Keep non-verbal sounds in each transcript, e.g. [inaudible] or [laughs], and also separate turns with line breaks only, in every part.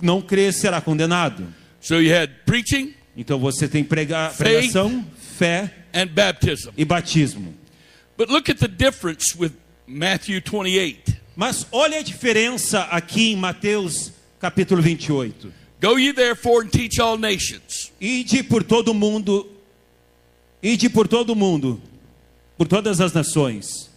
não crer será condenado.
So you had preaching
Então você tem prega,
Faith.
pregação, fé
and baptism.
e batismo.
But look at the difference with Matthew 28.
Mas olha a diferença aqui em Mateus capítulo 28.
Go ye therefore and teach all nations,
Ide por todo mundo, ide por todo mundo, por todas as nações,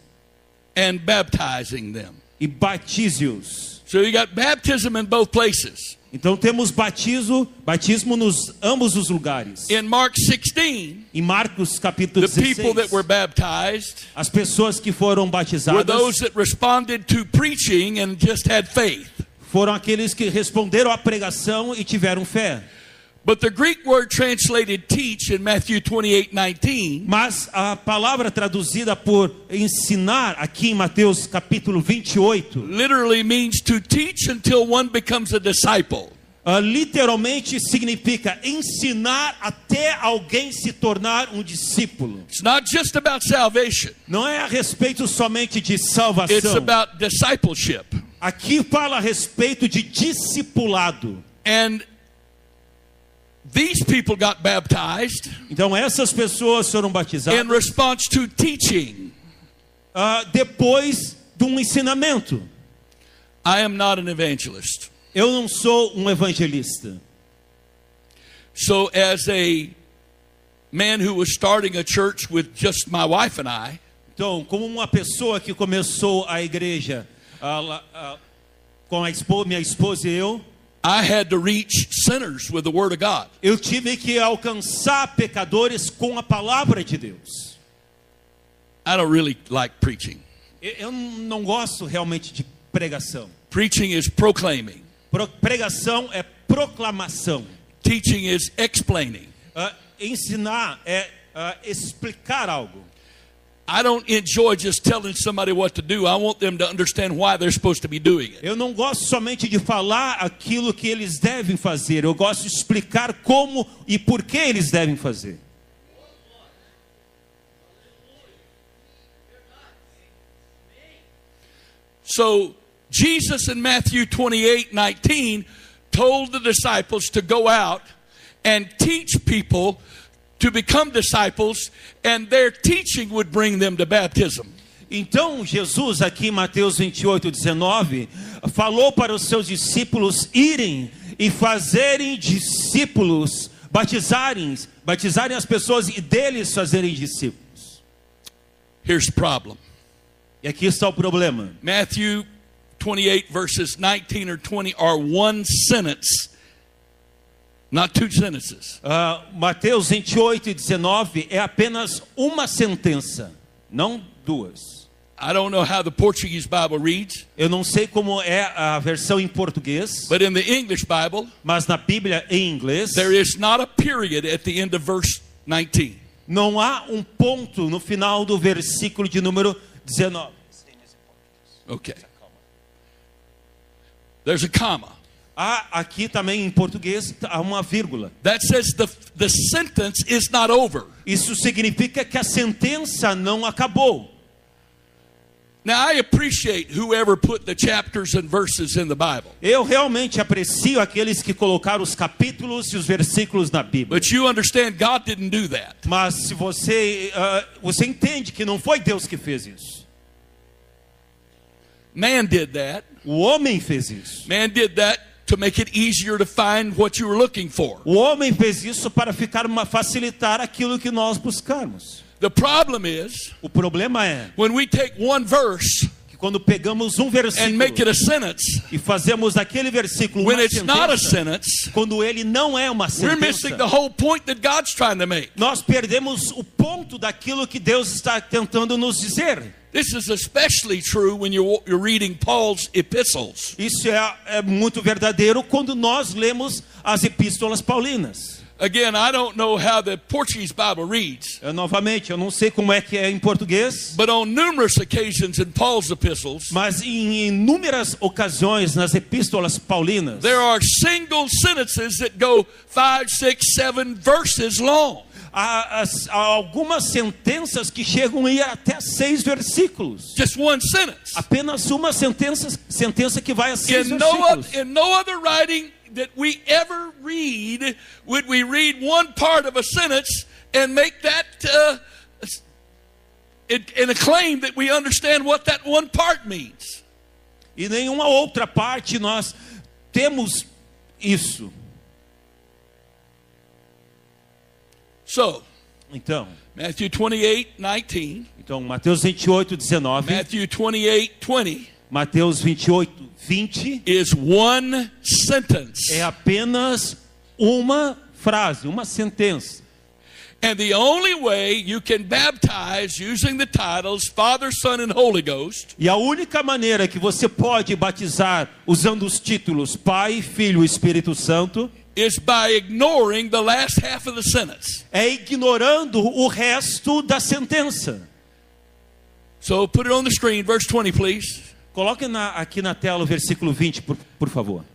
and baptizing them.
e batize-os.
So you got baptism in both places.
Então temos batizo, batismo nos ambos os lugares.
In Mark 16,
Em Marcos capítulo
the people that
16,
were baptized
as pessoas que foram
were
batizadas
those that responded to preaching and just had faith.
foram aqueles que responderam à pregação e tiveram fé.
But the Greek word translated teach in Matthew 28 19
Mas a palavra traduzida por ensinar aqui em Mateus capítulo 28,
literally means to teach until one becomes a disciple.
ah, literalmente significa ensinar até alguém se tornar um discípulo.
It's not just about salvation,
Não é a respeito somente de
it's
salvação.
about discipleship.
Aqui fala a respeito de discipulado.
And these people got baptized
Então essas pessoas foram
in
batizadas
response to teaching.
ah, depois de um ensinamento.
I am not an evangelist.
Eu não sou um evangelista.
So, as a man who was starting a church with just my wife and I,
Então, como uma pessoa que começou a igreja ah, lá, ah, com a expo, minha esposa e eu,
I had to reach sinners with the Word of God.
eu tive que alcançar pecadores com a palavra de Deus.
I don't really like preaching.
Eu, eu não gosto realmente de pregação.
Preaching is proclaiming,
Pro- pregação é proclamação.
teaching is explaining.
Ah, ensinar é ah, explicar algo.
I don't enjoy just telling somebody what to do. I want them to understand why they're supposed to be doing it.
Eu não gosto somente de falar aquilo que eles devem fazer. Eu gosto de explicar como e por que eles devem fazer.
So, Jesus in Matthew 28 19 told the disciples to go out and teach people to become disciples, and their teaching would bring them to baptism.
Então Jesus, aqui em Mateus 28, 19, falou para os seus discípulos irem e fazerem discípulos, batizarem, batizarem as pessoas e deles fazerem discípulos.
Here's the problem
E aqui está o problema.
Matthew 28, verses 19 or 20 are one sentence, not two sentences.
Ah, Mateus 28, 19 é apenas uma sentença, não duas.
I don't know how the Portuguese Bible reads,
Eu não sei como é a versão em português,
but in the English Bible,
mas na Bíblia em inglês
there is not a period at the end of verse 19.
não há um ponto no final do versículo de número 19.
Okay. There's a comma.
Há aqui também em português há uma vírgula.
That says the, the sentence is not over.
Isso significa que a sentença não acabou.
Now, I appreciate whoever put the chapters and verses in the Bible,
Eu realmente aprecio aqueles que colocaram os capítulos e os versículos na Bíblia.
but you understand God didn't do that.
Mas se você ah, você entende que não foi Deus que fez isso.
Man did that.
O homem fez isso.
Man did that to make it easier to find what you were looking for.
O homem fez isso para ficar uma facilitar aquilo que nós buscarmos.
The problem is
O problema é
when we take one verse
que quando pegamos um
and make it
versículo
a sentence,
e fazemos daquele versículo
when
uma
it's not a
sentença,
sentence,
quando ele não é uma
we're missing
sentença,
the whole point that God's trying to make.
nós perdemos o ponto daquilo que Deus está tentando nos dizer.
This is especially true when you're, you're reading Paul's epistles.
Isso é, é muito verdadeiro quando nós lemos as epístolas paulinas.
Again, I don't know how the Portuguese Bible reads,
Eu, novamente, eu não sei como é que é em português,
but on numerous occasions in Paul's epistles,
mas em inúmeras ocasiões nas epístolas paulinas,
there are single sentences that go five, six, seven verses long.
há, as- há algumas sentenças que chegam a ir até seis versículos.
Just one sentence.
Apenas uma sentença, sentença que vai a seis
In no,
versículos.
oth- in no other writing that we ever read would we read one part of a sentence and make that uh, s- it, and a claim that we understand what that one part means.
E nenhuma outra parte nós temos isso.
So,
Então,
Matthew 28 19,
então Mateus 28, 19,
Matthew 28 20
Mateus 28, 20
is one sentence.
é apenas uma frase, uma sentença.
And the only way you can baptize using the titles Father, Son, and Holy Ghost
E a única maneira que você pode batizar usando os títulos Pai, Filho e Espírito Santo
is by ignoring the last half of the sentence.
é ignorando o resto da sentença.
So put it on the screen, verse 20, please.
Coloque na- aqui na tela o versículo 20, por, por favor.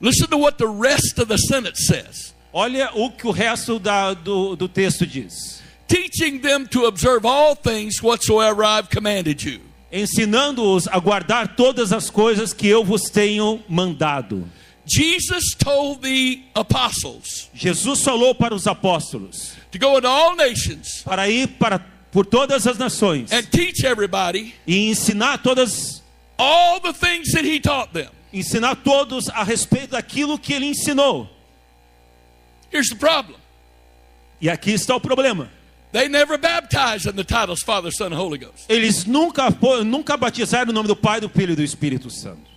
Listen to what the rest of the sentence says
Olha o que o resto da- do, do texto diz.
teaching them to observe all things whatsoever I've commanded you.
Ensinando-os a guardar todas as coisas que eu vos tenho mandado.
Jesus told the apostles
Jesus falou para os apóstolos
to go into all nations
para ir para, por todas as nações
and teach everybody
e ensinar todas
all the things that he taught them.
ensinar todos a respeito daquilo que ele ensinou.
Here's the problem
E aqui está o problema.
they never baptized in the titles Father, Son, and Holy Ghost.
Eles nunca, fo- nunca batizaram o nome do Pai, do Filho e do Espírito Santo.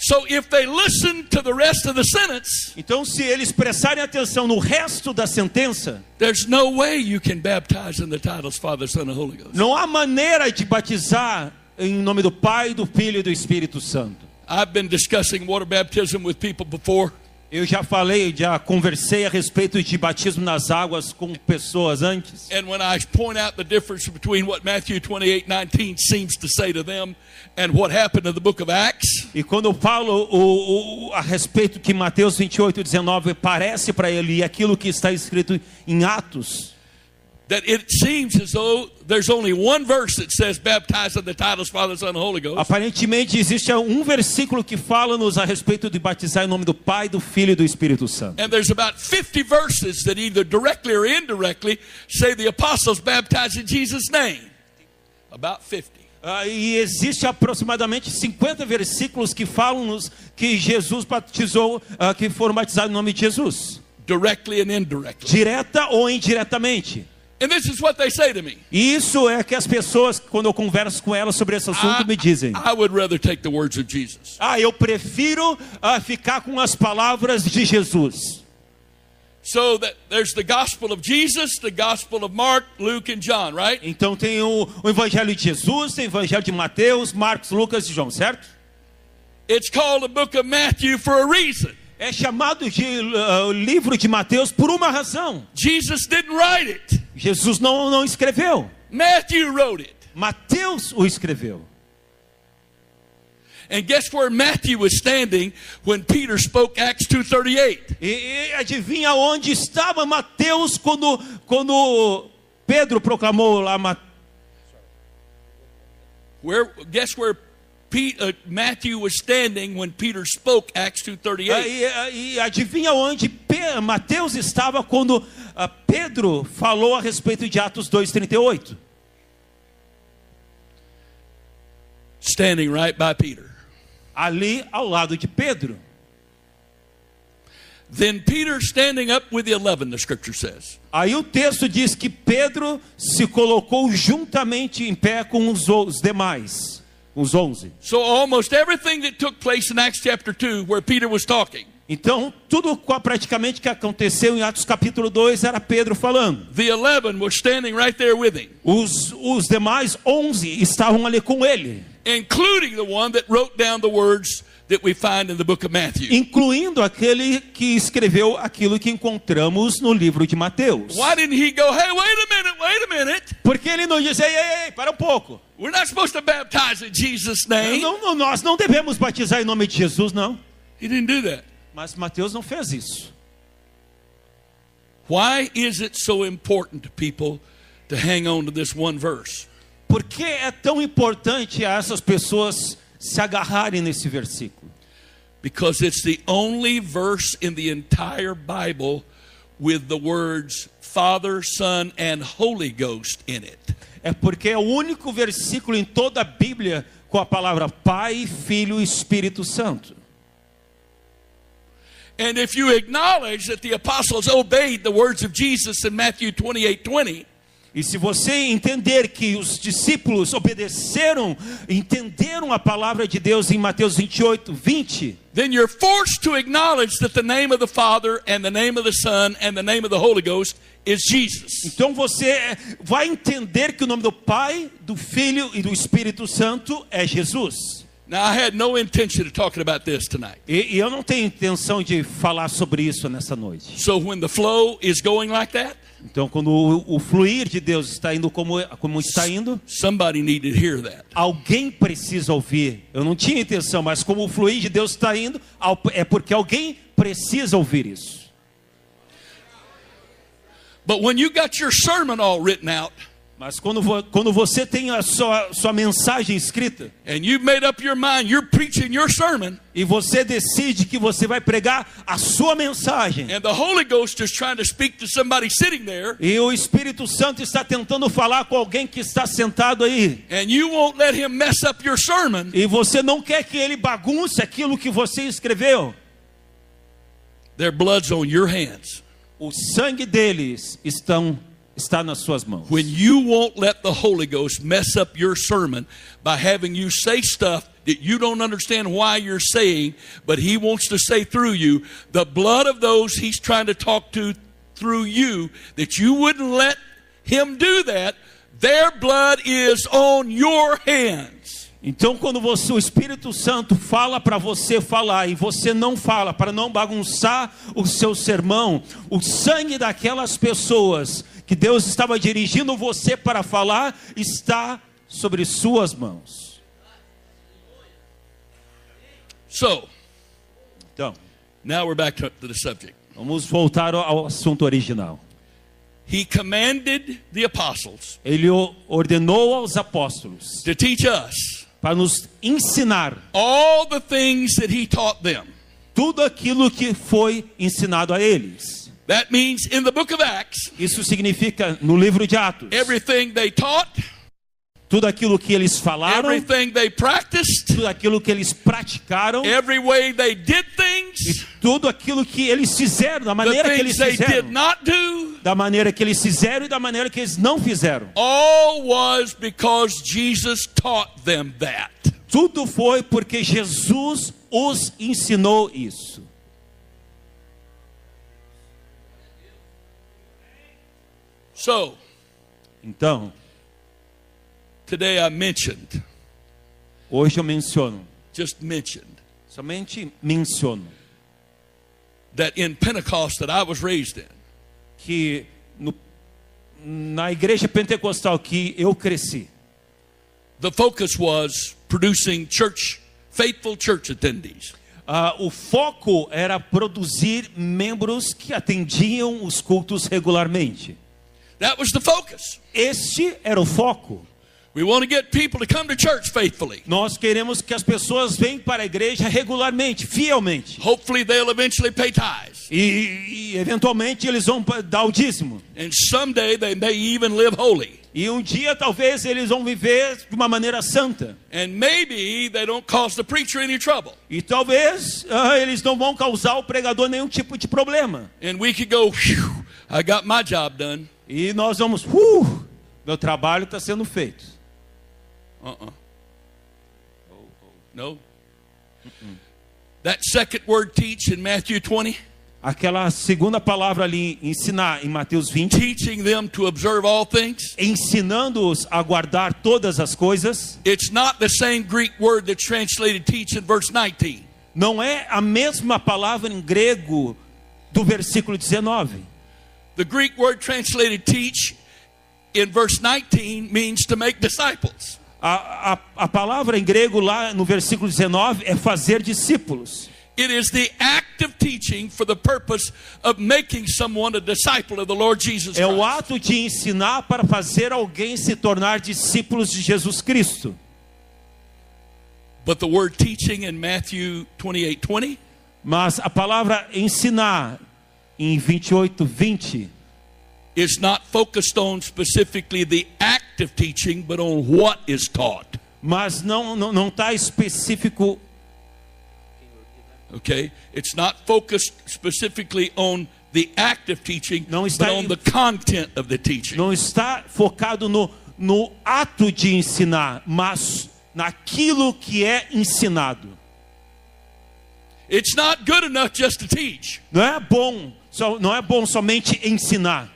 So if they listened to the rest of the sentence,
Então, se eles prestarem atenção no resto da sentença,
there's no way you can baptize in the titles Father, Son, and Holy Ghost.
não há maneira de batizar em nome do Pai, do Filho e do Espírito Santo.
I've been discussing water baptism with people before.
Eu já falei, já conversei a respeito de batismo nas águas com pessoas antes.
And when I point out the difference between what Matthew 28 19 seems to say to them and what happened in the book of Acts,
E quando eu falo o- o- a respeito que Mateus 28, 19 parece para ele e aquilo que está escrito em Atos,
that it seems as though there's only one verse that says baptize in the titles Father, Son, and Holy Ghost.
aparentemente existe um versículo que fala-nos a respeito de batizar em nome do Pai, do Filho e do Espírito Santo.
And there's about 50 verses that either directly or indirectly say the apostles baptized in Jesus' name. About 50.
Ah, e existe aproximadamente 50 versículos que falam-nos que Jesus batizou, ah, que foram batizados em nome de Jesus,
directly and indirectly.
direta ou indiretamente.
And this is what they say to me.
E isso é que as pessoas, quando eu converso com elas sobre esse assunto, me dizem.
I would rather take the words of Jesus.
Ah, eu prefiro ah, ficar com as palavras de Jesus.
So that there's the gospel of Jesus, the gospel of Mark, Luke, and John, right?
Então tem o, o Evangelho de Jesus, tem o Evangelho de Mateus, Marcos, Lucas e João, certo?
It's called the book of Matthew for a reason.
É chamado de ah, o livro de Mateus por uma razão.
Jesus didn't write it.
Jesus não, não escreveu.
Matthew wrote it.
Mateus o escreveu.
And guess where Matthew was standing when Peter spoke Acts 2:38?
E, e adivinha onde estava Mateus quando, quando Pedro proclamou lá Ma-
Where guess where Pete, uh, Matthew was standing when Peter spoke Acts
Ah,
2:38?
E, ah, e adivinha onde Pe- Mateus estava quando ah, Pedro falou a respeito de Atos 2,38?
Standing right by Peter.
Ali ao lado de Pedro.
Then Peter standing up with the eleven, the scripture says.
Aí o texto diz que Pedro se colocou juntamente em pé com os, o- os demais, os onze.
So almost everything that took place in Acts chapter 2 where Peter was talking,
Então, tudo qua- praticamente que aconteceu em Atos capítulo 2 era Pedro falando.
the 11 were standing right there with him,
Os, os demais onze estavam ali com ele,
including the one that wrote down the words that we find in the book of Matthew.
incluindo aquele que escreveu aquilo que encontramos no livro de Mateus.
Why didn't he go, hey, wait a minute, wait a minute.
Porque ele não diz, ei, ei, ei, para um pouco.
We're not supposed to baptize in Jesus' name.
Não, não, nós não devemos batizar em nome de Jesus, não.
He didn't do that.
Mas Mateus não fez isso.
Why is it so important to people to hang on to this one verse?
Por que é tão importante a essas pessoas se agarrarem nesse versículo?
because it's the only verse in the entire Bible with the words Father, Son, and Holy Ghost in it.
É porque é o único versículo em toda a Bíblia com a palavra Pai, Filho e Espírito Santo.
And if you acknowledge that the apostles obeyed the words of Jesus in Matthew 28 20,
E se você entender que os discípulos obedeceram, entenderam a palavra de Deus em Mateus 28, 20,
then you're forced to acknowledge that the name of the Father and the name of the Son and the name of the Holy Ghost is Jesus.
então você vai entender que o nome do Pai, do Filho e do Espírito Santo é Jesus.
Now, I had no intention of talking about this tonight.
E, e eu não tenho intenção de falar sobre isso nessa noite.
So, when the flow is going like that,
Então, quando o, o fluir de Deus está indo como, como está indo,
somebody needed to hear that.
alguém precisa ouvir. Eu não tinha intenção, mas como o fluir de Deus está indo, al- é porque alguém precisa ouvir isso.
But when you got your sermon all written out
Mas quando, vo- quando você tem a sua, sua mensagem escrita
and you've made up your mind, you're preaching your sermon,
e você decide que você vai pregar a sua mensagem
and the Holy Ghost is trying to speak to somebody sitting there,
e o Espírito Santo está tentando falar com alguém que está sentado aí
and you won't let him mess up your sermon,
e você não quer que ele bagunce aquilo que você escreveu,
their blood's on your hands.
o sangue deles estão, está nas suas mãos.
When you won't let the Holy Ghost mess up your sermon by having you say stuff that you don't understand why you're saying, but He wants to say through you, the blood of those He's trying to talk to through you, that you wouldn't let Him do that, their blood is on your hands.
Então, quando você, o Espírito Santo fala para você falar e você não fala, para não bagunçar o seu sermão, o sangue daquelas pessoas que Deus estava dirigindo você para falar está sobre suas mãos.
So,
Então,
now we're back to, to the subject.
vamos voltar ao- ao assunto original.
He commanded the apostles
Ele o- ordenou aos apóstolos
to teach us
para nos ensinar
all the things that He taught them.
tudo aquilo que foi ensinado a eles.
That means in the book of Acts,
Isso significa no livro de Atos,
everything they taught,
tudo aquilo que eles falaram.
everything they practiced,
tudo aquilo que eles praticaram,
every way they did
e
things,
tudo aquilo que eles fizeram, da
the
maneira que eles
things they did
fizeram,
not do,
da maneira que eles fizeram e da maneira que eles não fizeram.
all was because Jesus taught them that.
Tudo foi porque Jesus os ensinou isso.
So,
Então,
today I mentioned,
hoje eu menciono,
just mentioned,
somente menciono,
that in Pentecost that I was raised in,
que no- na igreja pentecostal que eu cresci,
the focus was producing church, faithful church attendees.
ah, o foco era produzir membros que atendiam os cultos regularmente.
That was the focus.
Este era o foco.
We want to get people to come to church faithfully.
Nós queremos que as pessoas venham para a igreja regularmente, fielmente.
Hopefully, they'll eventually pay tithes.
E, e, eventualmente eles vão pa- dar o dízimo.
And someday they may even live holy.
E um dia talvez eles vão viver de uma maneira santa.
And maybe they don't cause the preacher any trouble.
E talvez ah, eles não vão causar ao pregador nenhum tipo de problema.
And we could go, Phew, I got my job done.
E nós vamos, uh, meu trabalho está sendo feito.
Uh uh No. That second word teach in Matthew 20,
Aquela segunda palavra ali, ensinar, em Mateus 20,
teaching them to observe all things.
ensinando-os a guardar todas as coisas.
It's not the same Greek word that's translated teach in verse 19.
Não é a mesma palavra em grego do versículo 19.
The Greek word translated teach in verse 19 means to make disciples.
A, a, a palavra em grego lá no versículo 19 é fazer discípulos.
It is the act of teaching for the purpose of making someone a disciple of the Lord Jesus
É o
Christ.
ato de ensinar para fazer alguém se tornar discípulos de Jesus Cristo.
But the word teaching in Matthew 28 20
Mas a palavra ensinar em 28, 20
is not focused on specifically the act of teaching, but on what is taught.
Mas não não não está específico.
Okay? It's not focused specifically on the act of teaching,
Não está
but on
em-
the content of the teaching.
Não está focado no no ato de ensinar, mas naquilo que é ensinado.
It's not good enough just to teach.
Não é bom só, não é bom somente ensinar,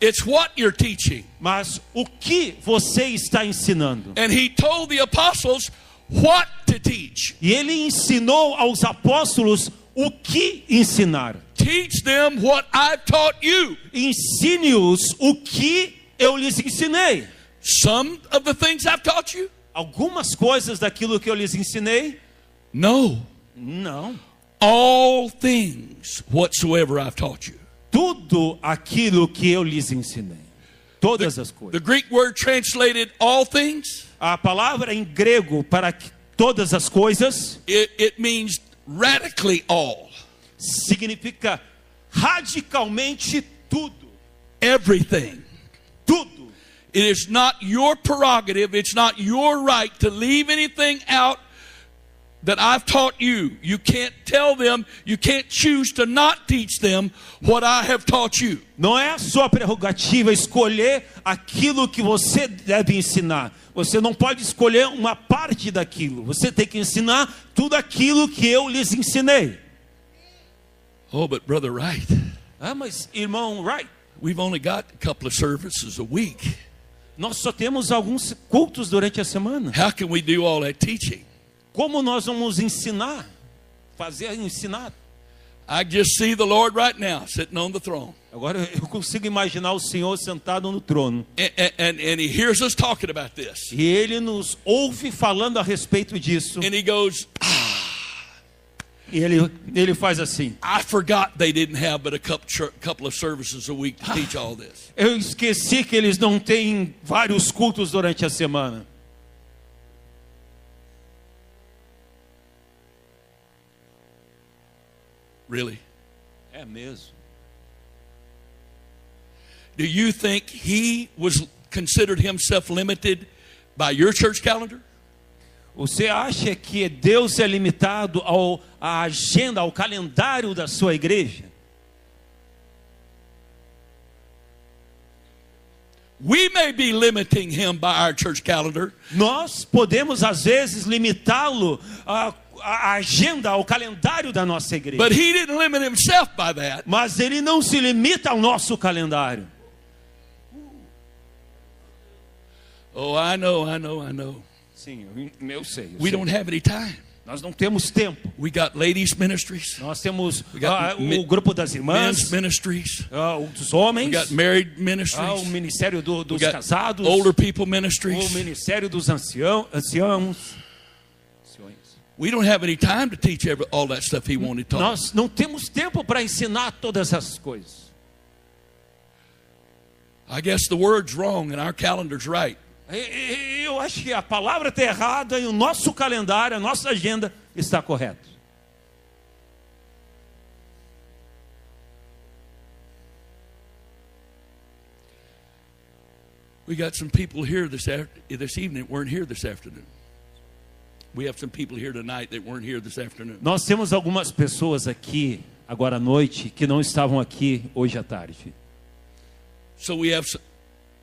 It's what you're teaching.
mas o que você está ensinando.
And he told the apostles what to teach.
E ele ensinou aos apóstolos o que ensinar.
Teach them what I've taught you.
Ensine-os o que eu lhes ensinei.
Some of the things I've taught you?
Algumas coisas daquilo que eu lhes ensinei?
No.
Não.
All things whatsoever I've taught you.
Tudo aquilo que eu lhes ensinei. Todas as
The
coisas.
Greek word translated all things,
A palavra em grego para que- todas as coisas
it, it means radically all,
significa radicalmente tudo.
everything.
Tudo.
It is not your prerogative, it's not your right to leave anything out that I've taught you. You can't tell them, you can't choose to not teach them what I have taught you.
Não é a sua prerrogativa escolher aquilo que você deve ensinar. Você não pode escolher uma parte daquilo. Você tem que ensinar tudo aquilo que eu lhes ensinei.
Oh, but Brother Wright,
Ah, mas irmão Wright,
we've only got a couple of services a week.
nós só temos alguns cultos durante a semana.
How can we do all that teaching?
Como nós vamos ensinar? Fazer ensinar?
I just see the Lord right now sitting on the throne.
Agora eu consigo imaginar o Senhor sentado no trono.
And, and, and he hears us talking about this.
E ele nos ouve falando a respeito disso.
And he goes,
E ele, ele faz assim.
I forgot they didn't have but a cup- chur- couple of services a week to teach all this.
Eu esqueci que eles não têm vários cultos durante a semana.
Really?
É mesmo.
Do you think he was considered himself limited by your church calendar?
Você acha que Deus é limitado ao à agenda, ao calendário da sua igreja?
We may be limiting him by our church calendar,
Nós podemos às vezes limitá-lo à, à agenda, ao calendário da nossa igreja.
but he didn't limit himself by that.
Mas ele não se limita ao nosso calendário.
Oh, I know, I know, I know.
Sim, eu, eu sei. eu sei.
We don't have any time.
Nós não temos tempo.
We got ladies' ministries,
Nós temos
got
ah,
mi-
o grupo das irmãs,
men's ministries,
ah, o dos
we
homens,
got married
ah, o
ministries,
ministério do-
we
dos
got
casados. Oh,
older people
o
ministries.
ministério dos ancião, anciãos.
We don't have any time to teach every, all that stuff he wanted taught.
Nós não temos tempo para ensinar todas as coisas.
I guess the word's wrong and our calendar's right.
E- e- e Eu acho que a palavra está errada e o nosso calendário, a nossa agenda está correta.
We got some people here this after, this evening that weren't here this afternoon. We have some people here tonight that weren't here this afternoon.
Nós temos algumas pessoas aqui agora à noite que não estavam aqui hoje à tarde.
So we have s-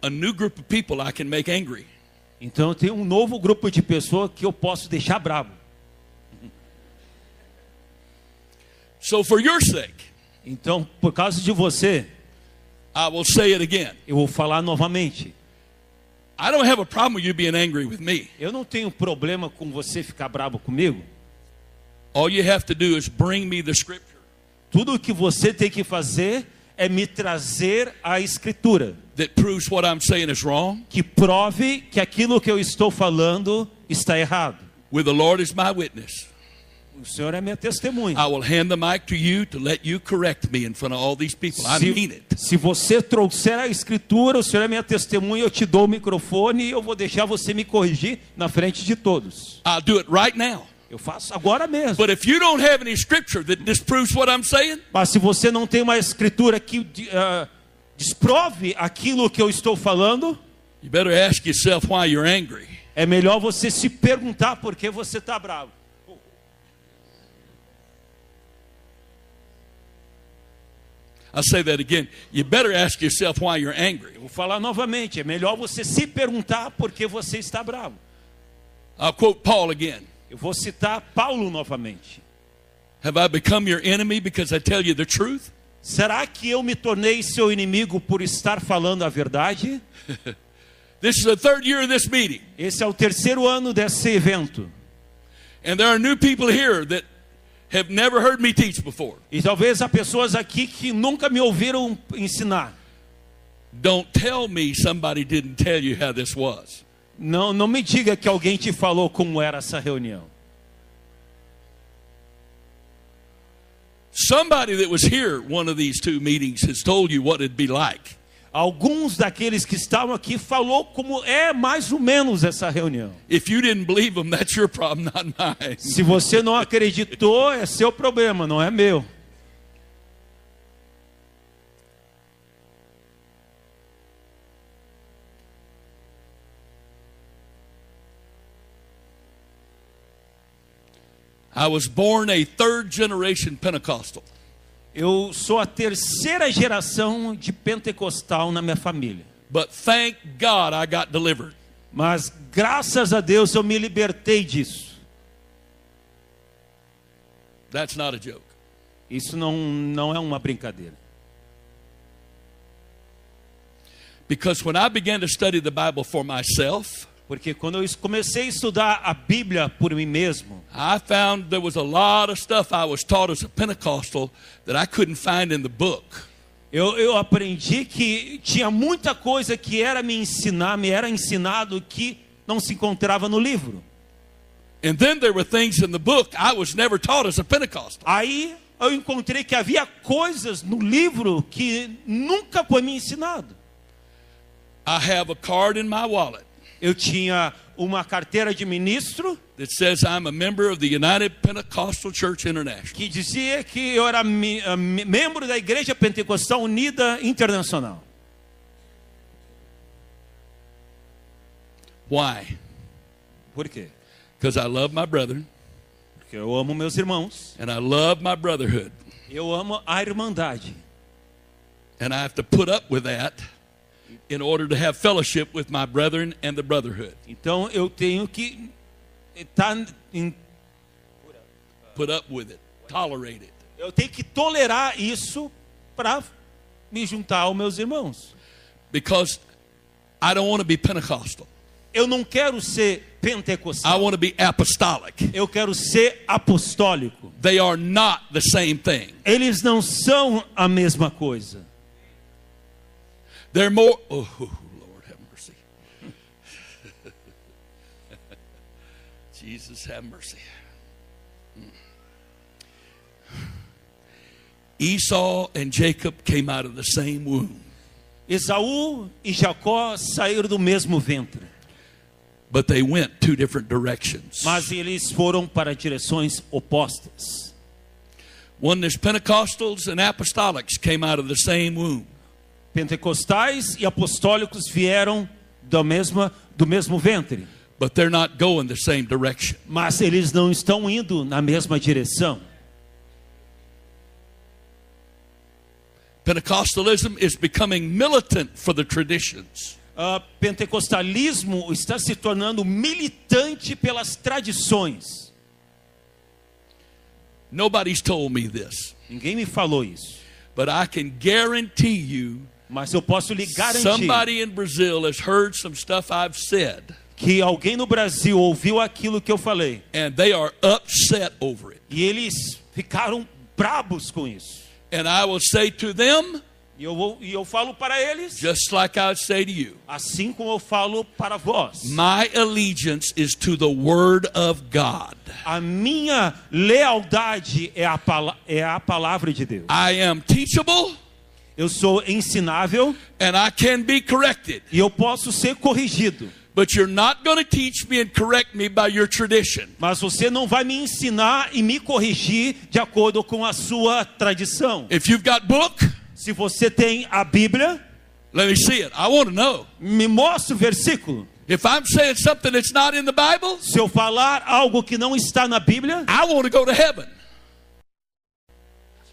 a new group of people I can make angry.
Então eu tenho um novo grupo de pessoas que eu posso deixar bravo.
So for your sake,
Então, por causa de você,
I will say it again.
eu vou falar novamente.
I don't have a problem with you being angry with me.
Eu não tenho problema com você ficar bravo comigo.
All you have to do is bring me the scripture.
Tudo o que você tem que fazer é me trazer a escritura
That proves what I'm saying is wrong.
que prove que aquilo que eu estou falando está errado.
With the Lord as my witness,
O Senhor é minha testemunha.
I will hand the mic to you to let you correct me in front of all these people. I mean
Se,
it.
se você trouxer a escritura, o Senhor é minha testemunha, eu te dou o microfone e eu vou deixar você me corrigir na frente de todos.
I'll do it right now.
Eu faço agora mesmo.
But if you don't have any scripture that disproves what I'm saying,
Mas se você não tem uma escritura que de- ah, desprove aquilo que eu estou falando,
you better ask yourself why you're angry.
é melhor você se perguntar por que você está bravo.
I'll say that again. You better ask yourself why you're angry.
Vou falar novamente, é melhor você se perguntar por que você está bravo.
I'll quote Paul again.
Eu vou citar Paulo novamente.
Have I become your enemy because I tell you the truth?
Será que eu me tornei seu inimigo por estar falando a verdade?
This is the third year of this meeting,
Esse é o terceiro ano desse evento.
and there are new people here that have never heard me teach before.
E talvez há pessoas aqui que nunca me ouviram ensinar.
Don't tell me somebody didn't tell you how this was.
Não, não me diga que alguém te falou como era essa reunião.
Somebody that was here one of these two meetings has told you what it'd be like.
Alguns daqueles que estavam aqui falou como é mais ou menos essa reunião.
If you didn't believe them, that's your problem, [laughs] not mine.
Se você não acreditou, é seu problema, não é meu.
I was born a third generation Pentecostal.
Eu sou a terceira geração de pentecostal na minha família.
But thank God I got delivered.
Mas graças a Deus eu me libertei disso.
That's not a joke.
Isso não, não é uma brincadeira.
Because when I began to study the Bible for myself,
Porque quando eu comecei a estudar a Bíblia por mim mesmo,
I found there was a lot of stuff I was taught as a Pentecostal that I couldn't find in the book.
eu, eu aprendi que tinha muita coisa que era me ensinar, me era ensinado que não se encontrava no livro.
And then there were things in the book I was never taught as a Pentecostal.
Aí eu encontrei que havia coisas no livro que nunca foi me ensinado.
I have a card in my wallet
Eu tinha uma carteira de ministro
that says I'm a member of the United Pentecostal Church International.
que dizia que eu era me- eh, me- membro da Igreja Pentecostal Unida Internacional.
Why?
Por quê?
Because I love my brethren
Porque eu amo meus irmãos,
and I love my brotherhood.
eu amo a irmandade.
And I have to put up with that in order to have fellowship with my brethren and the brotherhood.
Então eu tenho que tá em-
Put up with it, tolerate it.
eu tenho que tolerar isso para me juntar aos meus irmãos.
Because I don't want to be Pentecostal.
Eu não quero ser
I
pentecostal.
want to be apostolic.
Eu quero ser apostólico.
They are not the same thing.
Eles não são a mesma coisa.
They're more. Oh, Lord, have mercy. [laughs] Jesus, have mercy. Esau and Jacob came out of the same womb,
Esaú e Jacó saíram do mesmo ventre,
but they went two different directions.
mas eles foram para direções opostas.
One is Pentecostals and apostolics came out of the same womb,
Pentecostais e apostólicos vieram da mesma do mesmo ventre.
but they're not going the same direction.
mas eles não estão indo na mesma direção.
Pentecostalism is becoming militant for the traditions.
Ah, pentecostalismo está se tornando militante pelas tradições.
Nobody's told me this,
Ninguém me falou isso,
but I can guarantee you
mas eu posso lhe garantir
somebody in Brazil has heard some stuff I've said
que alguém no Brasil ouviu aquilo que eu falei
and they are upset over it.
e eles ficaram brabos com isso.
And I will say to them,
E eu, vou, e eu falo para eles,
just like I say to you.
assim como eu falo para vós.
My allegiance is to the Word of God.
A minha lealdade é a, pala- é a palavra de Deus.
I am teachable
Eu sou ensinável
and I can be corrected.
e eu posso ser corrigido.
But you're not going to teach me and correct me by your tradition.
Mas você não vai me ensinar e me corrigir de acordo com a sua tradição.
If you've got book,
Se você tem a Bíblia,
let me see it. I want to know.
me mostre o versículo.
If I'm saying something that's not in the Bible,
Se eu falar algo que não está na Bíblia,
I want to go to heaven.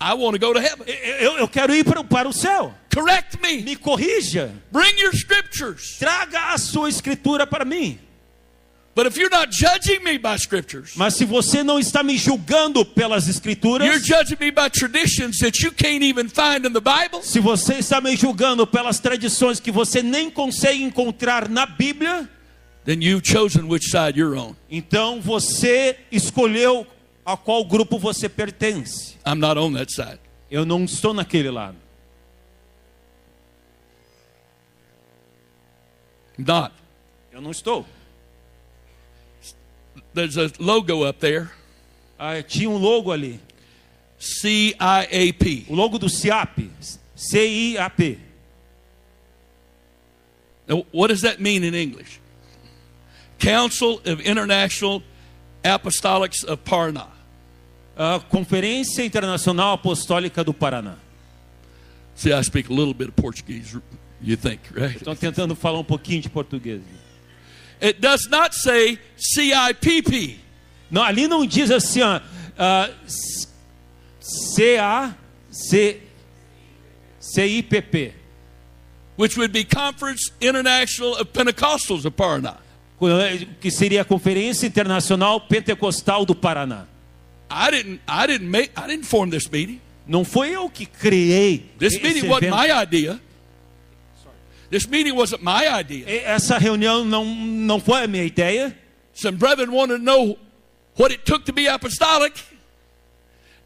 I want to go to heaven.
eu, eu quero ir para, o- para o céu.
Correct me.
Me corrija.
Bring your scriptures.
Traga a sua escritura para mim.
But if you're not judging me by scriptures,
Mas se você não está me julgando pelas escrituras,
you're judging me by traditions that you can't even find in the Bible.
se você está me julgando pelas tradições que você nem consegue encontrar na Bíblia,
then you've chosen which side you're on.
então você escolheu a qual grupo você pertence.
I'm not on that side.
Eu não estou naquele lado.
I'm not.
Eu não estou.
There's a logo up there,
Ah, tinha um logo ali,
CIAP.
o logo do CIAP, C-I-A-P.
Now, what does that mean in English? Council of International Apostolics of Parna.
Ah, Conferência Internacional Apostólica do Paraná.
See, I speak a little bit of Portuguese, you think, right?
Estou tentando falar um pouquinho de português.
It does not say CIPP.
Não, ali não diz assim, ó, ah, s- C-A-C- C-I-P-P.
Which would be Conference International of Pentecostals of Parna.
eh, que seria a Conferência Internacional Pentecostal do Paraná.
I didn't. I didn't make. I didn't form this meeting.
Não foi eu que criei
This
esse
meeting wasn't
evento.
my idea. This meeting wasn't my idea.
E- Essa reunião não, não foi a minha ideia.
Some brethren wanted to know what it took to be apostolic,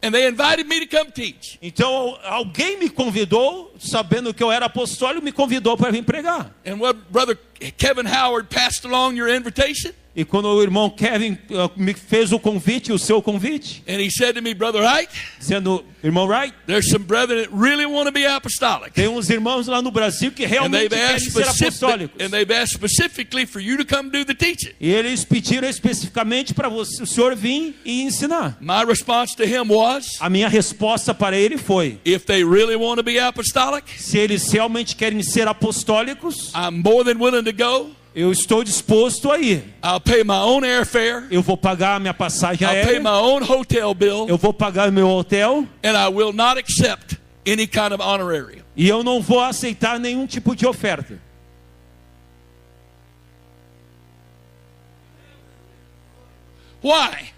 and they invited me to come teach.
Então alguém me convidou, sabendo que eu era apostólico, me convidou para vir pregar.
And what brother Kevin Howard passed along your invitation,
E quando o irmão Kevin ah, me fez o convite, o seu convite,
and he said to me, Brother Wright,
dizendo, irmão Wright,
there's some brethren that really want to be apostolic.
tem uns irmãos lá no Brasil que
And
realmente
they've
querem
asked,
ser
specific,
apostólicos.
and they've asked specifically for you to come do the teaching.
E eles pediram especificamente para você- o senhor vir e ensinar.
My response to him was,
A minha resposta para ele foi:
if they really want to be apostolic,
se eles realmente querem ser apostólicos,
I'm more than willing to go.
eu estou disposto a ir.
I'll pay my own airfare.
Eu vou pagar a minha passagem
I'll pay
aérea,
my own hotel bill.
eu vou pagar o meu hotel
And I will not accept any kind of honorarium.
e eu não vou aceitar nenhum tipo de oferta.
Why?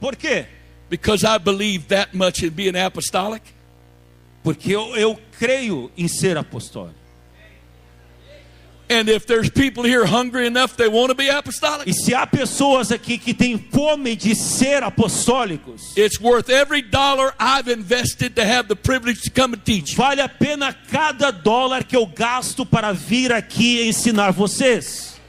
Por quê?
Because I believe that much in being apostolic.
Porque eu, eu creio em ser apostólico.
And if there's people here hungry enough, they want to be apostolic.
E se há pessoas aqui que têm fome de ser apostólicos,
It's worth every dollar I've invested to have the privilege to come and teach.
vale a pena cada dólar que eu gasto para vir aqui ensinar vocês.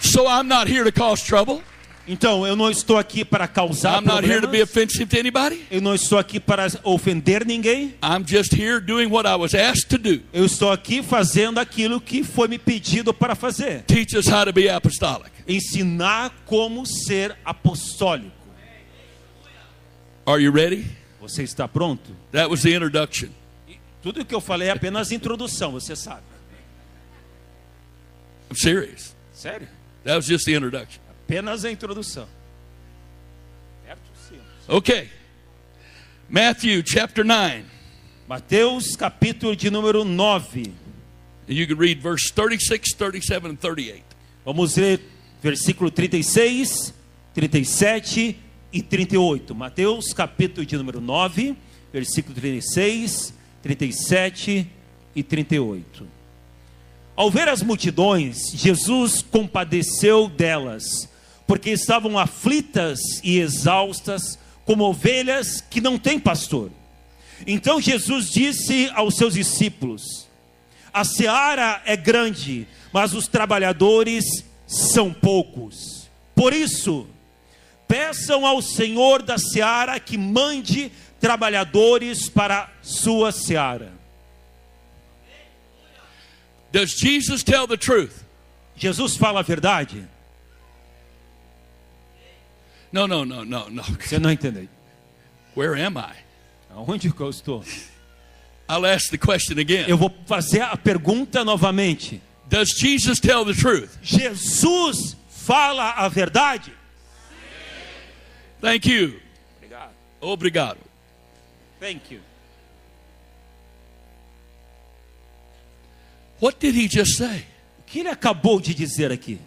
So I'm not here to cause trouble.
Então, eu não estou aqui para causar
I'm not here to be
problemas.
offensive to anybody.
Eu não estou aqui para ofender ninguém.
I'm just here doing what I was asked to do.
Eu estou aqui fazendo aquilo que foi me pedido para fazer.
Teach us how to be apostolic.
Ensinar como ser apostólico.
Are you ready?
Você está pronto?
That was the introduction.
Tudo o que eu falei é apenas introdução, você sabe.
I'm serious.
Sério?
That was just the introduction.
Apenas a introdução. Certo? Sim.
Okay. Matthew chapter 9.
Mateus capítulo de número 9.
And you can read verse 36, 37, and 38.
Vamos ler versículo 36, 37 e 38. Mateus, capítulo de número 9, versículo 36, 37 e 38. Ao ver as multidões, Jesus compadeceu delas, porque estavam aflitas e exaustas, como ovelhas que não têm pastor. Então Jesus disse aos seus discípulos: A seara é grande, mas os trabalhadores são poucos. Por isso, peçam ao Senhor da seara que mande trabalhadores para a sua seara.
Does Jesus tell the truth?
Jesus fala a verdade?
No, no, no, no, no. [laughs]
Você não entendeu.
Where am I?
Aonde que eu estou?
I'll ask the question again.
Eu vou fazer a pergunta novamente.
Does Jesus tell the truth?
Jesus fala a verdade?
Thank you.
Obrigado.
Obrigado.
Thank you.
What did he just say?
O que ele acabou de dizer aqui?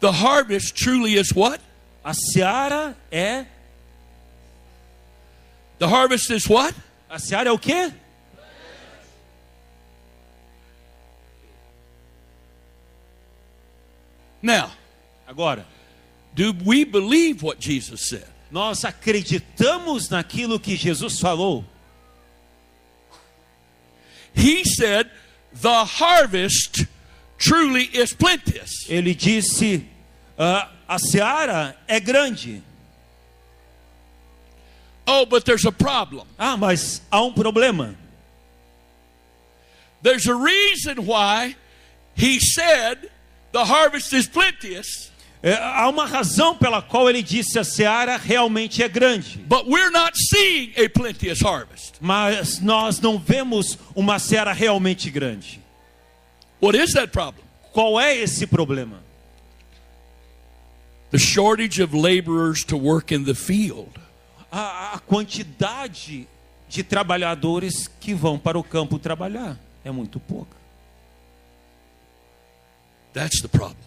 The harvest truly is what?
A seara é.
The harvest is what?
A seara é o quê?
Now,
Agora,
do we believe what Jesus said?
nós acreditamos naquilo que Jesus falou.
He said, The harvest truly is plenteous.
Ele disse: "Ah, a seara é grande.
Oh, but there's a problem.
Ah, mas há um problema.
There's a reason why he said, The harvest is plenteous,
É, há uma razão pela qual ele disse: a seara realmente é grande.
but we're not seeing a plenteous harvest.
Mas nós não vemos uma seara realmente grande.
What is that problem?
Qual é esse problema?
The shortage of laborers to work in the field.
a, a quantidade de trabalhadores que vão para o campo trabalhar é muito pouca.
That's the problem.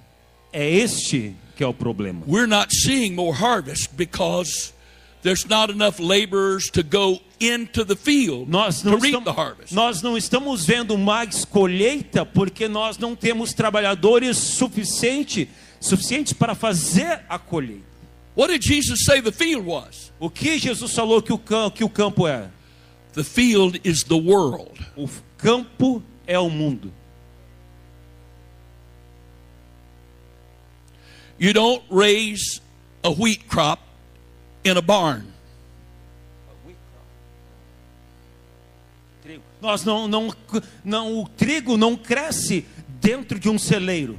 É este que é o problema.
We're not seeing more harvest because there's not enough laborers to go into the field
Nós
to
não,
reap the
estamos,
harvest.
nós não estamos vendo mais colheita porque nós não temos trabalhadores suficiente, suficientes para fazer a colheita.
What did Jesus say the field was?
O que Jesus falou que o, cam, que o campo é?
The field is the world.
O f- campo é o mundo.
You don't raise a wheat crop in a barn.
Nós não, não, não, o trigo não cresce dentro de um celeiro.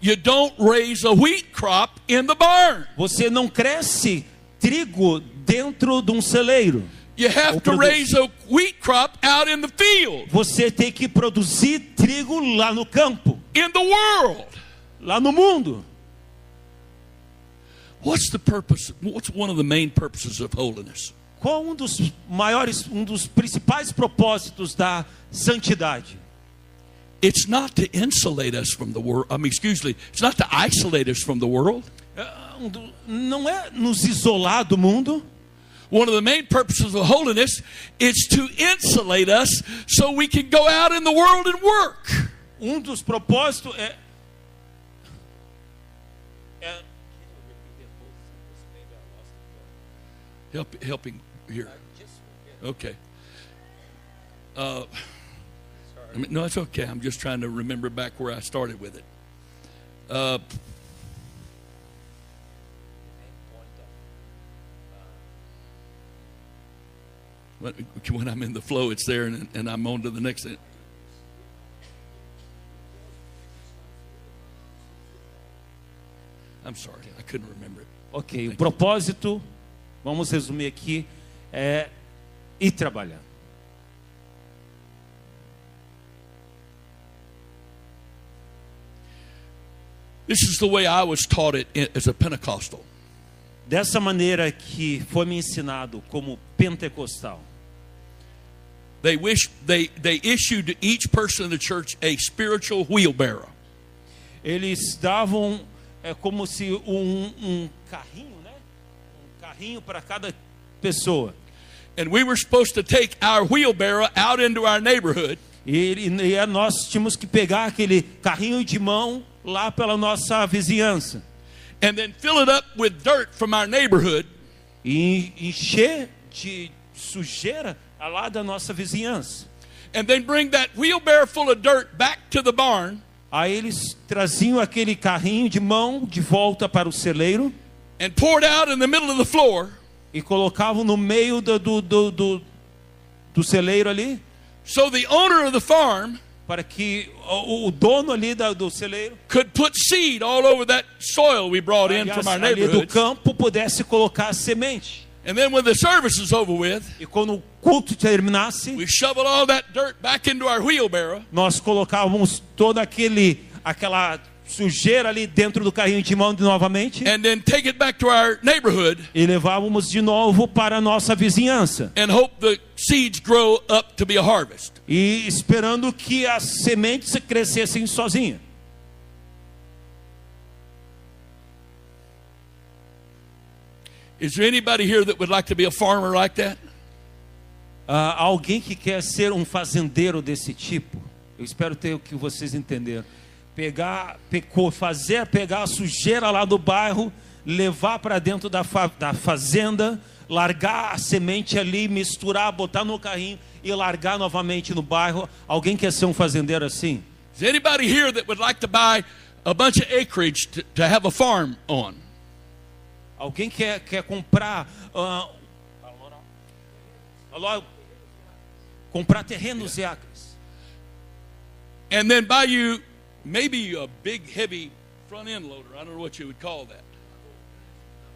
You don't raise a wheat crop in the barn.
Você não cresce trigo dentro de um celeiro.
You have to
Ou produz.
raise a wheat crop out in the field,
Você tem que produzir trigo lá no campo,
in the world.
lá no mundo.
What's the purpose? What's one of the main purposes of holiness?
Qual um dos maiores, um dos principais propósitos da santidade?
It's not to insulate us from the world. I mean, excuse me. It's not to isolate us from the world.
É, um do- Não é nos isolar do mundo.
One of the main purposes of holiness is to insulate us so we can go out in the world and work.
Um dos propósitos é. é-
Help, help him here. Okay. Uh, I mean, no, it's okay. I'm just trying to remember back where I started with it. Uh, when, when I'm in the flow, it's there, and, and I'm on to the next thing. I'm sorry, I couldn't remember it.
Ok, o propósito, vamos resumir aqui, é ir trabalhar.
This is the way I was taught it in- as a Pentecostal.
Dessa maneira que foi me ensinado como pentecostal.
They wish they they issued to each person in the church a spiritual wheelbarrow.
Eles davam é como se um, um carrinho, né? Um carrinho para cada pessoa.
And we were supposed to take our wheelbarrow out into our neighborhood
E, ele- e é, a- nós tínhamos que pegar aquele carrinho de mão lá pela nossa vizinhança
and then fill it up with dirt from our neighborhood
e encher de sujeira a lá da nossa vizinhança.
and then bring that wheelbarrow full of dirt back to the barn
Aí eles traziam aquele carrinho de mão de volta para o celeiro
and pour it out in the middle of the floor
e colocavam no meio do, do, do, do, do celeiro ali,
so the owner of the farm
para que o, o dono ali da- do celeiro,
could put seed all over that soil we brought in
aliás,
from our
ali do
neighborhood.
campo, pudesse colocar a semente.
And then when the service is over with,
E quando o culto terminasse,
we shoveled all that dirt back into our wheelbarrow
nós colocávamos toda aquele, aquela sujeira ali dentro do carrinho de mão de novamente
and then take it back to our neighborhood
e levávamos de novo para a nossa vizinhança.
and hope the seeds grow up to be a harvest.
E esperando que as sementes crescessem sozinha.
Is there anybody here that would like to be a farmer like that?
Ah, alguém que quer ser um fazendeiro desse tipo, eu espero ter o que vocês entenderam. Pegar, pecou, fazer, pegar a sujeira lá do bairro, levar para dentro da, fa- da fazenda, largar a semente ali, misturar, botar no carrinho e largar novamente no bairro. Alguém quer ser um fazendeiro assim?
Is anybody here that would like to buy a bunch of acreage to, to have a farm on?
Alguém quer, quer comprar. ah, alô, comprar terrenos e acres.
And then buy you maybe a big, heavy front end loader. I don't know what you would call that.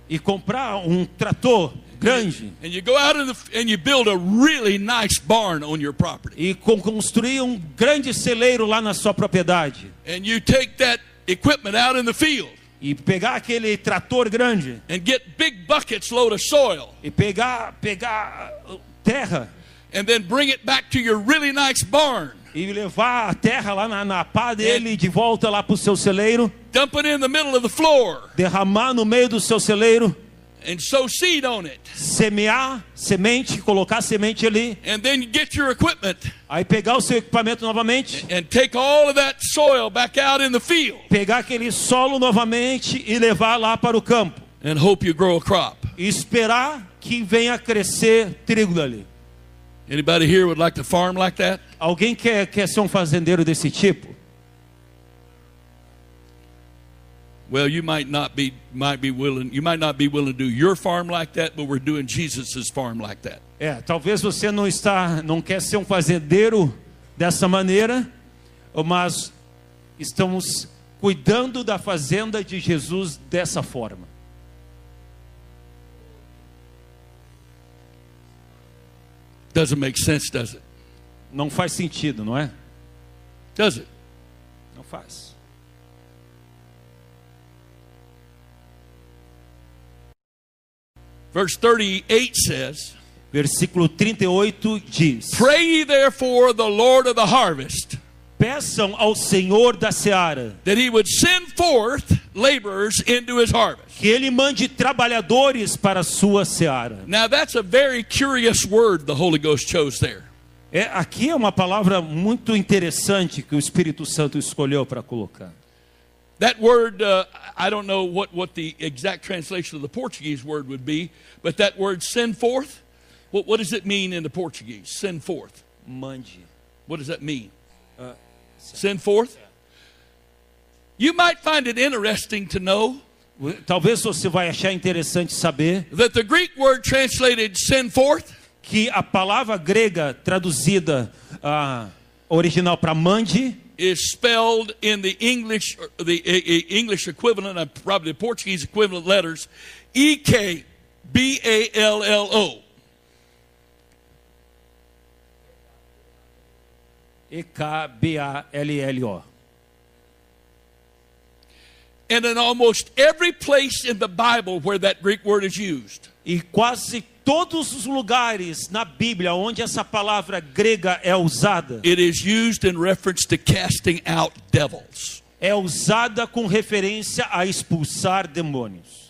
E comprar um trator grande.
And you go out in the, and you build a really nice barn on your property.
e con- construir um grande celeiro lá na sua propriedade
And you take that equipment out in the field
e pegar aquele trator grande
and get big buckets load of soil
e pegar pegar uh, terra
and then bring it back to your really nice barn.
e levar a terra lá na, na pá dele de volta lá para o seu celeiro,
Dump it in the middle of the floor
derramar no meio do seu celeiro,
and sow seed on it.
semear semente, colocar semente ali,
And then you get your equipment
aí pegar o seu equipamento novamente,
and take all of that soil back out in the field
pegar aquele solo novamente e levar lá para o campo
and hope you grow a crop.
e esperar que venha crescer trigo dali.
Anybody here would like to farm like that?
Alguém quer, quer ser um fazendeiro desse tipo?
Well, you might not be might be willing you might not be willing to do your farm like that, but we're doing Jesus' farm like that.
É, talvez você não está, não quer ser um fazendeiro dessa maneira, mas estamos cuidando da fazenda de Jesus dessa forma.
Doesn't make sense, does it?
Não faz sentido, não é?
Does it?
Não faz.
Verse 38 says,
Versículo 38 diz:
Pray ye therefore the Lord of the harvest
Peçam ao Senhor da seara
that he would send forth laborers into his harvest.
que ele mande trabalhadores para a sua seara.
Now, that's a very curious word the Holy Ghost chose there.
É, aqui é uma palavra muito interessante que o Espírito Santo escolheu para colocar.
That word, uh, I don't know what, what the exact translation of the Portuguese word would be, but that word send forth, what, what does it mean in the Portuguese? Send forth.
Mande.
What does that mean? send forth? You might find it interesting to know
Talvez você vai achar interessante saber
that the Greek word translated send forth
que a palavra grega traduzida ah, original para mande
is spelled in the English, or the uh, uh, English equivalent, uh, probably the Portuguese equivalent letters, E K B A L L O.
E K B A L L O.
And in almost every place in the Bible where that Greek word is used,
E quase todos os lugares na Bíblia onde essa palavra grega é usada
it is used in reference to casting out devils.
é usada com referência a expulsar demônios.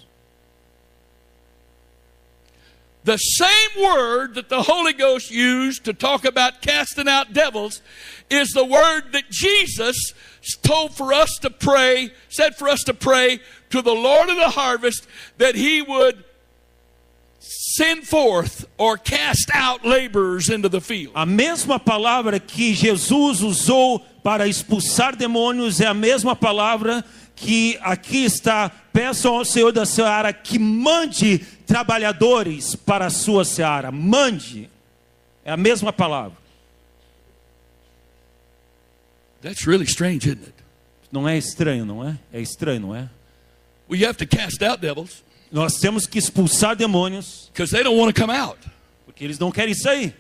The same word that the Holy Ghost used to talk about casting out devils is the word that Jesus told for us to pray, said for us to pray to the Lord of the harvest that he would send forth or cast out laborers into the field.
A mesma palavra que Jesus usou para expulsar demônios é a mesma palavra que aqui está. Peçam ao Senhor da Seara que mande trabalhadores para a sua Seara. Mande. É a mesma palavra.
That's really strange, isn't it?
Não é estranho, não é? É estranho, não é?
Well, you have to cast out devils
Nós temos que expulsar demônios
because they don't want to come out.
porque eles não querem sair.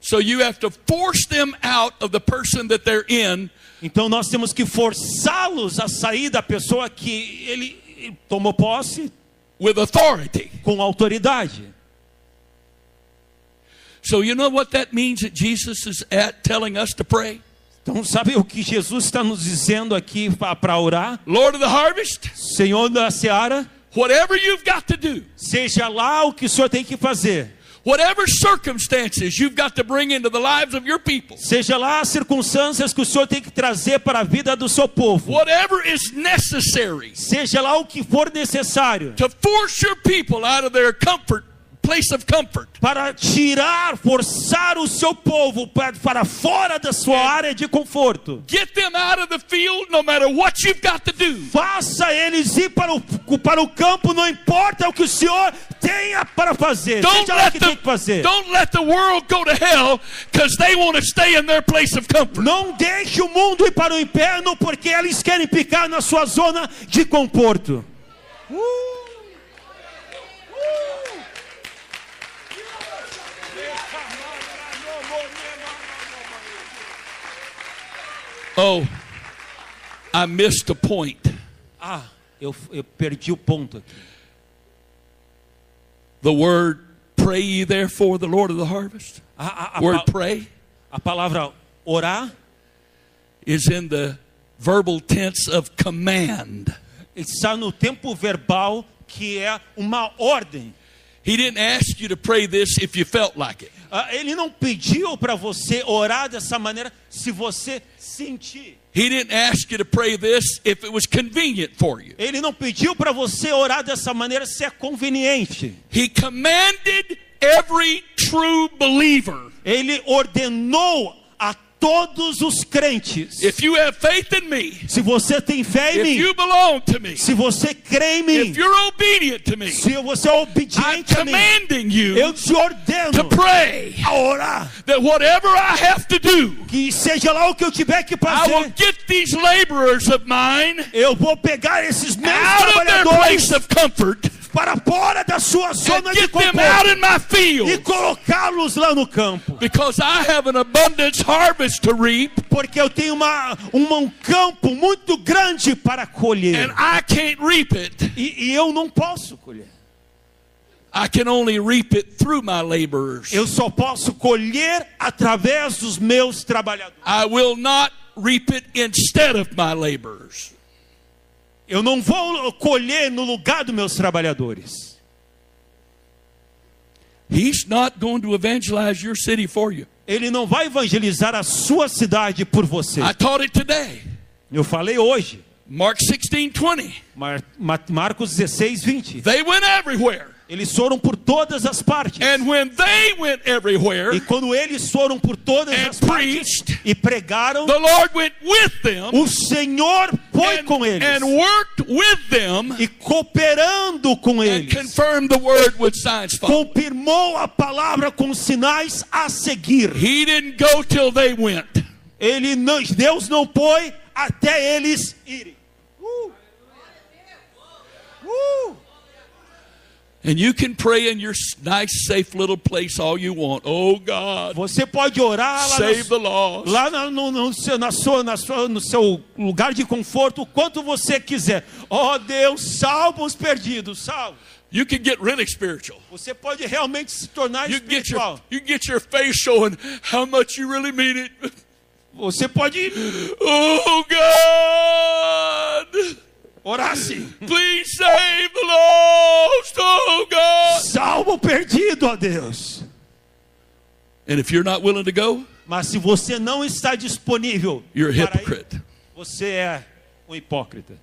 So you have to force them out of the person that they're in
Então nós temos que forçá-los a sair da pessoa que ele tomou posse
with authority.
com autoridade.
So you know what that means that Jesus is at telling us to pray?
Então, sabe o que Jesus está nos dizendo aqui para orar?
Lord of the harvest,
Senhor da seara,
whatever you've got to do,
seja lá o que o senhor tem que fazer,
whatever circumstances you've got to bring into the lives of your people,
seja lá as circunstâncias que o senhor tem que trazer para a vida do seu povo,
whatever is necessary
seja lá o que for necessário
to force your people out of their comfort, place of comfort,
para tirar, forçar o seu povo pa- para fora da sua área de conforto.
get them out of the field no matter what you've got to do.
Faça eles ir para o, para o campo, não importa o que o senhor tenha para fazer,
Don't
seja lá o
let,
que tem que
the,
fazer.
don't let the world go to hell because they want to stay in their place of comfort.
Não deixe o mundo ir para o inferno, porque eles querem ficar na sua zona de conforto.
Oh, I missed a point.
Ah, eu, eu perdi o ponto aqui.
The word pray ye therefore the Lord of the harvest.
A, a- a
Word
pa-
pray
a palavra orar
is in the verbal tense of command.
está no tempo verbal, que é uma ordem.
He didn't ask you to pray this if you felt like it.
Ah, ele não pediu para você orar dessa maneira se você sentir.
He didn't ask you to pray this if it was convenient for you.
Ele não pediu para você orar dessa maneira se é conveniente.
He commanded every true believer.
Ele ordenou a todos os crentes.
If you have faith in me,
Se você tem fé em
if
mim,
you belong to me,
se você crê em
if
mim,
you're obedient to me,
se você é
I'm
obediente a mim,
commanding you
eu te ordeno
to pray
a orar.
that whatever I have to do,
Que seja lá o que eu tiver que
I will
fazer,
get these laborers of mine
eu vou pegar esses meus
out of their place
trabalhadores
of comfort
para fora da sua
and
zona de
get them out
conforto
in my
e
field
colocá-los lá no campo.
because I have an abundance harvest to reap
Porque eu tenho uma, uma- um campo muito grande para colher.
and I can't reap it.
E, e eu não posso colher.
I can only reap it through my laborers.
Eu só posso colher através dos meus trabalhadores.
I will not reap it instead of my laborers.
Eu não vou colher no lugar dos meus trabalhadores.
He's not going to evangelize your city for you.
Ele não vai evangelizar a sua cidade por você.
I taught it today.
Eu falei hoje,
Mark 16 20.
Mar- Ma- Marcos 16, 20.
They went everywhere.
Eles foram por todas as partes.
And when they went everywhere,
E quando eles foram por todas
And
as partes
preached.
e pregaram,
the Lord went with them
o Senhor foi
and,
com eles
and worked with them
e cooperando com
and
eles.
confirmed the word with signs following.
Confirmou a palavra com sinais a seguir.
He didn't go till they went.
Ele não, Deus não foi até eles irem. Uh. Uh.
And you can pray in your s- nice, safe little place all you want. Oh God,
Você pode orar lá,
save
na,
the lost.
lá na- no, no seu, na sua, na sua- no seu lugar de conforto, o quanto você quiser. oh, Deus, salva os perdidos, salva.
You can get really spiritual.
Você pode realmente se tornar
You can get your
espiritual.
you can get your face showing how much you really mean it.
Você pode
Oh God.
orasse.
Please save the lost, oh God.
Salva o perdido, ó Deus.
And if you're not willing to go,
Mas se você não está disponível,
you're a
para ir,
hypocrite.
você é um hipócrita.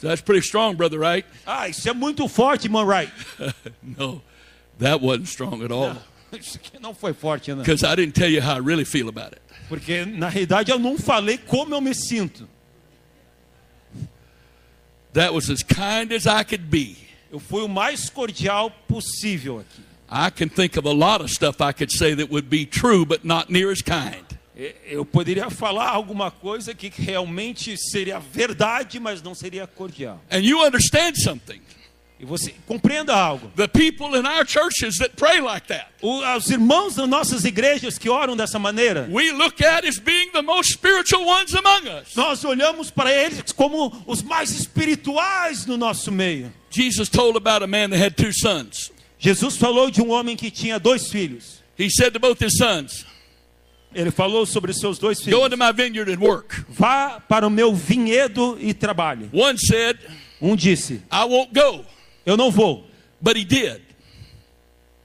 That's pretty strong, brother, right?
Ah, isso é muito forte, irmão
[laughs]
Wright.
No, that wasn't strong at all.
Isso aqui não foi forte, não.
Because I didn't tell you how I really feel about it.
Porque na realidade eu não falei como eu me sinto.
That was as kind as I could be.
Eu fui o mais cordial possível aqui.
I can think of a lot of stuff I could say that would be true, but not near as kind.
E- É, Eu poderia falar alguma coisa que realmente seria verdade, mas não seria cordial.
And you understand something.
E você compreenda algo.
The people in our churches that pray like that,
O- os irmãos das nossas igrejas que oram dessa maneira,
we look at as being the most spiritual ones among us.
nós olhamos para eles como os mais espirituais no nosso meio.
Jesus told about a man that had two sons.
Jesus falou de um homem que tinha dois filhos.
He said to both his sons,
Ele falou sobre seus dois filhos.
Go into my vineyard and work.
Vá para o meu vinhedo e trabalhe.
One said,
Um disse:
I won't go,
Eu não vou,
but he did.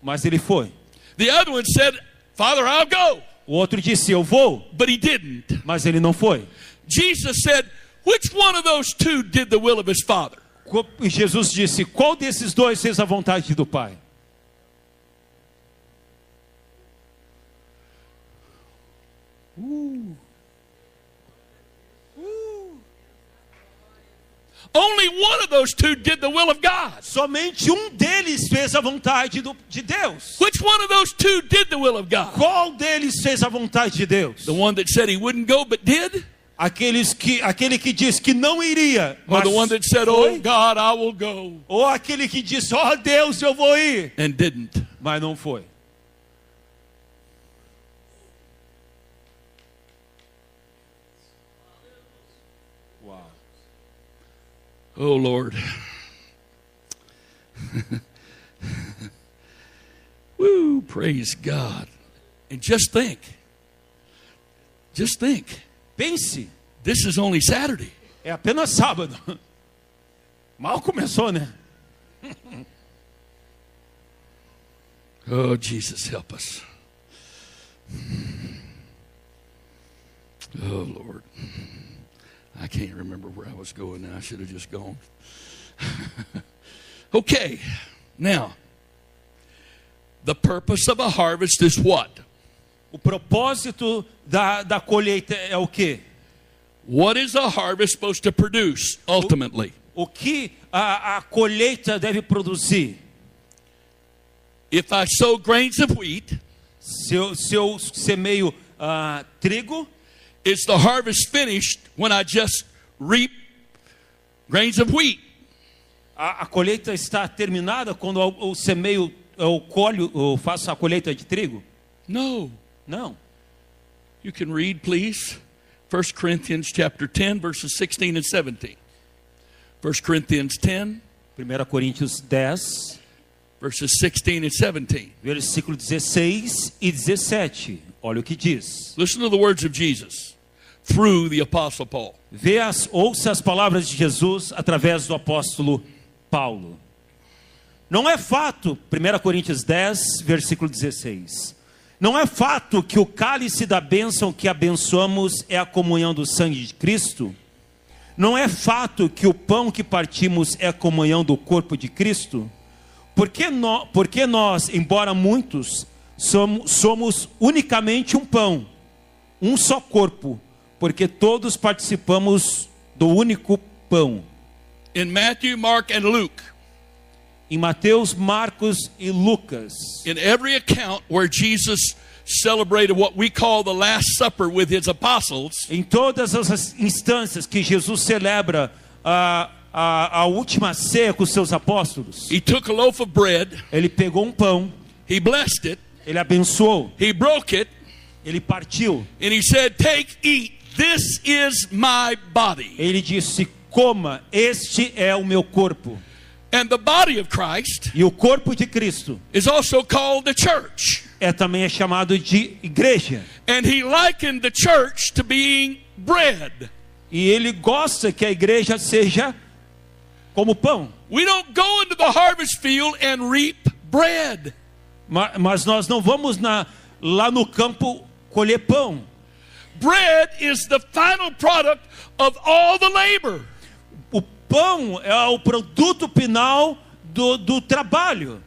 mas ele foi.
The other one said, Father, I'll go,
O outro disse: Eu vou,
but he didn't.
mas ele não foi.
Jesus said, Which one of those two did the will of his father?
Co- E Jesus disse: Qual desses dois fez a vontade do Pai?
Only one of those two did the will of God.
Somente um deles fez a vontade do- de Deus.
Which one of those two did the will of God?
Qual deles fez a vontade de Deus?
The one that said he wouldn't go but did?
Aqueles que, aquele que diz que não iria,
Or
mas
the one that said, Oh
foi?
God, I will go
ou aquele que diz: Ó Deus, eu vou ir,
and didn't?
mas não foi. Uau.
Oh Lord. [laughs] Woo, praise God. And just think. Just think.
Pense,
This is only Saturday.
é apenas sábado. [laughs] Mal começou, né?
Oh, Jesus, help us. Oh, Lord. I can't remember where I was going now. I should have just gone. [laughs] okay, now, the purpose of a harvest is what?
O propósito da, da colheita é o quê?
What is a harvest supposed to produce ultimately?
O que a, a colheita deve produzir?
If I sow grains of wheat,
Se eu, se eu semeio ah, trigo,
is the harvest finished when I just reap grains of wheat?
a, a colheita está terminada quando eu, eu semeio, eu colho, eu faço a colheita de trigo?
No.
Não.
You can read, please, 1 Corinthians chapter 10, verses 16 and 17. 1 Corinthians 10,
1 Coríntios 10,
verses 16 and 17.
versículo 16 e 17. Olha o que diz.
Listen to the words of Jesus through the Apostle Paul.
Vê as, ouça as palavras de Jesus através do apóstolo Paulo. Não é fato, 1 Coríntios 10, versículo 16. Não é fato que o cálice da bênção que abençoamos é a comunhão do sangue de Cristo? Não é fato que o pão que partimos é a comunhão do corpo de Cristo? Porque, nó- porque nós, embora muitos, somos, somos unicamente um pão, um só corpo, porque todos participamos do único pão.
In Matthew, Mark, and Luke,
Em Mateus, Marcos e Lucas.
in every account where Jesus celebrated what we call the Last Supper with his apostles,
Em todas as instâncias que Jesus celebra a, a, a última ceia com os seus apóstolos,
he took a loaf of bread,
ele pegou um pão,
he blessed it,
ele abençoou,
he broke it,
ele partiu,
and he said, Take, eat, this is my body.
ele disse: Coma, este é o meu corpo.
And the body of Christ
E o corpo de Cristo
is also called the church.
é também é chamado de igreja.
And he likened the church to being bread.
E ele gosta que a igreja seja como pão.
We don't go into the harvest field and reap bread.
Ma- Mas nós não vamos na- lá no campo colher pão.
Bread is the final product of all the labor.
O pão é o produto final do, do trabalho.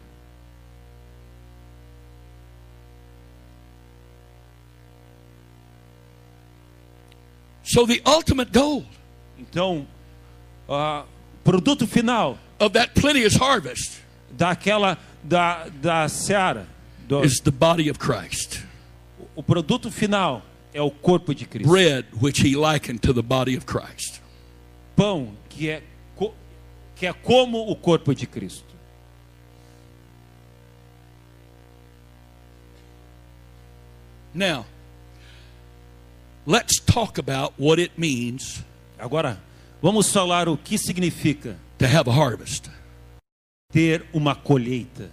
So the ultimate goal
Então, ah, produto final
of that plenteous harvest
daquela da, da seara, do-
is the body of Christ.
o produto final é o corpo de Cristo.
Bread which he likened to the body of Christ.
Pão que é co- que é como o corpo de Cristo.
Now, let's talk about what it means
Agora, vamos falar o que significa
to have a harvest.
ter uma colheita.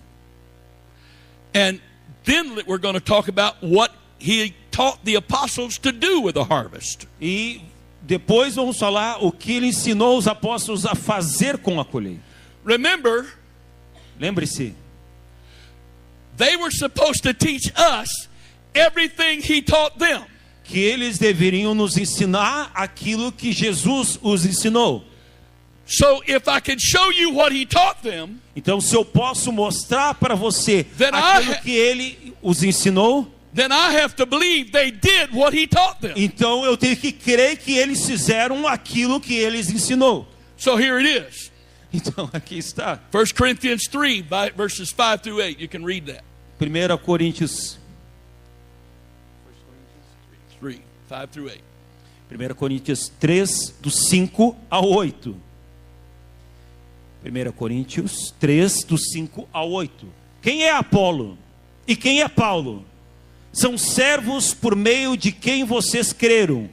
And then we're going to talk about what he taught the apostles to do with a harvest.
E depois vamos falar o que ele ensinou os apóstolos a fazer com a colheita.
Remember,
Lembre-se,
they were supposed to teach us everything he taught them.
que eles deveriam nos ensinar aquilo que Jesus os ensinou.
So if I can show you what he taught them,
Então, se eu posso mostrar para você
Then I
aquilo
ha-
que ele os ensinou,
then I have to believe they did what he taught them.
então eu tenho que crer que eles fizeram aquilo que eles ensinou.
So here it is.
Então, [laughs] aqui está.
1 Corinthians 3, by- verses 5 through 8. You can read that.
1 Coríntios,
3, 5 through 8.
1 Coríntios 3, do 5 ao 8. 1 Coríntios 3, do 5 ao 8. Quem é Apolo? E quem é Paulo? São servos por meio de quem vocês creram,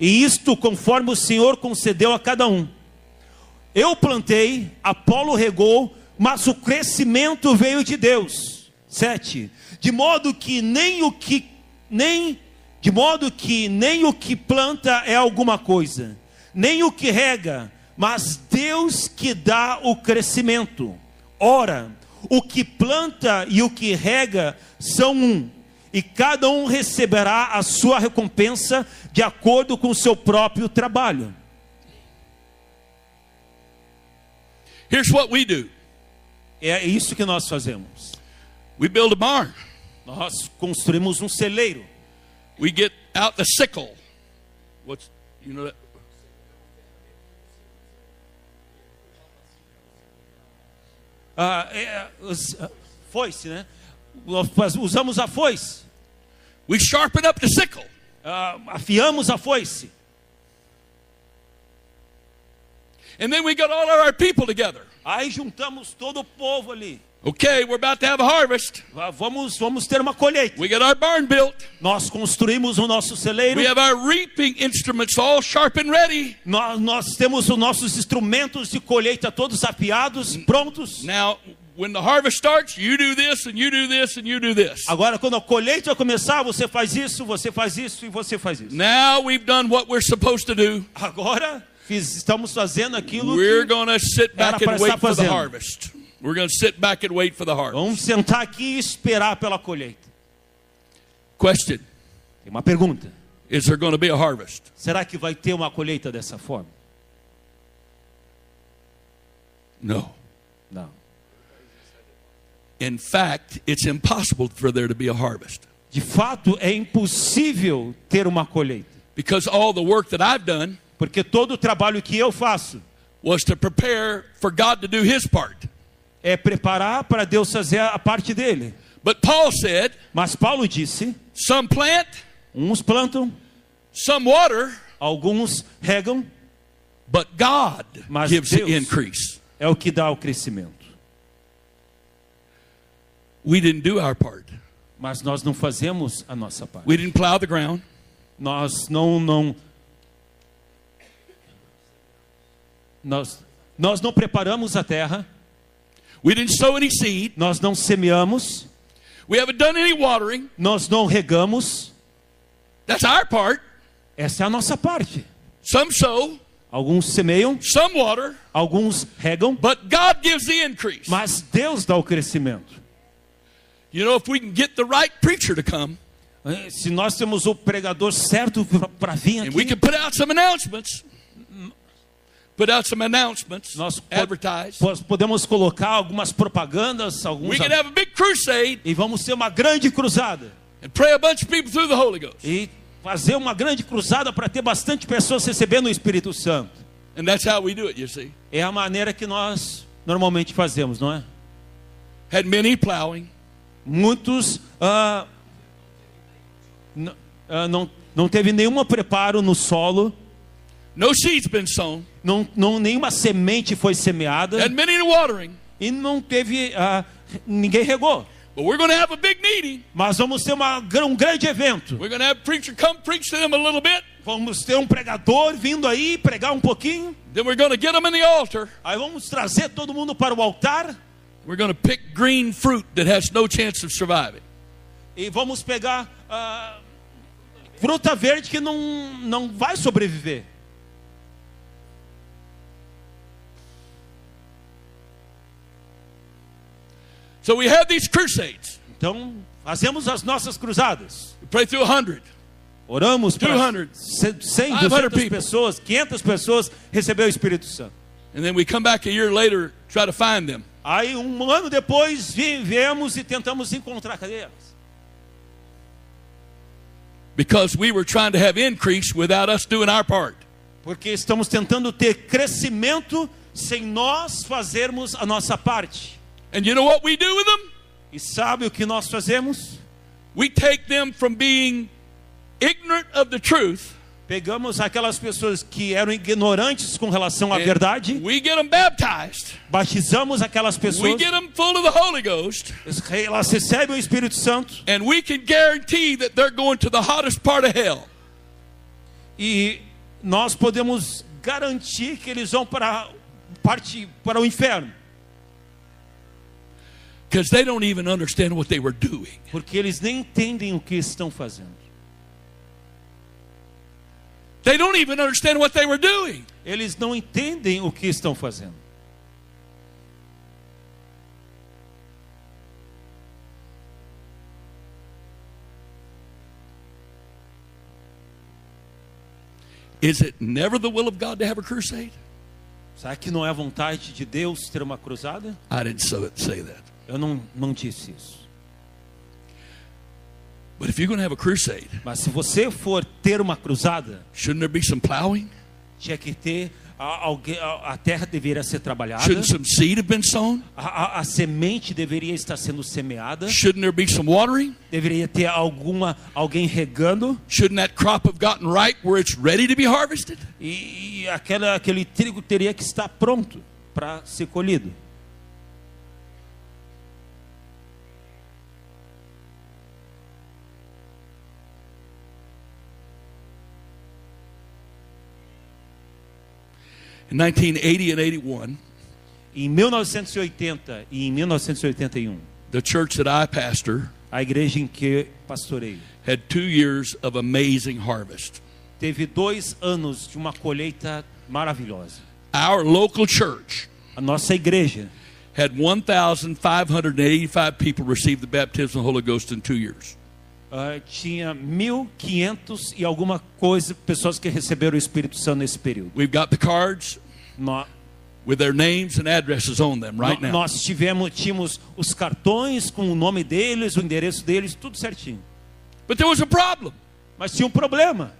e isto conforme o Senhor concedeu a cada um. Eu plantei, Apolo regou, mas o crescimento veio de Deus. 7. De modo que nem o que nem de modo que nem o que planta é alguma coisa, nem o que rega, mas Deus que dá o crescimento. Ora, o que planta e o que rega são um, e cada um receberá a sua recompensa de acordo com o seu próprio trabalho.
Here's what we do
É isso que nós fazemos.
we build a barn,
Nós construímos um celeiro.
we get out the sickle. What's, you know that?
Ah, é, os- ah, foice, né? Nós faz- usamos a foice.
We sharpen up the sickle.
Ah, afiamos a foice.
And then we got all of our people together.
Aí juntamos todo o povo ali.
Okay, we're about to have a harvest.
Va- Vamos, vamos ter uma colheita.
We got our barn built.
Nós construímos o nosso celeiro.
We have our reaping instruments all sharp and ready.
Nós, nós temos os nossos instrumentos de colheita todos afiados, prontos.
Now, when the harvest starts, you do this and you do this and you do this.
Agora, quando a colheita começar, você faz isso, você faz isso e você faz isso.
Now we've done what we're supposed to do.
Agora, fiz- estamos fazendo aquilo
We're
que...
going to sit back
Era
and
para
wait
estar
for the
fazendo.
harvest. We're going to sit back and wait for the harvest.
Vamos sentar aqui e esperar pela colheita.
Question
Tem uma pergunta.
Is there going to be a harvest?
Será que vai ter uma colheita dessa forma?
No.
Não.
In fact, it's impossible for there to be a harvest
De fato, é impossível ter uma colheita,
because all the work that I've done
porque todo o trabalho que eu faço
was to prepare for God to do his part.
é preparar para Deus fazer a parte dele.
But Paul said,
Mas Paulo disse:
some plant,
uns plantam,
some water,
alguns regam,
but God
Mas
gives the
Deus-
increase.
é o que dá o crescimento.
We didn't do our part.
Mas nós não fazemos a nossa parte.
We didn't plow the ground.
Nós não não nós nós não preparamos a terra,
We didn't sow any seed.
nós não semeamos,
We haven't done any watering.
Nós não regamos,
That's our part.
essa é a nossa parte.
Some sow,
Alguns semeiam,
some water,
alguns regam,
but God gives the increase.
mas Deus dá o crescimento.
You know, if we can get the right preacher to come
Eh, Se nós temos o pregador certo para vir
and we
aqui,
can put out some announcements, put out some announcements,
nós po-
advertise,
po- podemos colocar algumas propagandas, alguns
we can have a big crusade
e vamos ter uma grande cruzada
and pray a bunch of people through the Holy Ghost.
e fazer uma grande cruzada para ter bastante pessoas recebendo o Espírito Santo.
And that's how we do it, you see.
É a maneira que nós normalmente fazemos, não é?
Had many plowing,
Muitos ah, n- ah, não não teve nenhum preparo no solo,
no seeds been sown,
não, não nenhuma semente foi semeada
had many watering,
e não teve ah, ninguém regou.
but we're going to have a big meeting.
Mas vamos ter uma, gr- um grande evento.
We're going to have a preacher come preach to them a little bit.
Vamos ter um pregador vindo aí pregar um pouquinho.
Then we're going to get them in the altar.
Aí vamos trazer todo mundo para o altar
We're going to pick green fruit that has no chance of surviving.
e vamos pegar ah, fruta verde que não, não vai sobreviver.
So we have these crusades.
Então, fazemos as nossas cruzadas.
We pray through a hundred.
Oramos para
200,
100,
500
200
people.
pessoas, 500 pessoas recebeu o Espírito Santo.
And then we come back a year later, try to find them.
Aí, um ano depois, vi- viemos e tentamos encontrar. Cadê elas?
Because we were trying to have increase without us doing our part.
Porque estamos tentando ter crescimento sem nós fazermos a nossa parte.
And you know what we do with them?
E sabe o que nós fazemos?
We take them from being ignorant of the truth.
Pegamos aquelas pessoas que eram ignorantes com relação à
and
verdade,
We get them baptized.
batizamos aquelas
We
pessoas,
get them full of the Holy Ghost.
elas recebem o Espírito Santo
And we can guarantee that they're going to the hottest part of hell.
e nós podemos garantir que eles vão para parte para o inferno,
Because they don't even understand what they were doing.
porque eles nem entendem o que estão fazendo.
They don't even understand what they were doing.
Eles não entendem o que estão fazendo.
Is it never the will of God to have a crusade?
Será que não é a vontade de Deus ter uma cruzada?
I didn't so- say that.
Eu não, não disse isso.
But if you're going to have a crusade,
Mas se você for ter uma cruzada,
shouldn't there be some plowing?
tinha que ter a- alguém, a, a terra deveria ser trabalhada,
Shouldn't some seed have been sown?
a, a- a semente deveria estar sendo semeada,
Shouldn't there be some watering?
deveria ter alguma alguém regando
Shouldn't that crop have gotten right where it's ready to be harvested?
e, e aquela, aquele trigo teria que estar pronto para ser colhido.
In 1980 and 81,
Em 1980 e em 1981,
the church that I pastor
a igreja em que pastoreio
had two years of amazing harvest.
teve dois anos de uma colheita maravilhosa.
Our local church
A nossa igreja
had 1,585 people receive the baptism of the Holy Ghost in two years.
ah, tinha 1.500 e alguma coisa pessoas que receberam o Espírito Santo nesse período.
We've got the cards
Nó-
with their names and addresses on them right
nó-
now.
Nós tivemos, tínhamos os cartões com o nome deles, o endereço deles, tudo certinho.
But there was a problem.
Mas tinha um problema.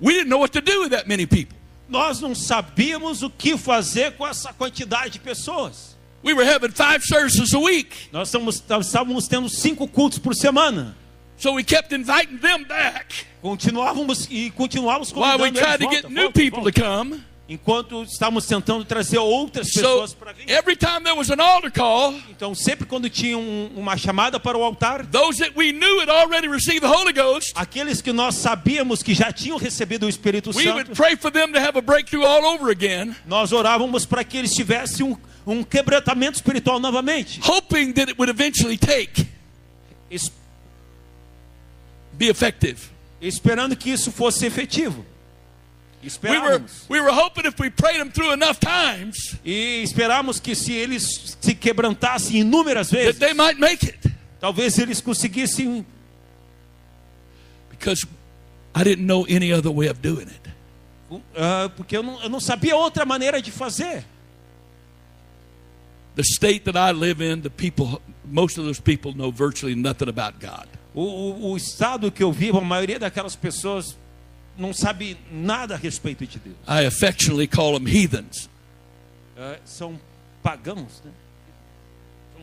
We didn't know what to do with that many people.
Nós não sabíamos o que fazer com essa quantidade de pessoas.
We were having five services a week.
Nós estamos- nós estávamos tendo cinco cultos por semana.
So we kept inviting them back
Continuávamos e continuávamos
while
convidando
we
eles,
tried to
volta,
get new
volta,
people to
volta.
come.
enquanto estávamos tentando trazer outras
So
pessoas para vir.
every time there was an altar call,
Então, sempre quando tinha um- uma chamada para o altar,
those that we knew had already received the Holy Ghost,
aqueles que nós sabíamos que já tinham recebido o Espírito
we would
Santo,
pray for them to have a breakthrough all over again.
nós orávamos para que eles tivessem um, um quebrantamento espiritual novamente.
hoping that it would eventually take,
Es-
be effective.
esperando que isso fosse efetivo.
We were,
Esperávamos.
we were hoping if we prayed him through enough times
E esperávamos que se eles se quebrantassem inúmeras
that
vezes,
they might make it.
talvez eles conseguissem,
Because I didn't know any other way of doing it.
ah, porque eu não, eu não sabia outra maneira de fazer.
The state that I live in, the people, most of those people know virtually nothing about God.
O, o, o estado que eu vivo, a maioria daquelas pessoas não sabe nada a respeito de Deus.
I affectionately call them heathens.
É, são pagãos, né? São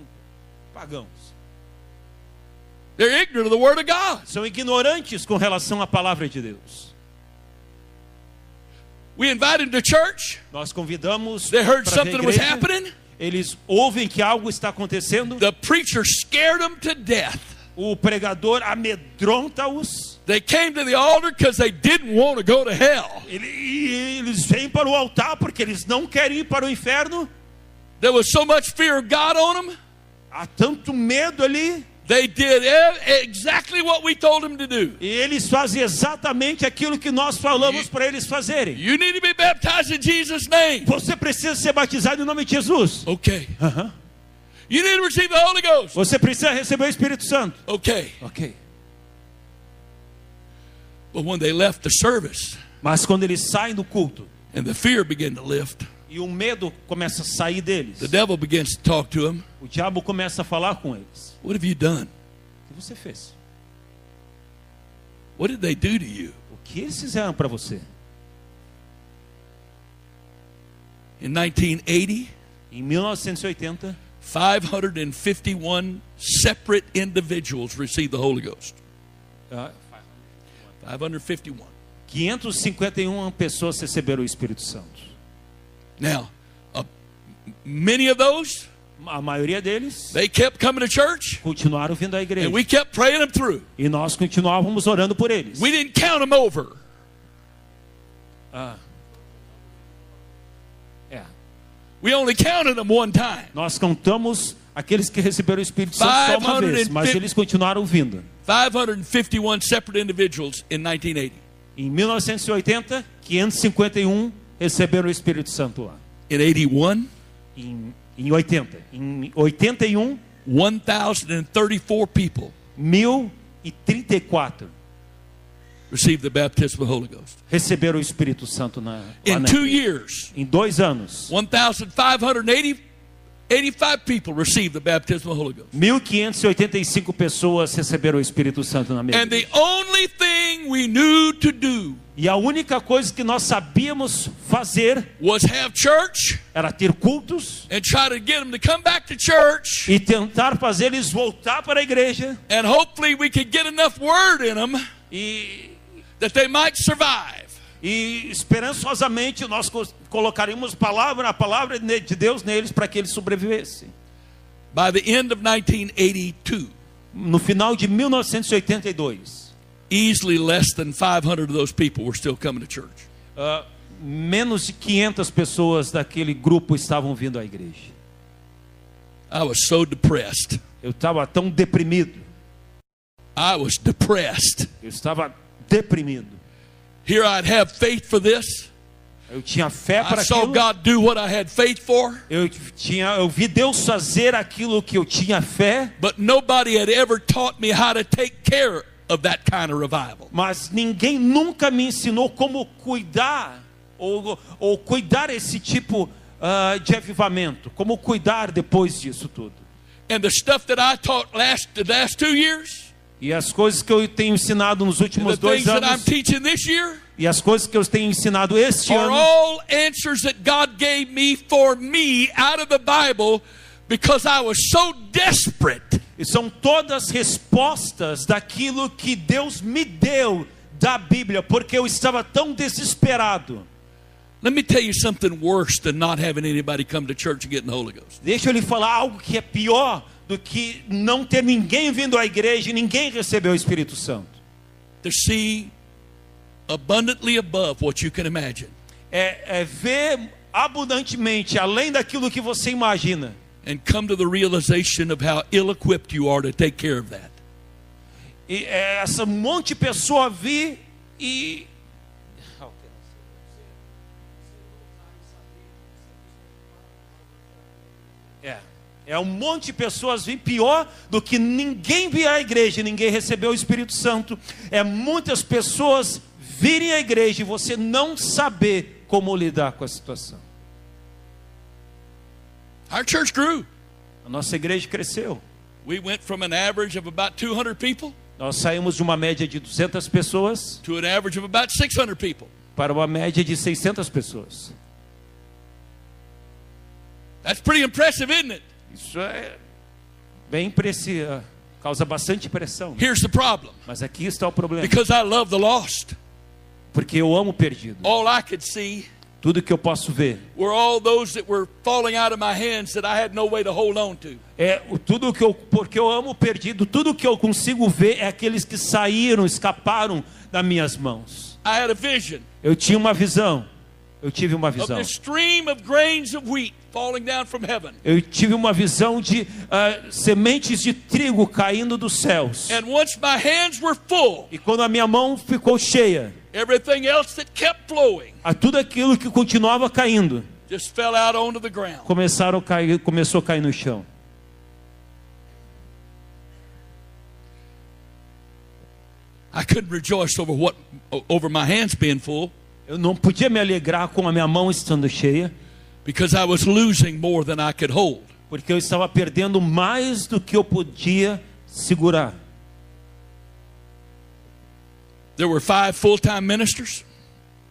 pagãos.
They're ignorant of the Word of God.
São ignorantes com relação à palavra de Deus.
We invite them to church.
Nós convidamos.
They heard
pra vir à
something was
igreja.
happening.
Eles ouvem que algo está acontecendo.
The preacher scared them to death.
O pregador amedronta-os.
They came to the altar because they didn't want to go to hell.
Ele- e eles vêm para o altar porque eles não querem ir para o inferno.
There was so much fear of God on them.
Há tanto medo ali.
They did e- exactly what we told them to do.
E eles fazem exatamente aquilo que nós falamos para eles fazerem.
You need to be baptized in Jesus' name.
Você precisa ser batizado em nome de Jesus.
Okay. You need to receive the Holy Ghost.
Você precisa receber o Espírito Santo.
Okay.
Ok.
But when they left the service
Mas quando eles saem do culto
and the fear began to lift,
e o medo começa a sair deles,
the devil begins to talk to them.
o diabo começa a falar com eles.
What have you done?
O que você fez?
What did they do to you?
O que eles fizeram para você?
In 1980,
Em 1980,
551 separate individuals received the Holy Ghost.
ah,
551.
551 pessoas receberam o Espírito Santo.
Now, uh, many of those,
A maioria deles
they kept coming to church
continuaram vindo à igreja.
and we kept praying them through.
E nós continuávamos orando por eles.
We didn't count them over.
É.
We only counted them one time.
Nós contamos aqueles que receberam o Espírito Santo só uma vez,
550
mas eles continuaram vindo.
551 separate individuals in 1980.
Em 1980, 551 receberam o Espírito Santo lá.
In 81,
Em, em 80. Em 81,
1,034 people
1034
received the baptism of the Holy Ghost.
receberam o Espírito Santo na, lá
In
na
two
igreja.
years,
Em dois anos,
1,585 people received the baptism of the Holy Ghost.
1.585 pessoas receberam o Espírito Santo na minha
And the
igreja.
only thing we knew to do
E a única coisa que nós sabíamos fazer
was have church
era ter cultos
and try to get them to come back to church
e tentar fazer eles voltar para a igreja
and hopefully we could get enough word in them
e
that they might survive.
E esperançosamente nós co- colocaremos palavra a palavra ne- de Deus neles para que eles sobrevivessem.
By the end of 1982,
No final de 1982,
easily less than 500 of those people were still coming to church.
ah, menos de 500 pessoas daquele grupo estavam vindo à igreja.
I was so depressed.
Eu estava tão deprimido,
I was depressed.
eu estava deprimido.
Here I'd have faith for this.
Eu tinha fé para
I saw
aquilo.
God do what I had faith for,
Eu tinha, eu vi Deus fazer aquilo que eu tinha fé,
but nobody had ever taught me how to take care of that kind of revival.
mas ninguém nunca me ensinou como cuidar ou, ou cuidar esse tipo ah, de avivamento, como cuidar depois disso tudo.
And the stuff that I taught last the last two years,
E as coisas que eu tenho ensinado nos
and the
últimos
things
dois
that I'm
anos
teaching this year,
e as coisas que eu tenho ensinado este
are
ano
all answers that God gave me for me out of the Bible because I was so desperate
são todas respostas daquilo que Deus me deu da Bíblia, porque eu estava tão desesperado.
Let me tell you something worse than not having anybody come to church and getting the Holy Ghost.
Deixa eu lhe falar algo que é pior do que não ter ninguém vindo à igreja e ninguém receber o Espírito Santo.
To see abundantly above what you can imagine
é, é ver abundantemente, além daquilo que você imagina,
and come to the realization of how ill equipped you are to take care of that.
e é, essa monte de pessoa vir e é, é um monte de pessoas vir pior do que ninguém vir à igreja, e ninguém recebeu o Espírito Santo. É muitas pessoas virem à igreja e você não saber como lidar com a situação.
Our church grew.
A nossa igreja cresceu.
We went from an average of about 200 people
Nós saímos de uma média de 200 pessoas
to an average of about 600 people.
para uma média de 600 pessoas.
That's pretty impressive, isn't it?
Isso é bem pressi... causa bastante pressão.
Here's the problem
Mas aqui está o problema.
because I love the lost.
Porque eu amo o perdido.
All I could see
Tudo que eu posso ver
were all those that were falling out of my hands that I had no way to hold on to.
é o- tudo que eu porque eu amo o perdido. Tudo que eu consigo ver é aqueles que saíram, escaparam das minhas mãos.
I had a vision
Eu tinha uma visão. Eu tive uma
of
visão.
the stream of grains of wheat falling down from heaven.
Eu tive uma visão de ah, sementes de trigo caindo dos céus.
And once my hands were full,
E quando a minha mão ficou cheia,
everything else that kept flowing
a tudo aquilo que continuava caindo
just fell out onto the ground.
começaram a cair, começou a cair no chão.
I couldn't rejoice over what over my hands being full
Eu não podia me alegrar com a minha mão estando cheia,
because I was losing more than I could hold.
porque eu estava perdendo mais do que eu podia segurar.
There were five full-time ministers.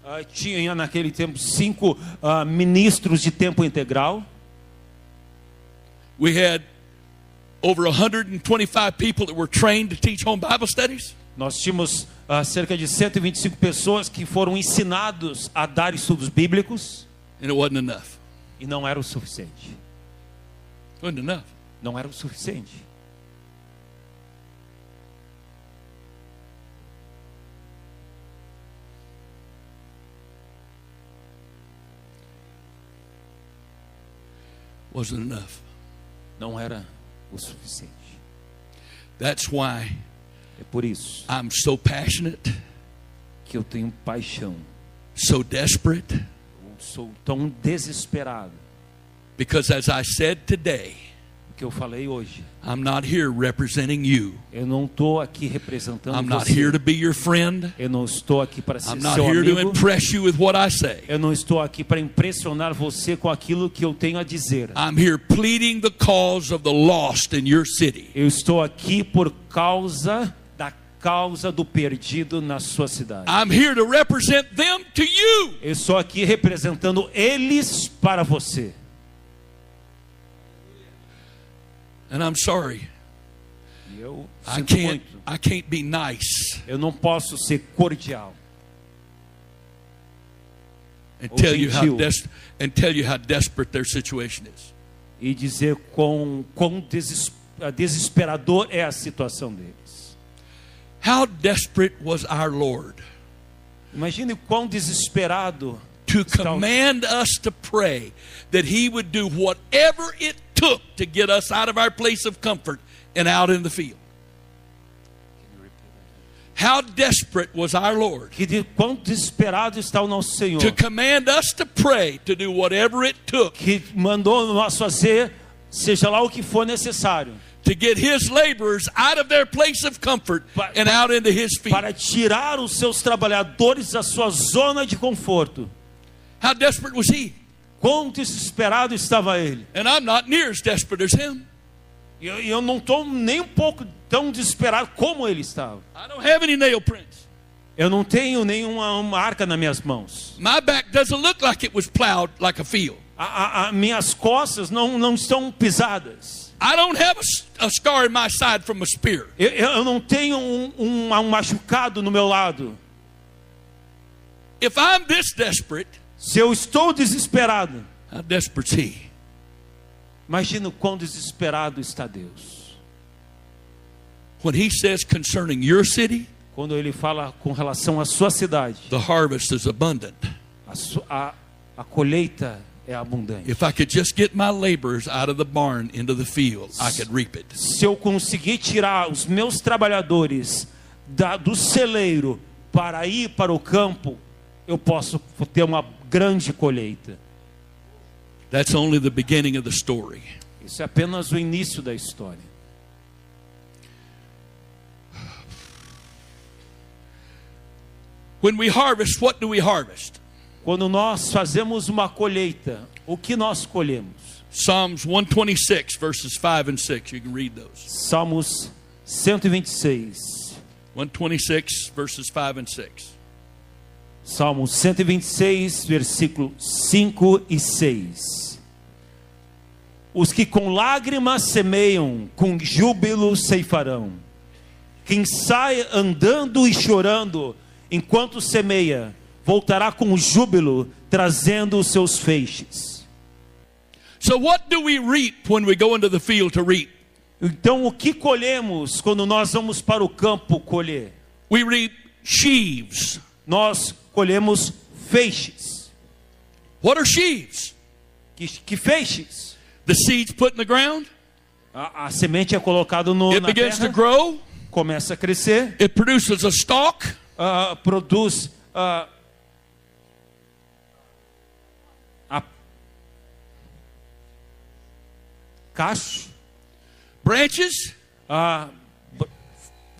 Ah, tinha naquele tempo cinco ah, ministros de tempo integral.
We had over 125 people that were trained to teach home Bible studies.
Nós tínhamos ah, cerca de 125 pessoas que foram ensinados a dar estudos bíblicos
and it wasn't enough.
e não era o suficiente.
It wasn't enough.
Não era o suficiente.
Wasn't enough.
Não era o suficiente.
That's why
É por isso
I'm so passionate,
que eu tenho paixão.
so desperate,
Eu sou tão desesperado
because as I said today,
que eu falei hoje.
I'm not here representing you.
Eu não estou aqui representando
I'm not
você.
here to be your friend.
Eu não estou aqui para ser
I'm not
seu
here to
amigo.
impress you with what I say.
Eu não estou aqui para impressionar você com aquilo que eu tenho a dizer.
I'm here pleading the cause of the lost in your city.
Eu estou aqui por causa da causa do perdido na sua cidade.
I'm here to represent them to you.
Eu estou aqui representando eles para você.
And I'm sorry,
E eu
I
sinto
can't
muito.
I can't be nice
Eu não posso ser cordial
and tell you how
gentil.
des- and tell you how desperate their situation is.
e dizer quão, quão deses- desesperador é a situação deles.
How desperate was our Lord
Imagine quão desesperado
to
Está-
command us to pray that He would do whatever it took to get us out of our place of comfort and out in the field. How desperate was our Lord
que de, quão desesperado está o nosso Senhor
to command us to pray to do whatever it took
que mandou nós fazer seja lá o que for necessário
to get His laborers out of their place of comfort
Pa-
and out into His field.
para tirar os seus trabalhadores da sua zona de conforto.
How desperate was He?
Quão desesperado estava ele?
And I'm not near as desperate as Him.
E eu, e eu não estou nem um pouco tão desesperado como ele estava.
I don't have any nail prints.
Eu não tenho nenhuma marca nas minhas mãos.
My back doesn't look like it was plowed like a field.
A, a- a- minhas costas não, não estão pisadas.
I don't have a, s- a scar in my side from a spear.
Eu, eu eu não tenho um, um- um machucado no meu lado.
If I'm this desperate,
Se eu estou desesperado,
how desperate's he?
imagina o quão desesperado está Deus.
When he says concerning your city,
Quando ele fala com relação à sua cidade,
the harvest is abundant.
a, su- a- a colheita é abundante.
If I could just get my laborers out of the barn into the field, I could reap it.
Se eu conseguir tirar os meus trabalhadores da- do celeiro para ir para o campo, eu posso ter uma grande colheita.
That's only the beginning of the story.
Isso é apenas o início da história.
When we harvest, what do we harvest?
Quando nós fazemos uma colheita, o que nós colhemos?
Psalms 126, verses 5 and 6. You can read those.
Salmos 126.
126, verses 5 and 6.
Salmos 126, versículo 5 e 6. Os que com lágrimas semeiam, com júbilo ceifarão. Quem sai andando e chorando, enquanto semeia, voltará com júbilo, trazendo os seus feixes.
So, what do we reap when we go into the field to reap?
Então, o que colhemos quando nós vamos para o campo colher?
We reap sheaves.
Nós colhemos feixes.
What are sheaves?
Que, que feixes?
The seeds put in the ground,
A, a semente é colocada no
it
na
begins to
terra,
grow,
começa a crescer,
it produces a stalk,
ah, produz ah, a cacho,
branches,
ah, br-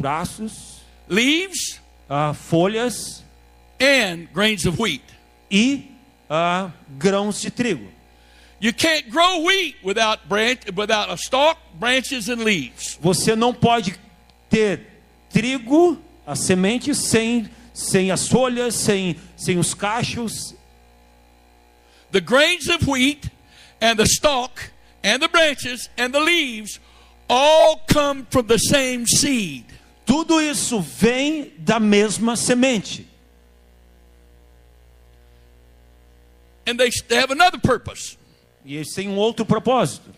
braços,
leaves,
ah, folhas
and grains of wheat.
e ah, grãos de trigo.
You can't grow wheat without branch, without a stalk, branches, and leaves.
Você não pode ter trigo, a semente, sem, sem as folhas, sem, sem os cachos.
The grains of wheat and the stalk and the branches and the leaves all come from the same seed.
Tudo isso vem da mesma semente.
And they, they have another purpose.
E eles têm um outro propósito.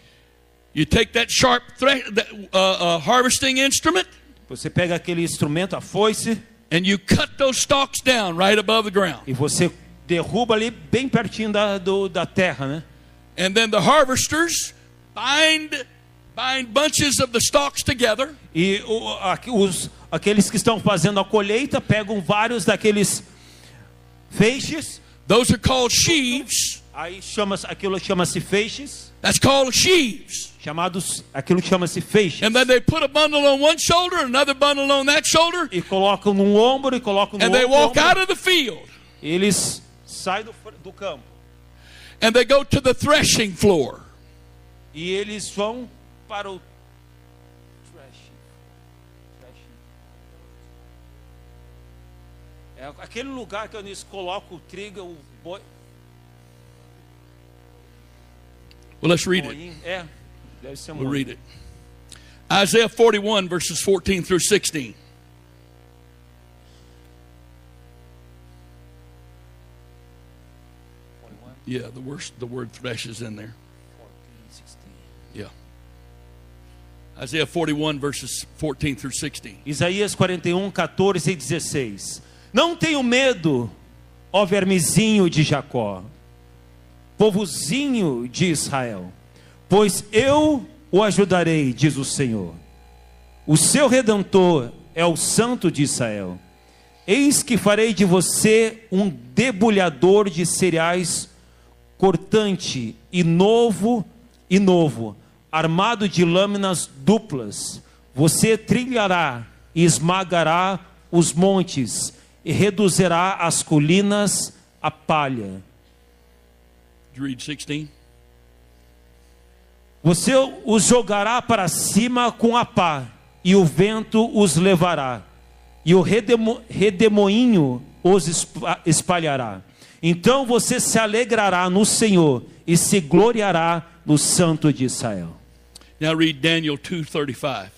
You take that sharp thre- that, uh, uh, harvesting instrument
Você pega aquele instrumento, a foice,
and you cut those stalks down right above the ground.
e você derruba ali bem pertinho da, do- da terra, né?
And then the harvesters bind, bind bunches of the stalks together
E o- a- os, aqueles que estão fazendo a colheita pegam vários daqueles feixes,
Those are called sheaves.
aí chama aquilo chama-se feixes.
That's called sheaves.
chamados, aquilo chama-se feixe.
And then they put a bundle on one shoulder, another bundle on that shoulder,
E colocam num ombro e colocam no
and they
outro
walk
ombro.
out of the field
Eles saem do, fr- do campo
and they go to the threshing floor.
e eles vão para o trash. É aquele lugar que eles colocam o trigo, o boi,
Well, let's read it.
boinho. É, deve ser um
We'll
boi.
read it. Isaiah 41, verses 14 through 16. Yeah, the, worst, the word thresh is in there. Yeah. Isaiah 41, verses 14 through 16.
Isaías 41, 14 e 16. Não tenho medo, ó vermezinho de Jacó, povozinho de Israel, pois eu o ajudarei, diz o Senhor. O seu redentor é o Santo de Israel. Eis que farei de você um debulhador de cereais cortante e novo e novo, armado de lâminas duplas. Você trilhará e esmagará os montes e reduzirá as colinas à palha.
Did you read 16?
Você os jogará para cima com a pá, e o vento os levará, e o redemo, redemoinho os espa- espalhará. Então você se alegrará no Senhor e se gloriará no Santo de Israel.
Now read Daniel 2:35.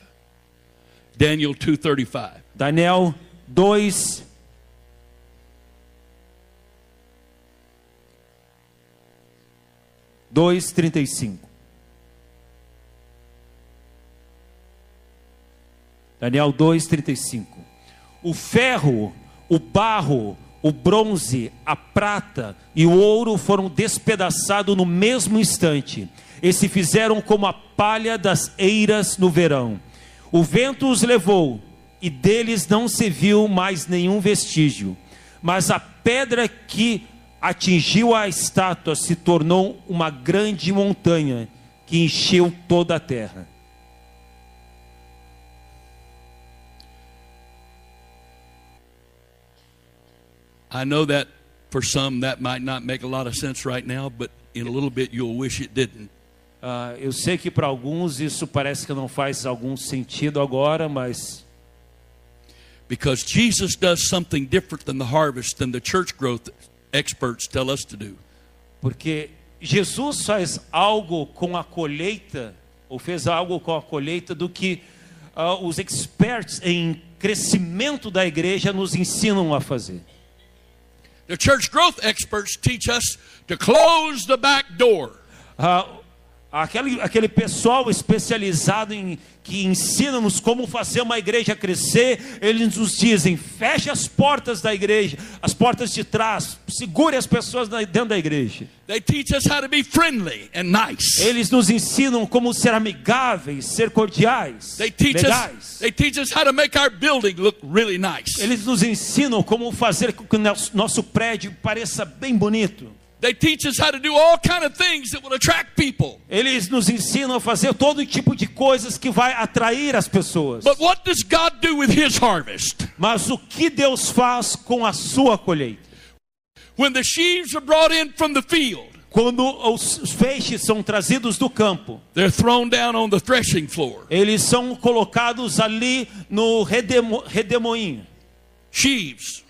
Daniel 2:35.
Daniel 2. Dois trinta e cinco. Daniel 2, 35. O ferro, o barro, O bronze, a prata e o ouro foram despedaçados no mesmo instante. E se fizeram como a palha das eiras no verão. O vento os levou, e deles não se viu mais nenhum vestígio. Mas a pedra que atingiu a estátua se tornou uma grande montanha que encheu toda a terra.
I know that for some that might not make a lot of sense right now, but in a little bit you'll wish it didn't.
Ah, eu sei que para alguns isso parece que não faz algum sentido agora, mas
Because Jesus does something different than the harvest, than the church growth experts tell us to do.
porque Jesus faz algo com a colheita, ou fez algo com a colheita do que ah, os experts em crescimento da igreja nos ensinam a fazer.
The church growth experts teach us to close the back door.
Ah, aquele, aquele pessoal especializado em que ensina-nos como fazer uma igreja crescer, eles nos dizem: feche as portas da igreja, as portas de trás, segure as pessoas na- dentro da igreja.
They teach us how to be friendly and nice.
Eles nos ensinam como ser amigáveis, ser cordiais,
They teach us.
legais.
They teach us how to make our building look really nice.
Eles nos ensinam como fazer com que o nosso- nosso prédio pareça bem bonito.
They teach us how to do all kind of things that will attract people.
Eles nos ensinam a fazer todo tipo de coisas que vai atrair as pessoas.
But what does God do with His harvest?
Mas o que Deus faz com a sua colheita?
When the sheaves are brought in from the field,
Quando os os feixes são trazidos do campo,
they're thrown down on the threshing floor.
eles são colocados ali no redemo, redemoinho,
Sheaves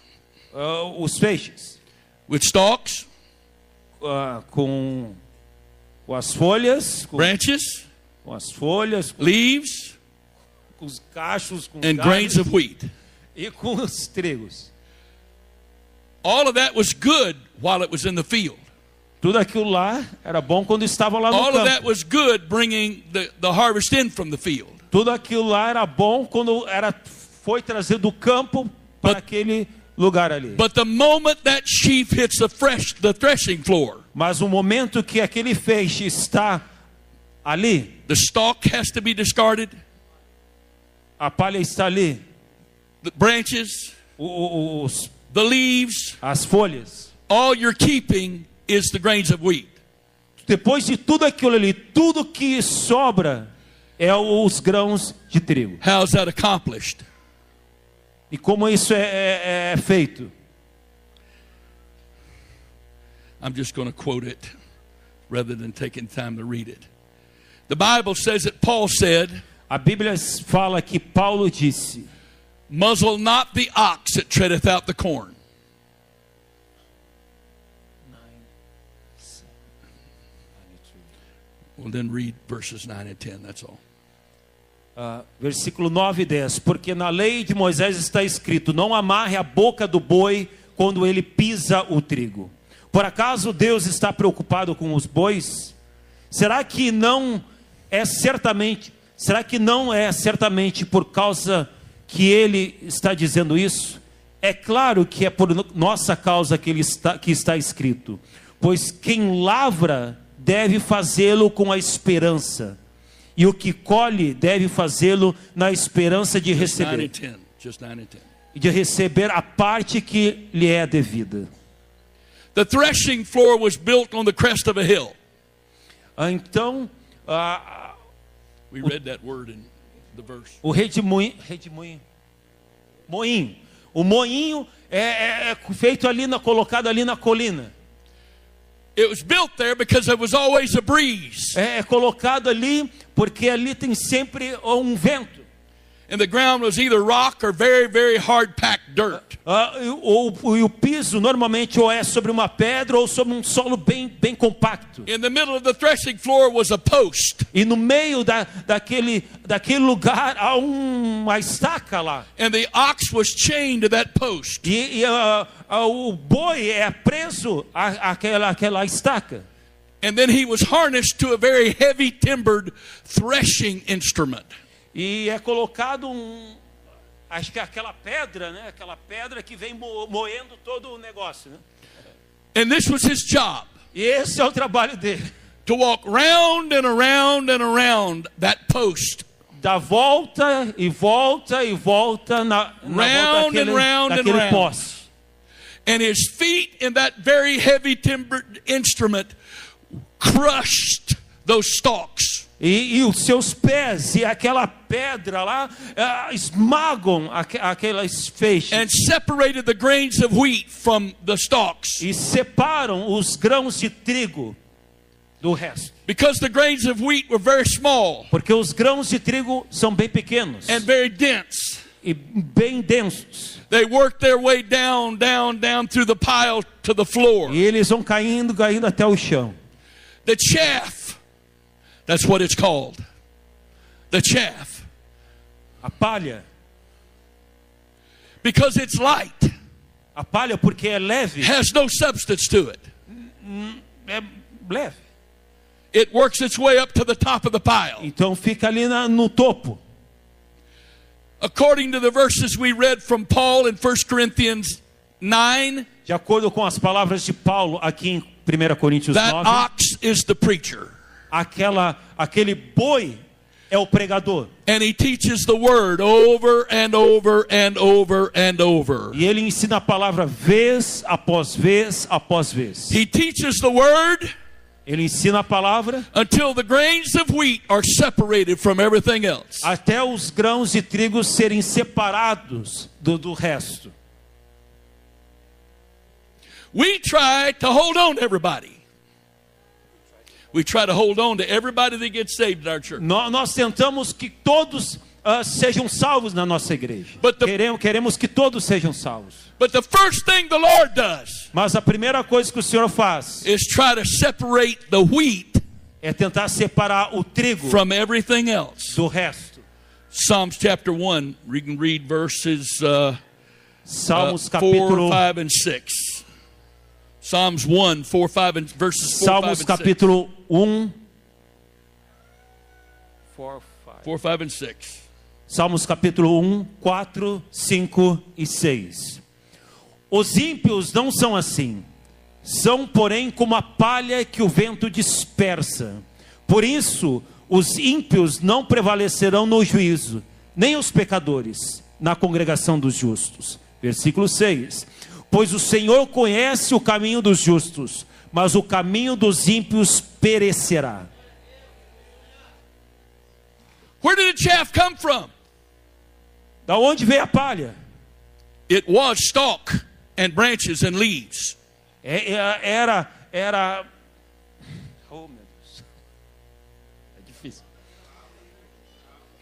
ah, os feixes,
with stalks,
ah, com, com as folhas, com,
branches,
com as folhas, com,
leaves,
com os cachos, com
and
galhos,
grains of wheat.
e com os trigos.
All of that was good while it was in the field.
Tudo aquilo lá era bom quando estava lá no
All of that
campo.
was good bringing the, the harvest in from the field.
Tudo aquilo lá era bom quando era foi trazido do campo para
But-
aquele lugar ali.
But the moment that sheaf hits the fresh the threshing floor,
Mas o momento que aquele feixe está ali,
the stalk has to be discarded,
a palha está ali,
the branches,
o- o- os-
the leaves,
as folhas.
all you're keeping is the grains of wheat.
Depois de tudo aquilo ali, tudo que sobra é os grãos de trigo.
How's that accomplished?
E como isso é, é- é feito?
I'm just going to quote it rather than taking time to read it. The Bible says that Paul said,
A Bíblia fala que Paulo disse:
Muzzle not the ox that treadeth out the corn. Well, then read verses 9 and 10, that's all.
Versículo 9 e 10: Porque na lei de Moisés está escrito: Não amarre a boca do boi quando ele pisa o trigo. Por acaso Deus está preocupado com os bois? Será que não é certamente, será que não é certamente por causa que ele está dizendo isso? É claro que é por no- nossa causa que ele está que está escrito. Pois quem lavra deve fazê-lo com a esperança. E o que colhe deve fazê-lo na esperança de
Just 9
receber,
and 10. Just 9 and 10.
de receber a parte que lhe é devida.
The threshing floor was built on the crest of a hill.
Ah, Então, a,
We read that word in the verse.
O redemoinho. Redemoinho. Moinho. O moinho é, é- é feito ali, na, colocado ali na colina.
It was built there because there was always a breeze,
É, é colocado ali porque ali tem sempre um vento.
and the ground was either rock or very, very hard packed dirt.
Ah, e, ou, e o piso normalmente ou é sobre uma pedra ou sobre um solo bem, bem compacto.
In the middle of the threshing floor was a post,
E no meio da, daquele, daquele lugar há um- uma estaca lá.
and the ox was chained to that post.
E, e, ah, ah, o boi é preso à, àquela, àquela estaca.
And then he was harnessed to a very heavy timbered threshing instrument.
E é colocado um, acho que é aquela pedra, né? Aquela pedra que vem mo- moendo todo o negócio. Né?
And this was his job
E esse é o trabalho dele.
to walk round and around and around that post,
Dá volta e volta e volta na, na volta
Round and
daquele,
round and
daquele
round.
poste.
and his feet in that very heavy timbered instrument crushed those stalks.
E, e os seus pés e aquela pedra lá eh, esmagam aque, aquelas feixes.
and separated the grains of wheat from the stalks
E separam os grãos de trigo do resto.
because the grains of wheat were very small
Porque os grãos de trigo são bem pequenos
and very dense.
e bem densos.
They worked their way down, down, down through the pile to the floor.
E eles vão caindo, caindo até o chão.
The chaff, that's what it's called. The chaff,
A palha.
because it's light,
A palha, porque é leve,
has no substance to it.
é leve.
It works its way up to the top of the pile.
Então fica ali na- no topo.
According to the verses we read from Paul in 1 Corinthians 9,
De acordo com as palavras de Paulo aqui em 1 Coríntios
that
9,
ox is the preacher.
aquela, aquele boi é o pregador.
And he teaches the word over and over and over and over.
E ele ensina a palavra vez após vez após vez.
He teaches the word
Ele ensina a palavra
until the grains of wheat are separated from everything else.
até os grãos de trigo serem separados do, do resto.
We try to hold on to everybody. We try to hold on to everybody that gets saved in our church.
Nó- Nós, tentamos que todos ah, sejam salvos na nossa igreja.
But the-
Queremos, queremos que todos sejam salvos.
But the first thing the Lord does
Mas a primeira coisa que o Senhor faz
is try to separate the wheat
é tentar separar o trigo
from everything else.
do resto.
Psalms chapter 1, we can read verses. Uh,
Salmos
Uh,
capítulo
4, 5, and 6. Psalms 1, 4, 5, and verses 4,
Salmos
5, and 6.
capítulo 1
4, 5, and 6.
Salmos capítulo 1, 4, 5 e 6. Os ímpios não são assim, são, porém, como a palha que o vento dispersa. Por isso, os ímpios não prevalecerão no juízo, nem os pecadores na congregação dos justos. Versículo 6. Pois o Senhor conhece o caminho dos justos, mas o caminho dos ímpios perecerá.
Where did the chaff come from?
Da onde veio a palha?
It was stalk and branches and leaves.
É- é- Era, era. Oh, meu Deus. É difícil.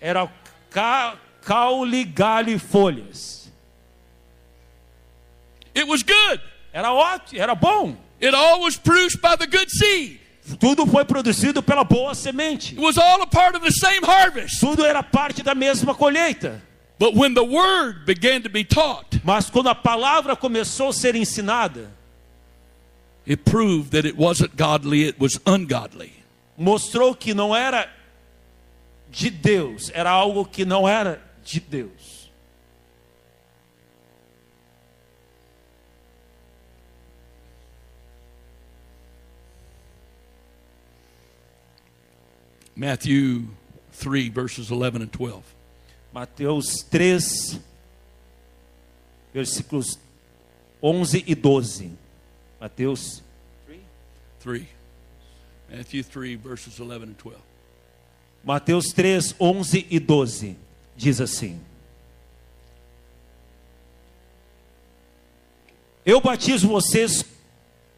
Era ca, caule, galho e folhas.
It was good.
Era ótimo, era bom.
It all was produced by the good seed.
Tudo foi produzido pela boa semente.
It was all a part of the same harvest.
Tudo era parte da mesma colheita.
But when the word began to be taught,
Mas quando a palavra começou a ser ensinada,
it proved that it wasn't godly, it was ungodly.
mostrou que não era de Deus, era algo que não era de Deus.
Matthew 3, verses 11 and 12.
Mateus 3, versículos 11 e 12. Mateus
3. Matthew 3, verses 11 and 12.
Mateus 3, 11 e 12 diz assim: Eu batizo vocês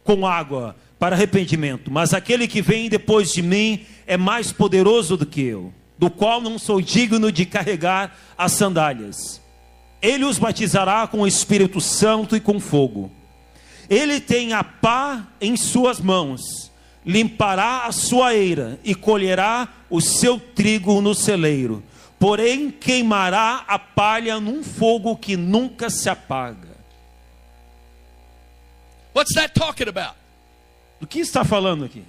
com água para arrependimento, mas aquele que vem depois de mim é mais poderoso do que eu, do qual não sou digno de carregar as sandálias. Ele os batizará com o Espírito Santo e com fogo. Ele tem a pá em suas mãos, limpará a sua eira e colherá o seu trigo no celeiro, porém queimará a palha num fogo que nunca se apaga.
What's that talking about?
Do que está falando aqui?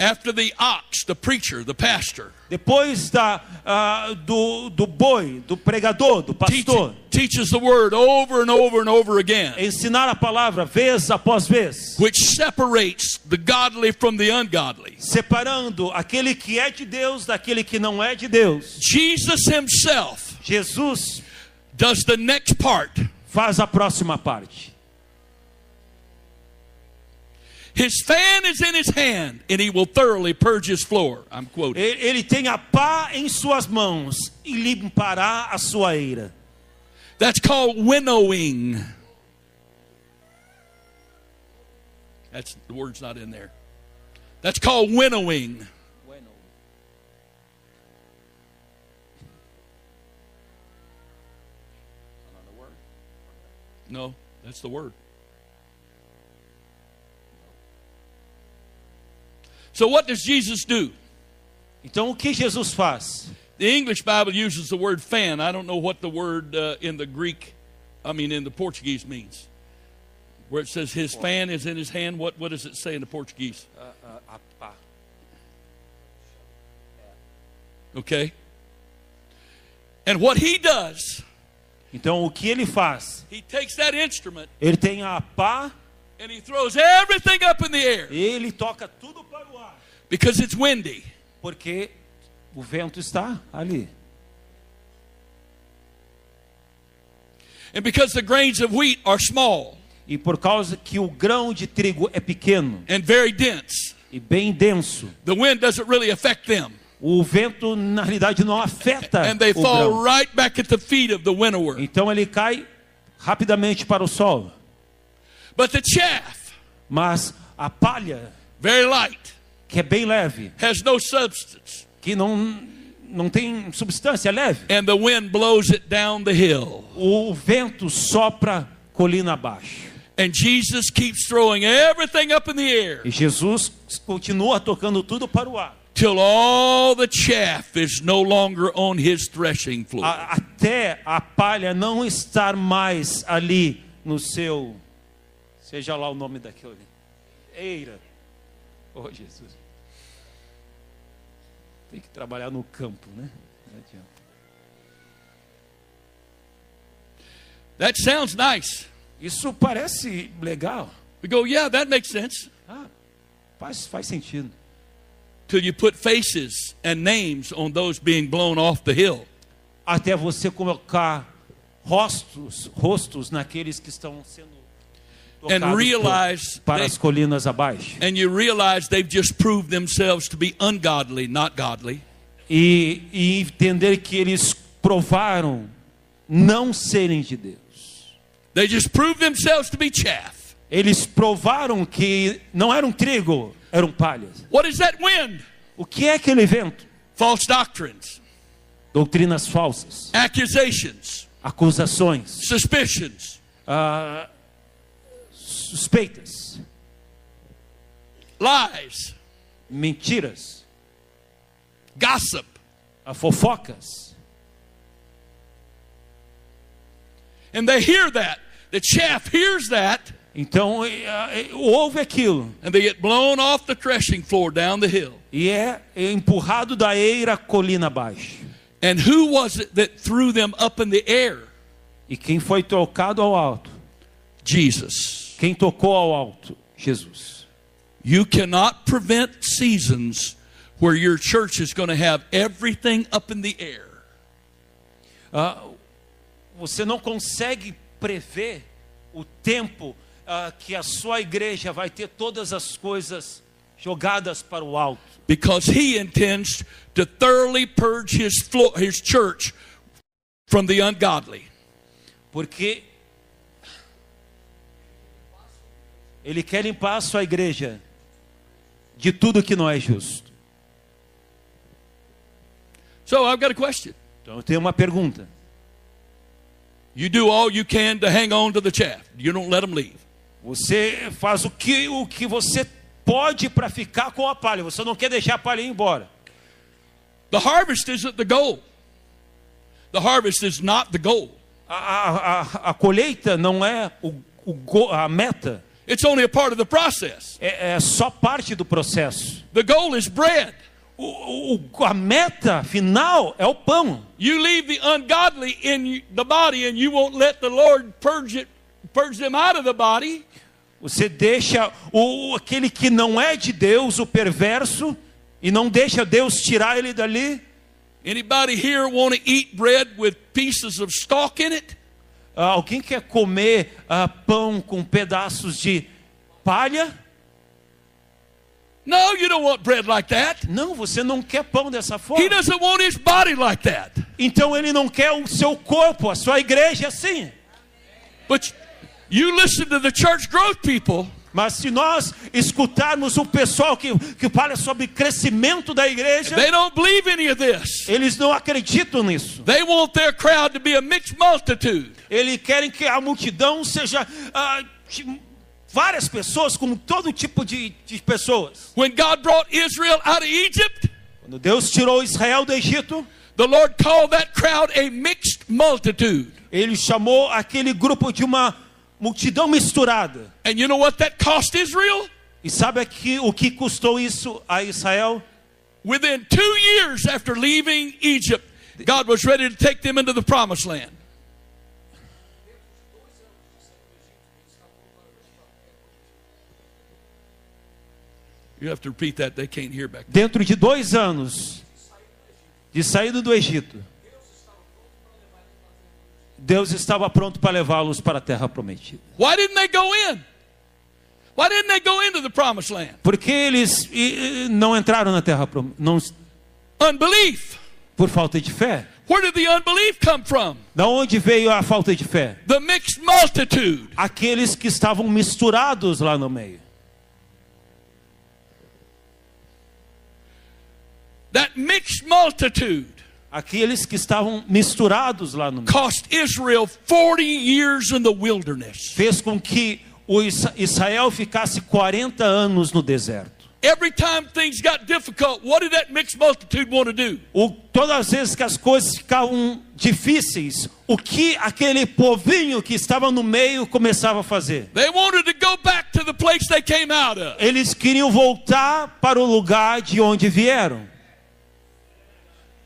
After the ox, the preacher, the pastor,
Depois da, ah, do, do boi, do pregador, do
teach-
pastor,
teaches the word over and over and over again,
ensinar a palavra vez após vez,
which separates the godly from the ungodly.
separando aquele que é de Deus daquele que não é de Deus.
Jesus himself
Jesus
does the next part.
faz a próxima parte.
His fan is in his hand, and he will thoroughly purge his floor. I'm quoting.
E- Ele tem a pá em suas mãos e limpará a sua eira.
That's called winnowing. That's the word's not in there. That's called winnowing. No, that's the word. So what does Jesus do?
Então o que Jesus faz?
The English Bible uses the word fan. I don't know what the word uh, in the Greek, I mean, in the Portuguese means. Where it says his fan is in his hand, what, what does it say in the Portuguese?
A pá.
Okay? And what he does,
Então o que ele faz?
he takes that instrument
Ele tem a pá
and he throws everything up in the air
e ele toca tudo para o ar,
because it's windy.
porque o vento está ali.
And because the grains of wheat are small
E por causa que o grão de trigo é pequeno
and very dense,
e bem denso,
the wind doesn't really affect them.
o vento na realidade não [laughs] afeta
And they
o grão.
fall right back at the feet of the winnower.
Então ele cai rapidamente para o solo.
But the chaff,
Mas a palha,
very light,
que é bem leve,
has no substance,
que não, não tem substância é leve,
and the wind blows it down the hill.
o vento sopra colina abaixo.
And Jesus keeps throwing everything up in the air
E Jesus continua tocando tudo para o ar,
till all the chaff is no longer on his threshing floor.
a- até a palha não estar mais ali no seu, seja lá o nome daquele, eira. Oh, Jesus. Tem que trabalhar no campo, né? Não adianta.
That sounds nice.
Isso parece legal.
We go, yeah, that makes sense.
Ah, faz, faz sentido.
Till you put faces and names on those being blown off the hill.
Até você colocar rostos, rostos naqueles que estão sendo tocados
And
por-
realize
para
they-
as colinas abaixo.
And you realize they've just proved themselves to be ungodly, not godly.
E, e entender que eles provaram não serem de Deus.
They just proved themselves to be chaff.
Eles provaram que não eram trigo, eram palhas.
What is that wind?
O que é aquele vento?
False doctrines,
Doutrinas falsas,
accusations,
acusações,
suspicions,
ah, suspeitas,
lies,
mentiras.
gossip.
a fofocas.
And they hear that. The chaff hears that,
Então e, a, e, ouve aquilo
and they get blown off the threshing floor down the hill.
e é empurrado da eira colina abaixo.
And who was it that threw them up in the air?
E quem foi tocado ao alto?
Jesus.
Quem tocou ao alto? Jesus.
You cannot prevent seasons where your church is going to have everything up in the air.
Você não consegue prever o tempo ah, que a sua igreja vai ter todas as coisas jogadas para o alto,
because he intends to thoroughly purge his flo- his church from the ungodly.
porque ele quer limpar a sua igreja de tudo que não é justo.
So I've got a question.
Então eu tenho uma pergunta.
You do all you can to hang on to the chaff. You don't let them leave.
Você faz o que, o que você pode para ficar com a palha. Você não quer deixar a palha ir embora.
The harvest isn't the goal. The harvest is not the goal.
A, a, a, a colheita não é o, o go- a meta.
It's only a part of the process.
É, é só parte do processo.
The goal is bread.
O- o- a meta final é o pão.
You leave the ungodly in the body and you won't let the Lord purge it purge them out of the body.
Você deixa o, aquele que não é de Deus, o perverso, e não deixa Deus tirar ele dali.
Anybody here want to eat bread with pieces of stalk in it?
Ah, alguém quer comer ah, pão com pedaços de palha?
No, you don't want bread like that.
Não, você não quer pão dessa
He
forma.
doesn't want his body like that.
Então ele não quer o seu corpo, a sua igreja assim.
But you listen to the church growth people,
Mas se nós escutarmos o pessoal que, que fala sobre crescimento da igreja,
they don't believe any of this.
eles não acreditam nisso.
They want their crowd to be a mixed multitude.
Eles querem que a multidão seja ah, de várias pessoas, como todo tipo de, de pessoas.
When God brought Israel out of Egypt,
Quando Deus tirou Israel do Egito,
the Lord called that crowd a mixed multitude.
ele chamou aquele grupo de uma multidão misturada.
And you know what that cost Israel?
E sabe aqui o que custou isso a Israel?
Within two years after leaving Egypt, God was ready to take them into the promised land. You have to repeat that, they can't hear back.
Dentro de dois anos de saída do Egito, Deus estava pronto para levá-los para a terra prometida.
Why didn't they go in? Why didn't they go into the promised land?
Porque eles e, e, não entraram na terra prom- não
Unbelief.
por falta de fé.
Where did the unbelief come from?
Da onde veio a falta de fé?
The mixed multitude.
Aqueles que estavam misturados lá no meio.
That mixed multitude
Aqueles que estavam misturados lá no meio.
cost Israel 40 years in the wilderness.
Fez com que o Isa- Israel ficasse 40 anos no deserto.
Every time things got difficult, what did that mixed multitude want to do?
O, todas as vezes que as coisas ficavam difíceis, o que aquele povinho que estava no meio começava a fazer?
They wanted to go back to the place they came out of.
Eles queriam voltar para o lugar de onde vieram.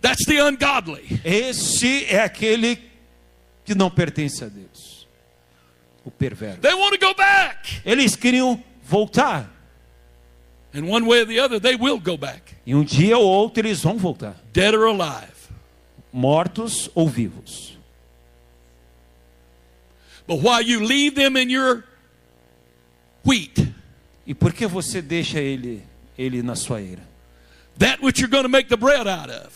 That's the ungodly.
Esse é aquele que não pertence a Deus. O perverso.
They want to go back.
Eles queriam voltar.
And one way or the other, they will go back,
E um dia ou outro eles vão voltar.
dead or alive.
Mortos ou vivos.
But while you leave them in your wheat,
E por que você deixa ele, ele na sua eira?
that which you're going to make the bread out of,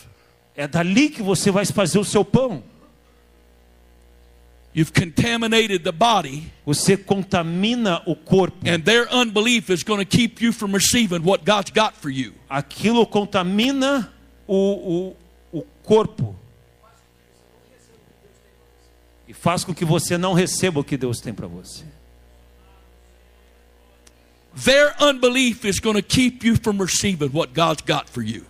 É dali que você vai fazer o seu pão.
you've contaminated the body,
Você contamina o corpo.
and their unbelief is going to keep you from receiving what God's got for you.
Aquilo contamina o, o, o corpo. E faz com que você não receba o que Deus tem para você.
Their unbelief is going to keep you from receiving what God's got for you.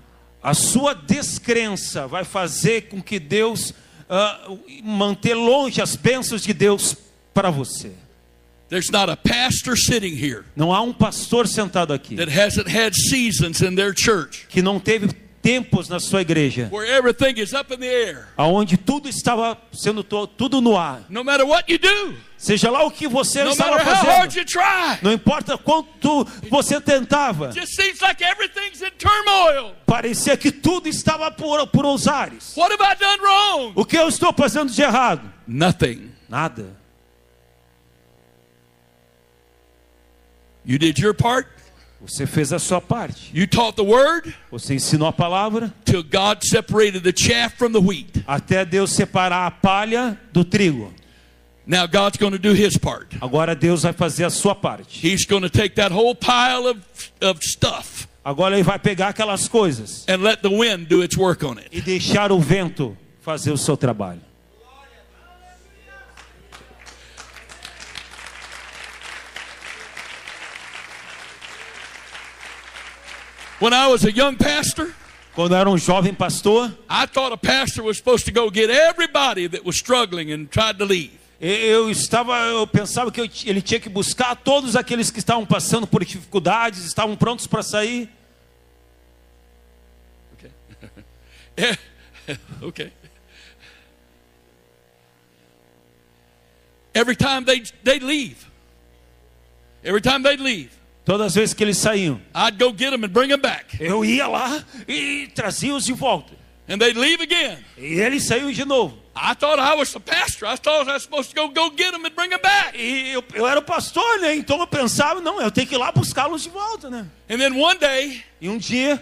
A sua descrença vai fazer com que Deus ah, manter longe as bênçãos de Deus para você.
There's not a pastor sitting here
Não há um pastor sentado aqui
that hasn't had seasons in their church
que não teve tempos na sua igreja,
where everything is up in the air.
aonde tudo estava sendo to- tudo no ar.
No matter what you do,
Seja lá o que você
no
estava
matter how hard
fazendo,
you try,
não importa quanto você tentava,
it just seems like everything's in turmoil.
parecia que tudo estava por, por os ares.
What have I done wrong?
O que eu estou fazendo de errado?
Nothing.
Nada.
You did your part.
Você fez a sua parte.
You taught the word
Você ensinou a palavra.
till God separated the chaff from the wheat.
até Deus separar a palha do trigo.
Now God's going to do his part.
Agora Deus vai fazer a sua parte.
He's going to take that whole pile of, of stuff
Agora ele vai pegar aquelas coisas
and let the wind do its work on it.
e deixar o vento fazer o seu trabalho.
When I was a young pastor,
Quando eu era um jovem pastor,
I thought a pastor was supposed to go get everybody that was struggling and tried to leave.
Eu estava, eu pensava que eu ti- ele tinha que buscar todos aqueles que estavam passando por dificuldades, estavam prontos para sair.
Yeah. okay. Every time they they leave, every time they leave,
Todas as vezes que eles saíam,
I'd go get them and bring them back,
eu ia lá e trazia-os de volta.
and they'd leave again.
E eles saíam de novo.
I thought I was the pastor. I thought I was supposed to go go get them and bring them back.
E eu, eu era o pastor, né? Então eu pensava, não, eu tenho que ir lá buscá-los de volta, né?
And then one day
E um dia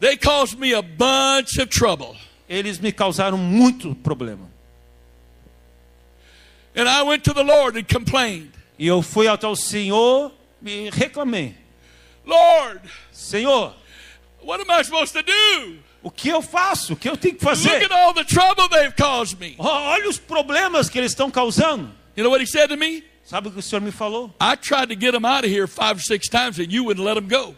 they caused me a bunch of trouble,
eles me causaram muito problema.
and I went to the Lord and complained,
E eu fui até o Senhor e reclamei.
Lord,
Senhor,
what am I supposed to do?
o que eu faço? O que eu tenho que
Look
fazer?
at all the trouble they've caused me.
Ó, Olha os problemas que eles estão causando.
You know what he said to me?
Sabe o que o Senhor me falou?
I tried to get them out of here five or six times, and you wouldn't let them go.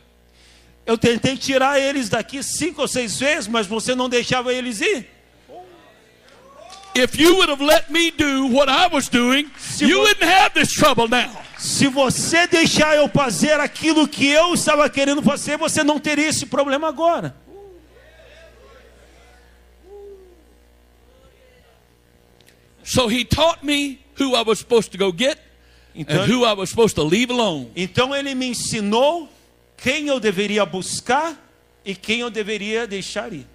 Eu tentei tirar eles daqui cinco ou seis vezes, mas você não deixava eles ir.
If you would have let me do what I was doing, you wouldn't have this trouble now.
Se você deixar eu fazer aquilo que eu estava querendo fazer, você não teria esse problema agora.
So he taught me who I was supposed to go get and
Então,
who I was supposed to leave alone.
então ele me ensinou quem eu deveria buscar e quem eu deveria deixar ir.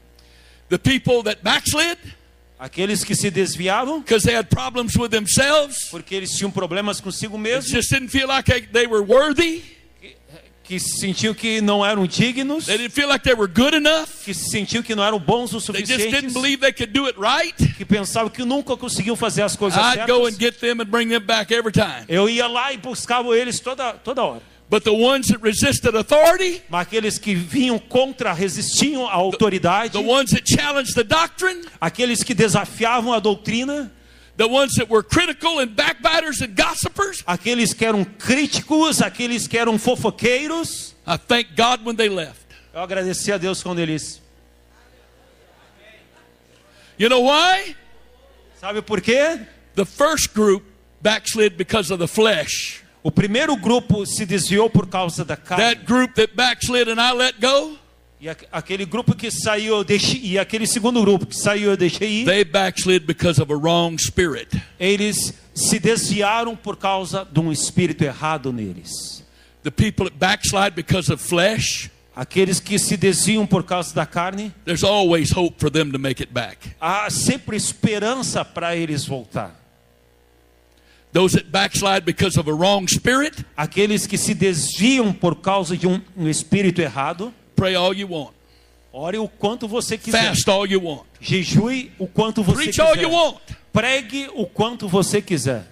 The people that backslid
Aqueles que se desviavam
because they had problems with themselves,
porque eles tinham problemas consigo mesmos,
just didn't feel like they- they were worthy,
que sentiam que não eram dignos,
they didn't feel like they were good enough,
que sentiam que não eram bons o
they just didn't
suficientes,
believe they could do it right.
que pensavam que nunca conseguiam fazer as coisas
I'd go
certas.
and get them and bring them back every time.
Eu ia lá e buscava eles toda, toda hora.
But the ones that resisted authority,
Mas aqueles que vinham contra, resistiam à autoridade,
the ones that challenged the doctrine,
aqueles que desafiavam a doutrina,
the ones that were critical and backbiters and gossipers.
aqueles que eram críticos, aqueles que eram fofoqueiros.
I thank God when they left.
Eu agradeci a Deus quando eles.
You know why?
Sabe por quê?
The first group backslid because of the flesh.
O primeiro grupo se desviou por causa da carne.
That group that backslid and I let go,
E a- aquele grupo que saiu, eu deixei, e aquele segundo grupo que saiu, eu deixei ir,
they backslid because of a wrong spirit.
eles se desviaram por causa de um espírito errado neles.
The people that backslide because of flesh,
Aqueles que se desviam por causa da carne,
there's always hope for them to make it back.
há sempre esperança para eles voltar.
Those that backslide because of a wrong spirit,
Aqueles que se desviam por causa de um, um espírito errado,
pray all you want,
ore o quanto você quiser.
fast all you want,
Jejue o quanto você
preach all
quiser.
you want.
Pregue o quanto você quiser.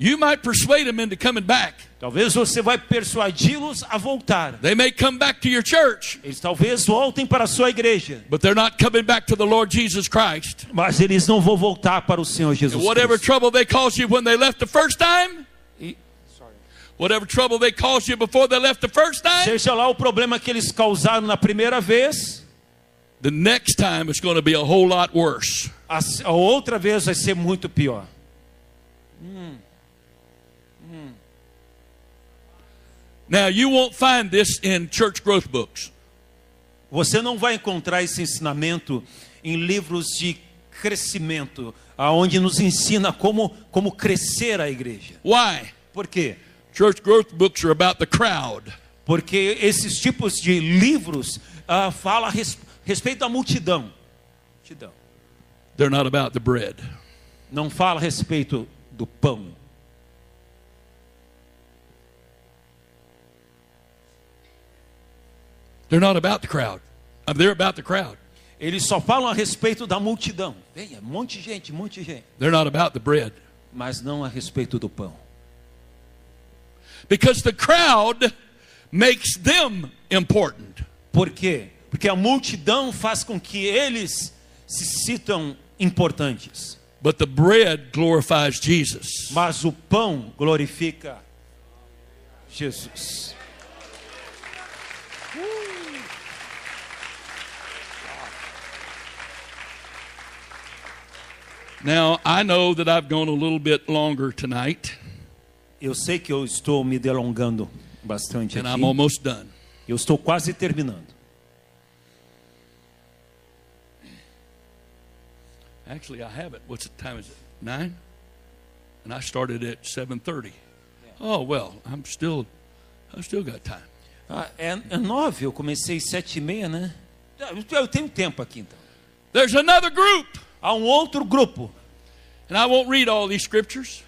You might persuade them into coming back.
Talvez você vai persuadi-los a voltar.
They may come back to your church,
Eles talvez voltem para a sua igreja.
but they're not coming back to the Lord Jesus Christ.
Mas eles não vão voltar para o Senhor Jesus
Whatever
Cristo.
trouble they caused you when they left the first time,
E-
whatever trouble they caused you before they left the first time,
Seja lá o problema que eles causaram na primeira vez,
the next time it's going to be a whole lot worse.
a, s- a outra vez vai ser muito pior.
Now, you won't find this in church growth books.
Você não vai encontrar esse ensinamento em livros de crescimento, aonde nos ensina como, como crescer a igreja.
Why?
Por quê?
Church growth books are about the crowd.
Porque esses tipos de livros ah, falam a res, respeito da multidão. multidão.
They're not about the bread.
Não fala a respeito do pão.
They're not about the crowd. Uh, They're about the crowd.
Eles só falam a respeito da multidão. Venha, um monte de gente, um monte de gente.
They're not about the bread.
Mas não a respeito do pão.
Because the crowd makes them important.
Por quê? Porque a multidão faz com que eles se sintam importantes.
But the bread glorifies Jesus.
Mas o pão glorifica Jesus.
Now, I know that I've gone a little bit longer tonight,
Eu sei que eu estou me delongando bastante
and
aqui.
I'm almost done.
Eu estou quase terminando.
Actually, I have it. What's the time? Is it nine? And I started at seven thirty. Oh well, I'm still, I've still got time.
Ah, é, é nove, eu comecei sete e meia, né? Eu- Eu tenho tempo aqui então.
There's another group,
Há um outro grupo.
and I won't read all these scriptures.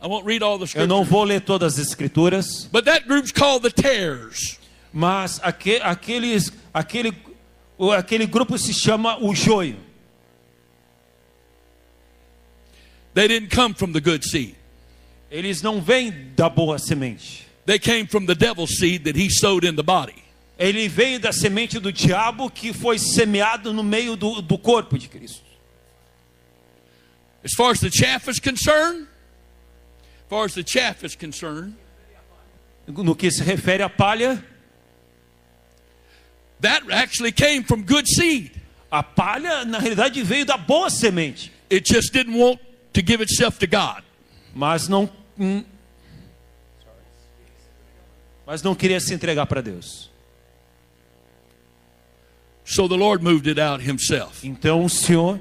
I won't read all the
Eu
scriptures.
não vou ler todas as escrituras,
But that group's called the Tares.
mas aque, aqueles, aquele, o- aquele grupo se chama o joio.
They didn't come from the good seed.
Eles não vêm da boa semente.
They came from the devil's seed that he sowed in the body.
Ele veio da semente do diabo que foi semeado no meio do, do corpo de Cristo.
As far as the chaff is concerned, as far as the chaff is concerned,
No que se refere à palha,
that actually came from good seed.
a palha na realidade veio da boa semente,
It just didn't want to give itself to God.
mas não hum, mas não queria se entregar para Deus.
So the Lord moved it out himself.
Então o Senhor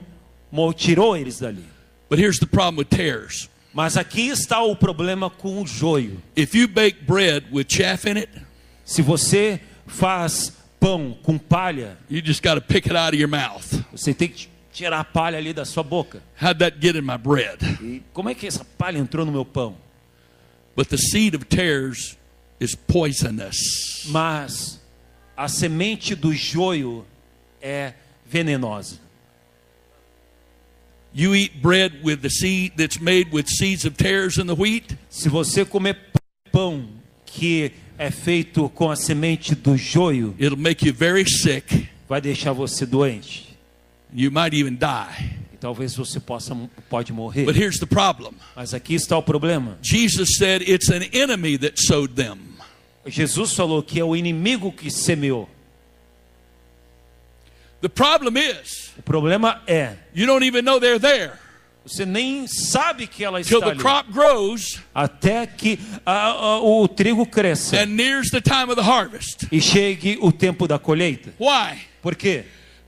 mo- tirou eles dali.
But here's the problem with tares.
Mas aqui está o problema com o joio.
If you bake bread with chaff in it,
Se você faz pão com palha,
you just got to pick it out of your mouth.
você tem que tirar a palha ali da sua boca.
How'd that get in my bread?
E como é que essa palha entrou no meu pão?
But the seed of tares is poisonous.
Mas a semente do joio é venenosa.
You eat bread with the seed that's made with seeds of tares and the wheat,
Se você comer pão que é feito com a semente do joio,
it'll make you very sick.
vai deixar você doente.
You might even die.
E talvez você possa pode
But
morrer.
here's the problem
Mas aqui está o problema.
Jesus said it's an enemy that sowed them.
Jesus falou que é o inimigo que semeou.
The problem is,
O problema é,
you don't even know they're there
você nem sabe que ela
till
está
the
ali.
crop grows
Até que ah, ah, o trigo cresça
and nears the time of the harvest.
e chegue o tempo da colheita.
Why?
Por quê?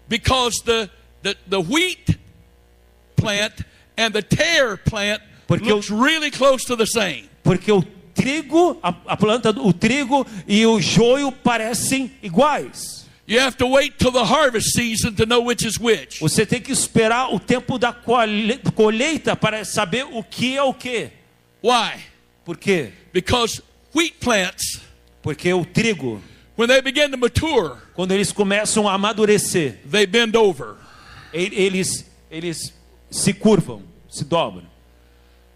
Because the, the, the wheat plant and the tare plant
Porque eu-
looks really close to the same.
Porque o trigo, a, a planta, do- o trigo e o joio parecem iguais.
You have to wait till the harvest season to know which is which.
Você tem que esperar o tempo da colhe- colheita para saber o que é o que.
Why?
Por quê?
Because wheat plants,
Porque o trigo,
when they begin to mature,
quando eles começam a amadurecer,
they bend over.
e- eles, eles se curvam, se dobram.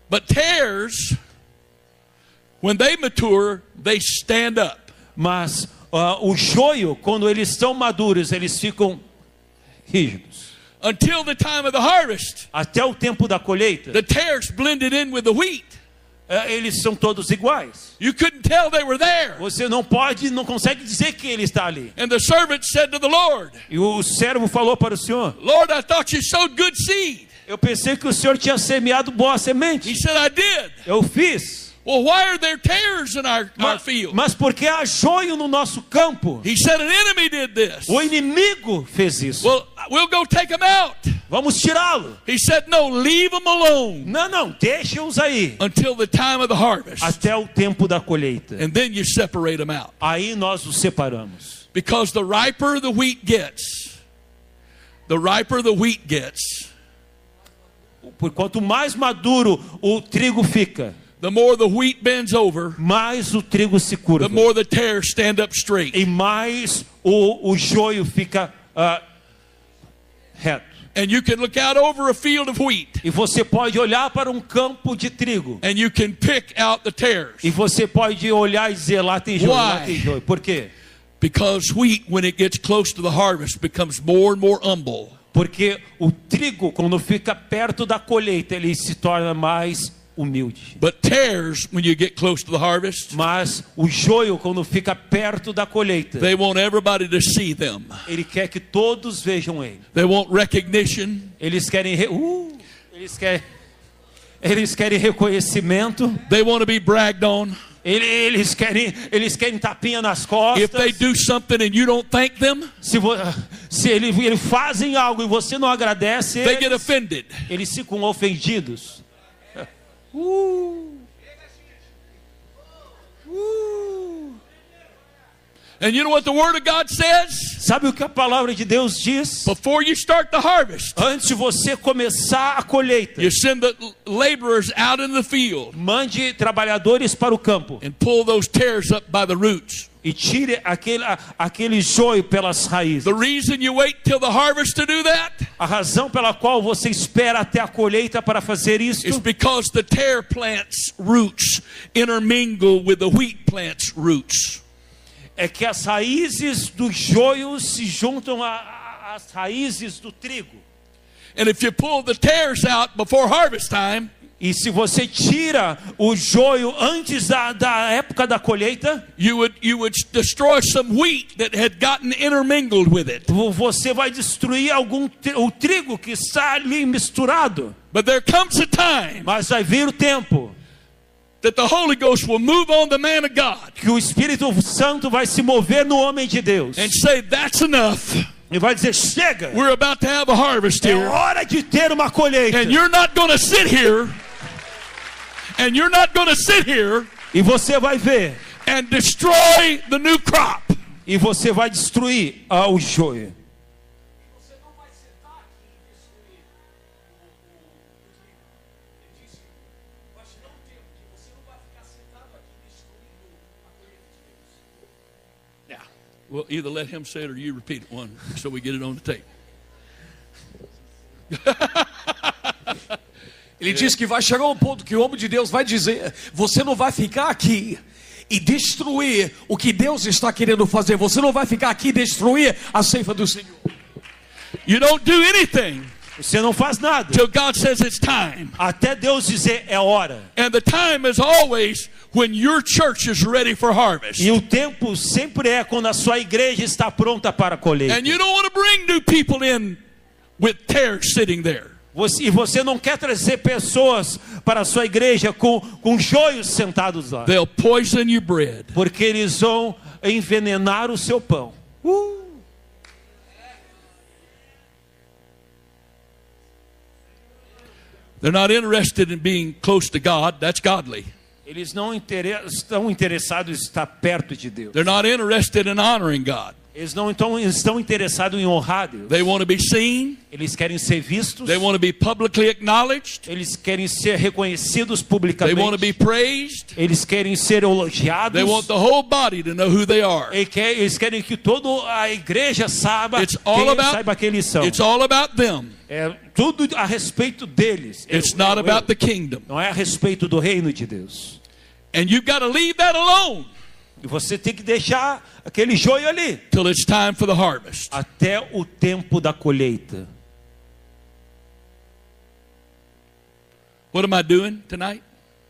But tares, when they mature, they stand up.
Mas ah, o joio, quando eles estão maduros, eles ficam rígidos.
Until the time of the harvest,
Até o tempo da colheita,
the tares blended in with the wheat.
eh, eles são todos iguais.
You couldn't tell they were there.
Você não pode, não consegue dizer que ele está ali.
And the servant said to the Lord,
E o servo falou para o senhor:
Lord, I thought you sowed good seed.
Eu pensei que o senhor tinha semeado boa
He
semente.
said, I did.
Eu fiz.
Well, why are there tares in our, our
Mas,
field?
mas porque há joio no nosso campo.
He said, An enemy did this.
O inimigo fez isso.
Well, we'll go take them out.
Vamos tirá-lo.
He said, No, leave them alone
Não, não, deixa-os aí.
until the time of the harvest.
Até o tempo da colheita.
And then you separate them out.
Aí nós os separamos.
Because the riper the wheat gets, the riper the wheat gets,
Por quanto mais maduro o trigo fica,
the more the wheat bends over,
mais o trigo se curva.
the more the tares stand up straight.
E mais o, o joio fica ah, reto.
And you can look out over a field of wheat
E você pode olhar para um campo de trigo.
and you can pick out the tares.
E você pode olhar e dizer, lá tem joio, lá
Why?
tem joio. Por quê?
Because wheat, when it gets close to the harvest, becomes more and more humble.
Porque o trigo, quando fica perto da colheita, ele se torna mais humilde.
But tares, when you get close to the harvest,
Mas o joio, quando fica perto da colheita,
they want everybody to see them.
ele quer que todos vejam ele.
They want recognition.
Eles querem... Re... Uh, Eles querem, eles querem reconhecimento.
They want to be bragged on.
Ele- Eles querem, eles querem tapinha nas costas.
If they do something and you don't thank them,
Se, vo- se ele- eles fazem algo e você não agradece,
they get
eles,
offended.
eles ficam ofendidos. Uh. Uh.
And you know what the Word of God says?
Sabe o que a palavra de Deus diz?
Before you start the harvest,
Antes de você começar a colheita,
you send the laborers out in the field
mande trabalhadores para o campo
and pull those tares up by the roots.
e tire aquele, a- aquele joio pelas raízes.
The reason you wait till the harvest to do that
A razão pela qual você espera até a colheita para fazer isso
is because the tare plant's roots intermingle with the wheat plant's roots.
é que as raízes do joio se juntam a- a- às raízes do trigo.
And if you pull the tares out before harvest time,
E se você tira o joio antes da, da época da colheita,
you would you would destroy some wheat that had gotten intermingled with it.
vo- você vai destruir algum tri- o trigo que está ali misturado.
But there comes a time
Mas vai vir o tempo
that the Holy Ghost will move on the man of God
que o Espírito Santo vai se mover no homem de Deus
and say, "That's enough.
e vai dizer: chega,
We're about to have a harvest
é
here,
hora de ter uma colheita.
and you're not going to sit here, and you're not going to sit here
E você vai ver,
and destroy the new crop."
e você vai destruir ah, o joio.
Você não vai sentar aqui e destruir o, o, o trigo. Ele disse, mas não tempo que você não vai ficar sentado aqui destruindo a colheita de Deus.
Yeah. Well, either let him say it or you repeat it one so we get it on the tape.
Ele diz que vai chegar um ponto que o homem de Deus vai dizer: você não vai ficar aqui e destruir o que Deus está querendo fazer. Você não vai ficar aqui e destruir a ceifa do Senhor.
You don't do anything
Você não faz nada.
till God says it's time.
Até Deus dizer é hora.
And the time is always when your church is ready for harvest.
E o tempo sempre é quando a sua igreja está pronta para a colheita.
And you don't want to bring new people in with tares sitting there.
Você- e você não quer trazer pessoas para a sua igreja com, com joios sentados lá.
They'll poison your bread.
Porque eles vão envenenar o seu pão.
They're not interested in being close to God. That's godly.
Eles não intere- estão interessados em estar perto de Deus.
They're not interested in honoring God.
Eles não então, estão interessados em honrar Deus.
They want to be seen.
Eles querem ser vistos.
They want to be publicly acknowledged.
Eles querem ser reconhecidos
They want to be
publicamente.
praised.
Eles querem ser elogiados.
They want the whole body to know who they are.
E que- Eles querem que toda a igreja saiba,
It's all
quem-
about-
saiba quem eles são.
It's all about them.
É tudo a respeito deles. Eu,
It's not
eu,
about
eu.
the kingdom.
Não é a respeito do reino de Deus.
And you've got to leave that alone
E você tem que deixar aquele joio ali
till it's time for the harvest.
até o tempo da colheita.
What am I doing tonight?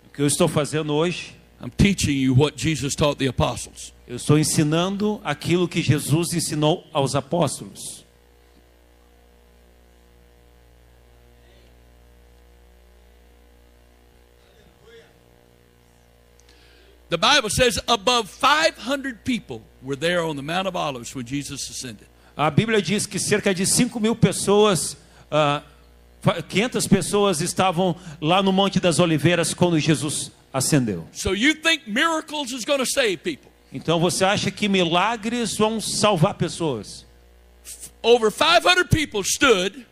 O que eu estou fazendo hoje,
I'm teaching you what Jesus taught the apostles.
eu estou ensinando aquilo que Jesus ensinou aos apóstolos.
The Bible says above 500 people were there on the Mount of Olives when Jesus ascended.
A Bíblia diz que cerca de 5 mil pessoas, ah, fa- 500 pessoas estavam lá no Monte das Oliveiras quando Jesus ascendeu.
So you think miracles is going to save people?
Então você acha que milagres vão salvar pessoas?
Over 500 people stood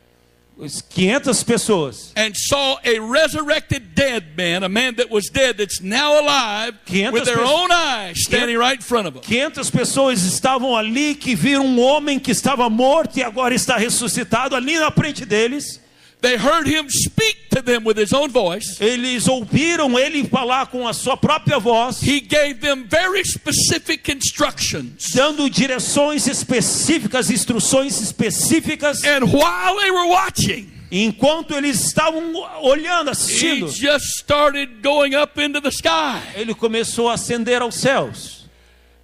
As 500 pessoas,
and saw a resurrected dead man, a man that was dead that's now alive,
500
with their
pers-
own eyes standing right in front of them.
500 pessoas estavam ali que viram um homem que estava morto e agora está ressuscitado ali na frente deles.
They heard him speak to them with his own voice.
Eles ouviram ele falar com a sua própria voz,
He gave them very specific instructions.
dando direções específicas, instruções específicas.
And while they were watching,
E Enquanto eles estavam olhando,
he
assistindo,
just started going up into the sky.
ele começou a ascender aos céus.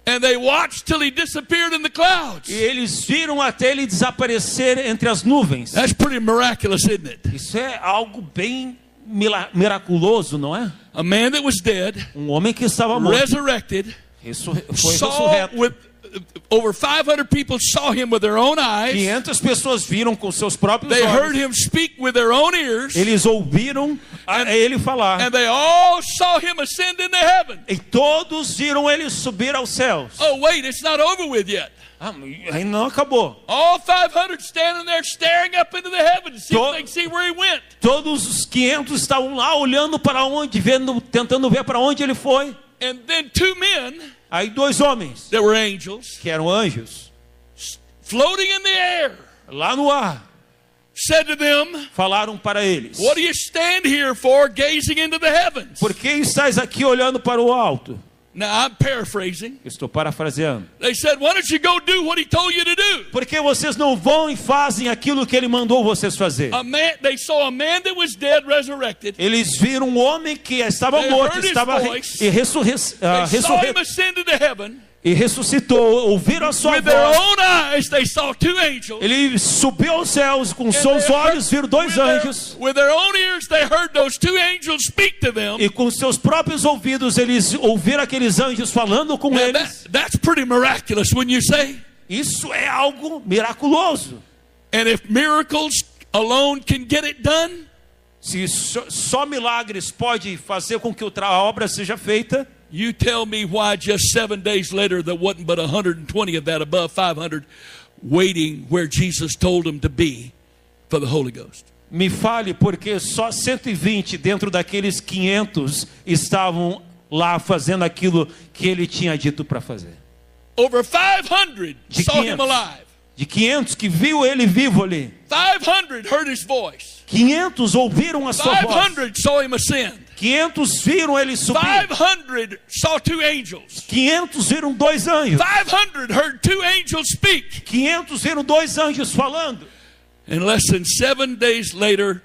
And they watched till he disappeared in the
E
clouds.
eles viram até ele desaparecer entre as nuvens.
That's pretty miraculous, isn't it?
Isso é algo bem mila- miraculoso, não é?
A man that was dead,
Um homem que estava morto
resurrected,
isso foi
saw
ressurreto.
with over 500 people saw him with their own eyes.
500 pessoas viram com seus próprios
They
olhos.
heard him speak with their own ears,
Eles ouviram a- ele falar.
and they all saw him ascend into heaven.
E todos viram ele subir aos céus.
Oh, wait, it's not over with yet.
Ah, mas ainda não acabou.
All 500 standing there staring up into the heavens, see if
Don't-
they can see where he went.
Todos os 500 estavam lá olhando para onde, vendo, tentando ver para onde ele foi.
And then two men
Aí dois homens,
that were angels,
que eram anjos,
floating in the air,
lá no ar,
said to them,
falaram para eles:
What do you stand here for gazing into the heavens?
Por que estás aqui olhando para o alto?
Now, I'm paraphrasing.
Eu Estou parafraseando.
They said, Why don't you go do what he told you to do?
Por que vocês não vão e fazem aquilo que ele mandou vocês fazer?
A man, they saw a man that was dead resurrected.
Eles viram um homem que estava
They
morto,
heard his
estava re-
voice.
e, ressurre-
They
ah,
saw
ressurre-
him ascend into heaven.
e ressuscitou, ouviram a sua
With their
voz.
own eyes, they saw two angels.
Ele subiu aos céus com
And
seus
they heard-
olhos, viram dois
with their-
anjos.
with their own ears, they heard those two angels speak to them.
E com seus próprios ouvidos, eles ouviram aqueles anjos falando com
Now,
eles.
that- that's pretty miraculous, wouldn't you say?
Isso é algo miraculoso.
And if miracles alone can get it done,
Se só, só milagres pode fazer com que outra obra seja feita,
you tell me why just seven days later there wasn't but 120 of that above 500 waiting where Jesus told them to be for the Holy Ghost.
me fale porque só 120 dentro daqueles 500 estavam lá fazendo aquilo que ele tinha dito para fazer.
Over 500
De
saw him
500.
alive.
De 500 que viu ele vivo ali,
500 heard his voice.
500 ouviram a sua voz.
500 saw him ascend.
500 viram ele subir.
500 saw two angels.
500 viram dois anjos.
500 heard two angels speak.
500 viram dois anjos falando.
And less than seven days later,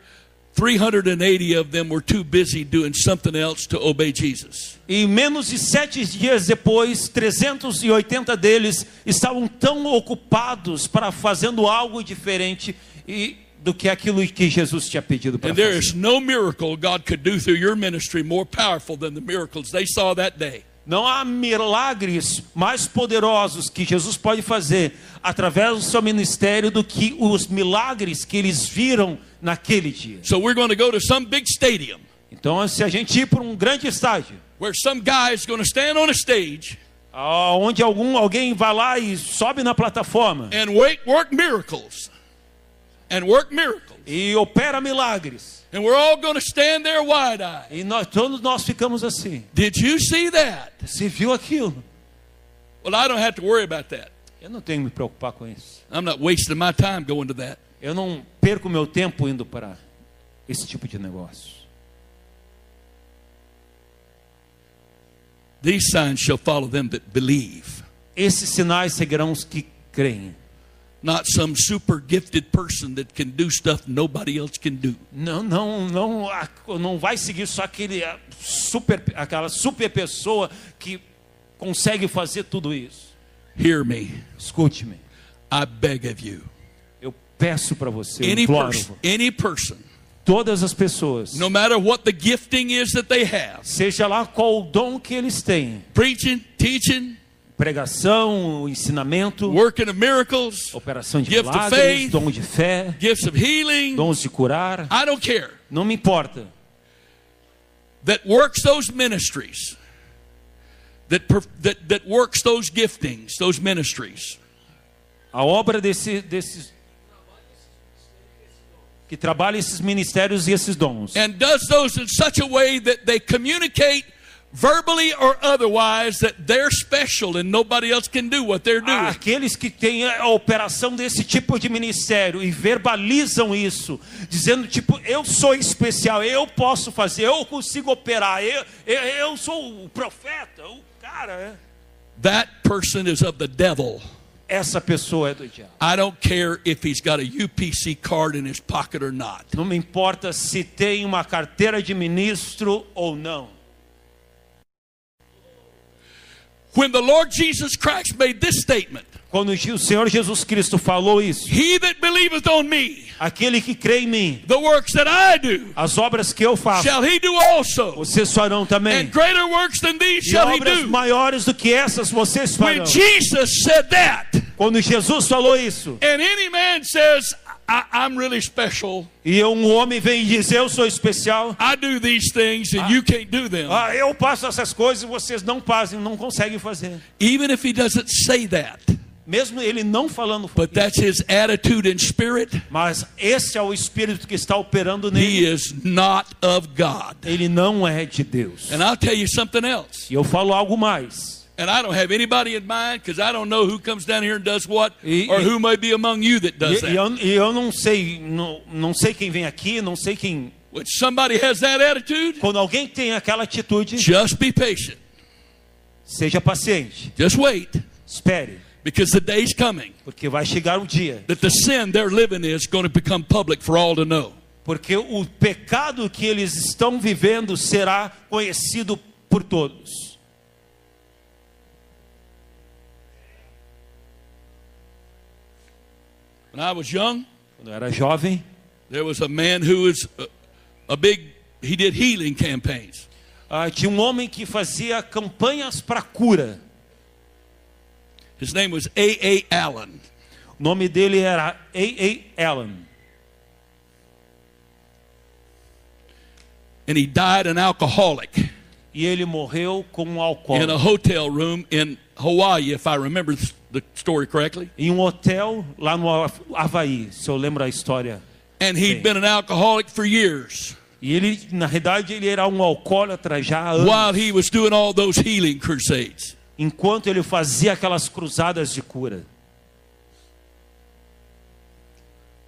380 of them were too busy doing something else to obey Jesus.
E menos de sete dias depois, 380 deles estavam tão ocupados para fazendo algo diferente e- do que aquilo que Jesus tinha pedido para
And there
fazer.
is no miracle God could do through your ministry more powerful than the miracles they saw that day.
Não há milagres mais poderosos que Jesus pode fazer através do seu ministério do que os milagres que eles viram naquele dia.
So we're going to go to some big stadium
Então, se a gente ir para um grande estádio,
where some guy is going to stand on a stage
onde algum alguém vai lá e sobe na plataforma
and wait, work miracles and work miracles.
e opera milagres,
And we're all going to stand there wide eyed.
e nós todos nós ficamos assim.
Did you see that?
Você viu aquilo?
Well, I don't have to worry about that.
Eu não tenho que me preocupar com isso.
I'm not wasting my time going to that.
Eu não perco meu tempo indo para esse tipo de negócio.
These signs shall follow them that believe,
Esses sinais seguirão os que creem.
not some super gifted person that can do stuff nobody else can do.
Não, não, não, a- não vai seguir só aquele a, super, aquela super pessoa que consegue fazer tudo isso.
Hear me,
Escute-me.
I beg of you.
Eu peço para você, eu
Any
imploro,
person, any person,
todas as pessoas,
no matter what the gifting is that they have,
seja lá qual o dom que eles têm,
preaching, teaching,
pregação, ensinamento,
working of miracles,
operação de
Gift of
milagres,
faith.
dom de fé,
gifts of healing,
dons de curar,
I don't care,
não me importa.
that works those ministries, that, per, that, that works those giftings, those ministries,
A obra desse, desses que trabalha esses ministérios e esses dons
and does those in such a way that they communicate verbally or otherwise that they're special and nobody else can do what they're doing.
Aqueles que têm a operação desse tipo de ministério e verbalizam isso, dizendo tipo, eu sou especial, eu posso fazer, eu consigo operar, eu, eu, eu sou o profeta, o cara.
That person is of the devil.
é. Essa pessoa é do diabo.
I don't care if he's got a UPC card in his pocket or not.
Não me importa se tem uma carteira de ministro ou não.
When the Lord Jesus Christ made this statement,
Quando o Senhor Jesus Cristo falou isso,
He that believeth on me,
aquele que crê em mim,
the works that I do,
as obras que eu faço,
shall he do also.
vocês farão também.
And greater works than these
E
shall he
obras
do.
maiores do que essas vocês farão.
When Jesus said that,
Quando Jesus falou isso,
and any man says, I, I'm really special,
e um homem vem e diz: Eu sou especial,
I do these things, and you can't do them.
ah, eu passo essas coisas e vocês não fazem, não conseguem fazer.
Even if he doesn't say that,
Mesmo ele não falando,
but that's his attitude and spirit,
mas esse é o espírito que está operando
he
nele.
is not of God.
Ele não é de Deus.
And I'll tell you something else.
E eu falo algo mais.
And I don't have anybody in mind because I don't know who comes down here and does what,
E-
or
e-
who may be among you that does
E, e
that.
eu, e eu não sei, não, não sei quem vem aqui, não sei quem.
When somebody has that attitude,
Quando alguém tem aquela atitude,
just be patient.
seja paciente,
Just wait
espere,
because the day's coming
porque vai chegar o dia.
that the sin they're living is going to become public for all to know.
Porque o pecado que eles estão vivendo será conhecido por todos.
When I was young,
Quando eu era jovem,
there was a man who was a, a big, he did healing campaigns.
ah, tinha um homem que fazia campanhas para cura.
His name was A.A. Allen.
O nome dele era A.A. Allen.
And he died an alcoholic
E ele morreu com um
in a
alcoólatra.
hotel room in Hawaii, if I remember th- the story correctly.
Em um hotel lá no Ha- Havaí, se eu lembro a história.
And he'd
Sim.
been an alcoholic for years
E ele, na realidade, ele era um alcoólatra já há anos,
while he was doing all those healing crusades.
enquanto ele fazia aquelas cruzadas de cura.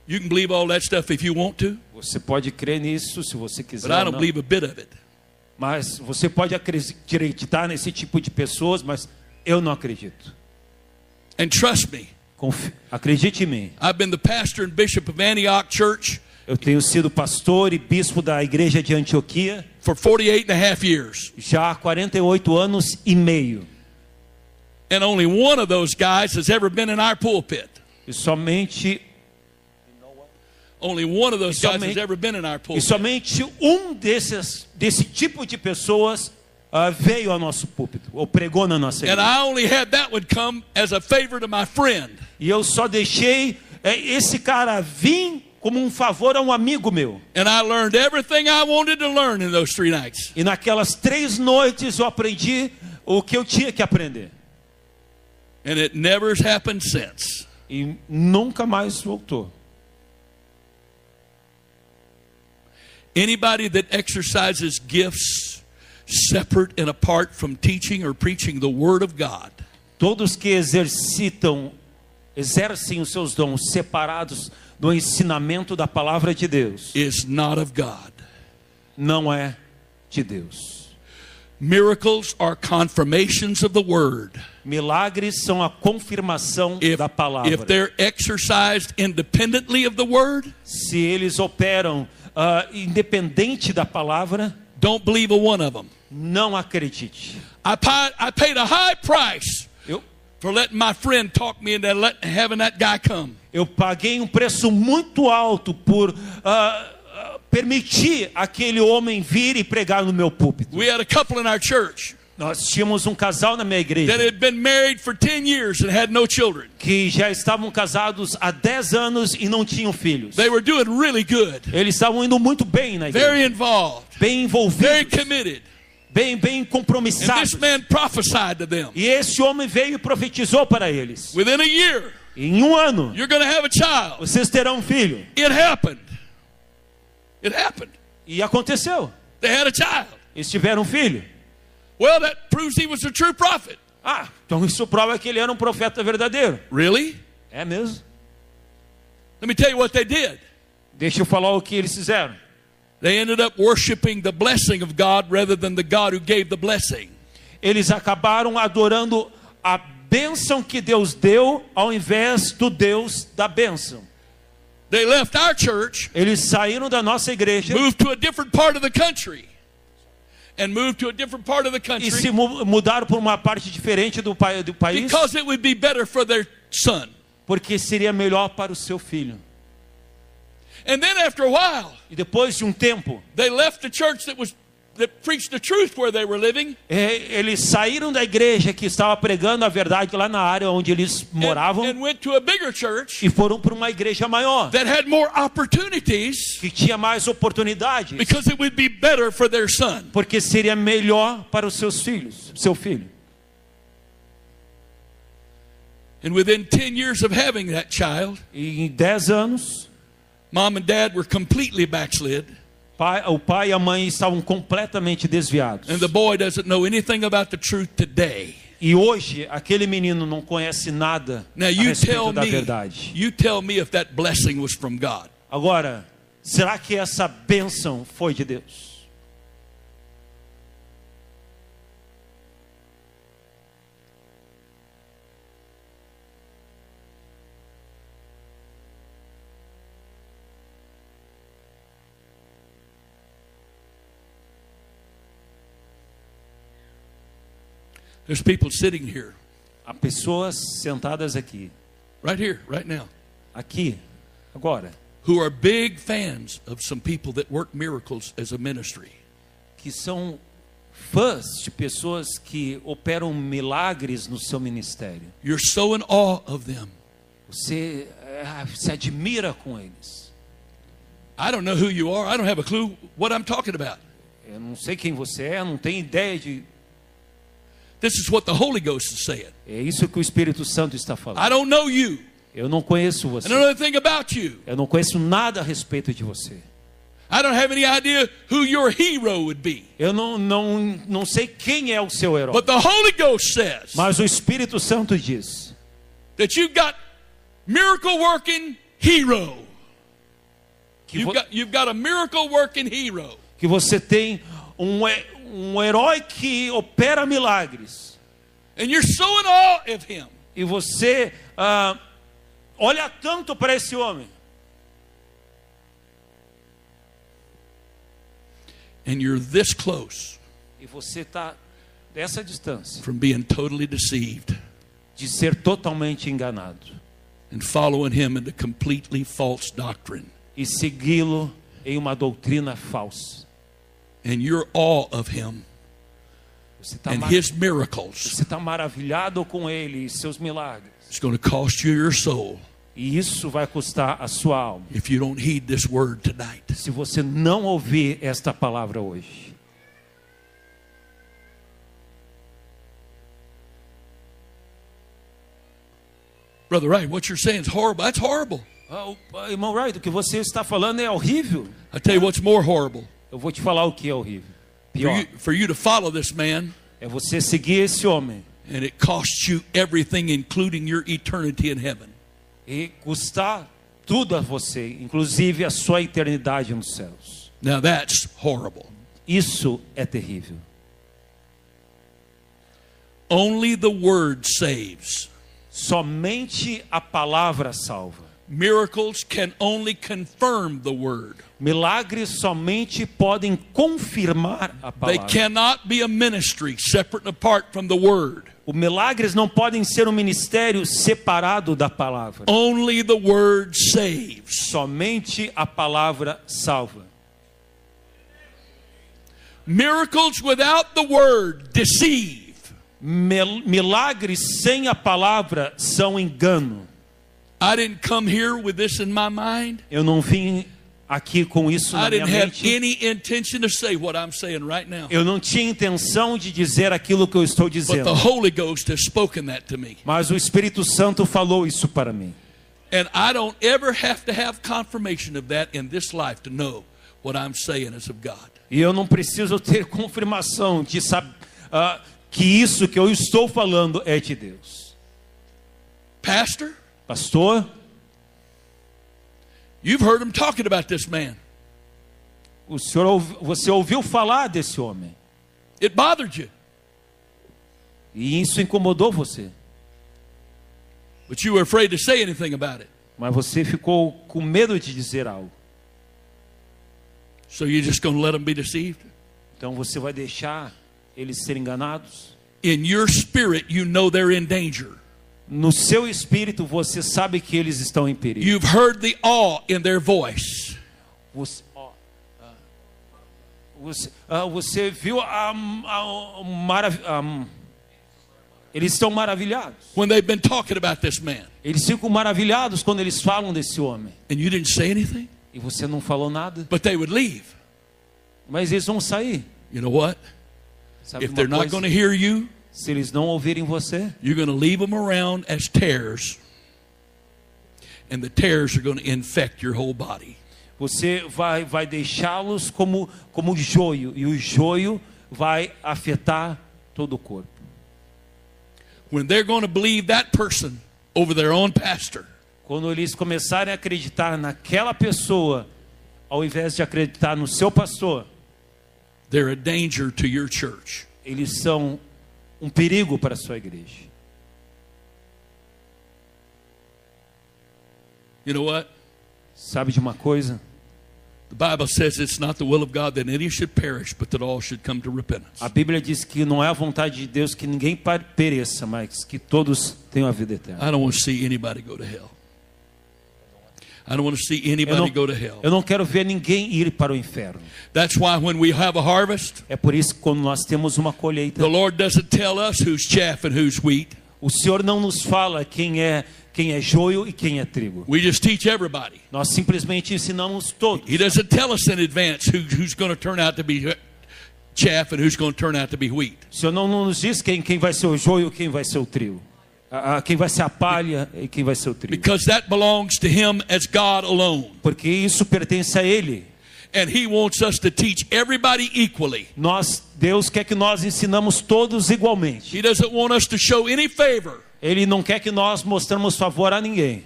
You can believe all that stuff if you want to,
Você pode crer nisso se você quiser.
but I
ou
don't
não.
believe a bit of it.
Mas você pode acreditar nesse tipo de pessoas, mas eu não acredito.
And trust me,
Confi- Acredite em mim.
I've been the pastor and bishop of Antioch Church
Eu tenho sido pastor e bispo da igreja de Antioquia
for 48 and a half years.
já há 48 anos e meio.
And only one of those guys has ever been in our pulpit.
E somente,
Only one of those
Isso
guys has
me-
ever been in our
e
pulpit.
somente um desses, desse tipo de pessoas ah, veio ao nosso púlpito, ou pregou na nossa
And
igreja.
I only had that one come as a favor to my friend.
E eu só deixei é, esse cara vir como um favor a um amigo meu.
And I learned everything I wanted to learn in those three nights.
E naquelas três noites eu aprendi o que eu tinha que aprender.
And it never has happened since.
E nunca mais voltou.
Anybody that exercises gifts separate and apart from teaching or preaching the Word of God
Todos que exercitam, exercem os seus dons separados do ensinamento da palavra de Deus,
is not of God.
não é de Deus.
Miracles are confirmations of the Word
Milagres são a confirmação
if,
da
if
palavra.
they're exercised independently of the Word.
Se eles operam ah, independente da palavra,
Don't believe a one of them.
não acredite.
I, pi- I paid a high price
Eu,
for letting my friend talk me into let, having that guy come.
eu paguei um preço muito alto por ah, ah, permitir aquele homem vir e pregar no meu púlpito.
We had a couple in our church
Nós tínhamos um casal na minha
that
igreja
had been married for 10 years and had no children.
que já estavam casados há 10 anos e não tinham filhos.
They were doing really good,
Eles estavam indo muito bem na igreja,
very involved,
bem
very
envolvidos,
committed.
bem, bem
And
compromissados.
this man prophesied to them
E esse homem veio e profetizou para eles:
within a year,
em um ano
you're going to have a child.
vocês terão um filho.
It happened. It happened.
E aconteceu.
They had a child.
Eles tiveram um filho.
Well, that proves he was a true prophet.
Ah, então isso prova que ele era um profeta verdadeiro.
Really?
É mesmo?
Let me tell you what they did.
Deixa eu falar o que eles fizeram.
They ended up worshiping the blessing of God rather than the God who gave the blessing.
Eles acabaram adorando a bênção que Deus deu ao invés do Deus da bênção.
They left our church
Eles saíram da nossa igreja,
moved to a different part of the country and moved to a different part of the
e se
country
mu- mudaram para uma parte diferente do, pa- do país,
because it would be better for their son.
porque seria melhor para o seu filho.
And then after a while,
E depois de um tempo,
they left the church that was that preached the truth where they were living
eh, eles saíram da igreja que estava pregando a verdade lá na área onde eles
and,
moravam
and went to a bigger church
e foram para uma igreja maior,
that had more opportunities
que tinha mais oportunidades,
because it would be better for their son.
porque seria melhor para os seus filhos, seu filho.
And within 10 years of having that child,
E em 10 anos,
mom and dad were completely backslid,
pai- o pai e a mãe estavam completamente desviados.
and the boy doesn't know anything about the truth today.
E hoje aquele menino não conhece nada
Now
a
you
respeito
tell
da
me.
verdade.
You tell me if that blessing was from God.
Agora, será que essa bênção foi de Deus?
There's people sitting here,
Há pessoas sentadas aqui,
right here, right now,
aqui, agora,
who are big fans of some people that work miracles as a ministry.
que são fãs de pessoas que operam milagres no seu ministério.
You're so in awe of them.
Você eh, se admira com eles.
I don't know who you are. I don't have a clue what I'm talking about.
Eu não sei quem você é, não tenho ideia de.
This is what the Holy Ghost is saying.
É isso que o Espírito Santo está falando.
I don't know you.
Eu não conheço
I
você.
don't know anything about you.
Eu não conheço nada a respeito de você.
I don't have any idea who your hero would be.
Eu não, não, não sei quem é o seu herói.
But the Holy Ghost says
Mas o Espírito Santo diz
that you've got miracle working hero.
que, vo-
You've got, you've got a miracle working hero.
que você tem um, he- um herói que opera milagres.
And you're so in awe of him
E você ah, olha tanto para esse homem.
and you're this close
E você está dessa distância
from being totally deceived
de ser totalmente enganado
and following him into completely false doctrine
e segui-lo em uma doutrina falsa.
and your awe of him
Você está
and
mar...
his miracles
você tá maravilhado com ele e seus milagres.
is going to cost you your soul
E isso vai custar a sua alma.
if you don't heed this word tonight.
se você não ouvir esta palavra hoje.
Brother Wright, what you're saying is horrible. That's horrible.
Ah, o- ah, irmão Wright, o que você está falando é horrível.
I tell you what's more horrible.
Eu vou te falar o que é horrível.
For
Pior
you, for you to follow this man
é você seguir esse homem
and it costs you everything, including your eternity in heaven.
e custar tudo a você, inclusive a sua eternidade nos céus.
Now that's horrible.
Isso é terrível.
Only the word saves.
Somente a palavra salva.
Miracles can only confirm the word.
Milagres somente podem confirmar a
They
palavra.
cannot be a ministry separate and apart from the word.
Os milagres não podem ser um ministério separado da palavra.
Only the word saves.
Somente a palavra salva.
Miracles without the word deceive.
Mil- Milagres sem a palavra são engano.
I didn't come here with this in my mind.
Eu não vim aqui com isso
I
na minha
didn't have
mente.
any intention to say what I'm saying right now.
Eu não tinha intenção de dizer aquilo que eu estou
But the
dizendo.
Holy Ghost has spoken that to me.
Mas o Espírito Santo falou isso para mim.
And I don't ever have to have confirmation of that in this life to know what I'm saying is of God.
E eu não preciso ter [laughs] confirmação de saber que isso que eu estou falando é de Deus.
Pastor,
Pastor,
you've heard him talking about this man.
o senhor, ouvi- você ouviu falar desse homem
It bothered you,
e isso incomodou você,
but you were afraid to say anything about it.
mas você ficou com medo de dizer algo.
So you're just going to let him be deceived?
Então você vai deixar eles serem enganados?
In your spirit, you know they're in danger.
No seu espírito você sabe que eles estão em perigo.
You've heard the awe in their voice.
Você, ó, ah, você, ah, você viu a, a- a marav- a- eles estão maravilhados.
When they've been talking about this man,
Eles ficam maravilhados quando eles falam desse homem.
and you didn't say anything,
E você não falou nada,
but they would leave.
mas eles vão sair.
You know what?
Sabe
If
uma
they're not
coisa?
going to hear you,
Se eles não ouvirem você,
you're going to leave them around as tares, and the tares are going to infect your whole body.
você vai, vai deixá-los como, como joio. E o joio vai afetar todo o corpo.
When they're going to believe that person over their own pastor,
Quando eles começarem a acreditar naquela pessoa, ao invés de acreditar no seu pastor,
they're a danger to your church.
eles são um perigo para a sua igreja.
You know what?
Sabe de uma coisa?
The Bible says it's not the will of God that any should perish, but that all should come to repentance.
A Bíblia diz que não é a vontade de Deus que ninguém pa- pereça, mas que todos tenham a vida eterna.
I don't want to see anybody go to hell. I don't want to see
Eu
anybody
não-
go to hell.
Eu não quero ver ninguém ir para o inferno.
That's why when we have a harvest,
É por isso que quando nós temos uma colheita,
the Lord doesn't tell us who's chaff and who's wheat.
o Senhor não nos fala quem é quem é joio e quem é trigo.
We just teach everybody.
Nós simplesmente ensinamos todos.
He doesn't tell us in advance who, who's going to turn out to be chaff and who's going to turn out to be wheat.
O Senhor não não nos diz quem, quem vai ser o joio e quem vai ser o trigo. A- a- Quem vai ser a palha e quem vai ser o trigo.
Because that belongs to Him as God alone.
Porque isso pertence a Ele.
And He wants us to teach everybody equally.
Nós, Deus quer que nós ensinamos todos igualmente.
He doesn't want us to show any favor.
Ele não quer que nós mostramos favor a ninguém.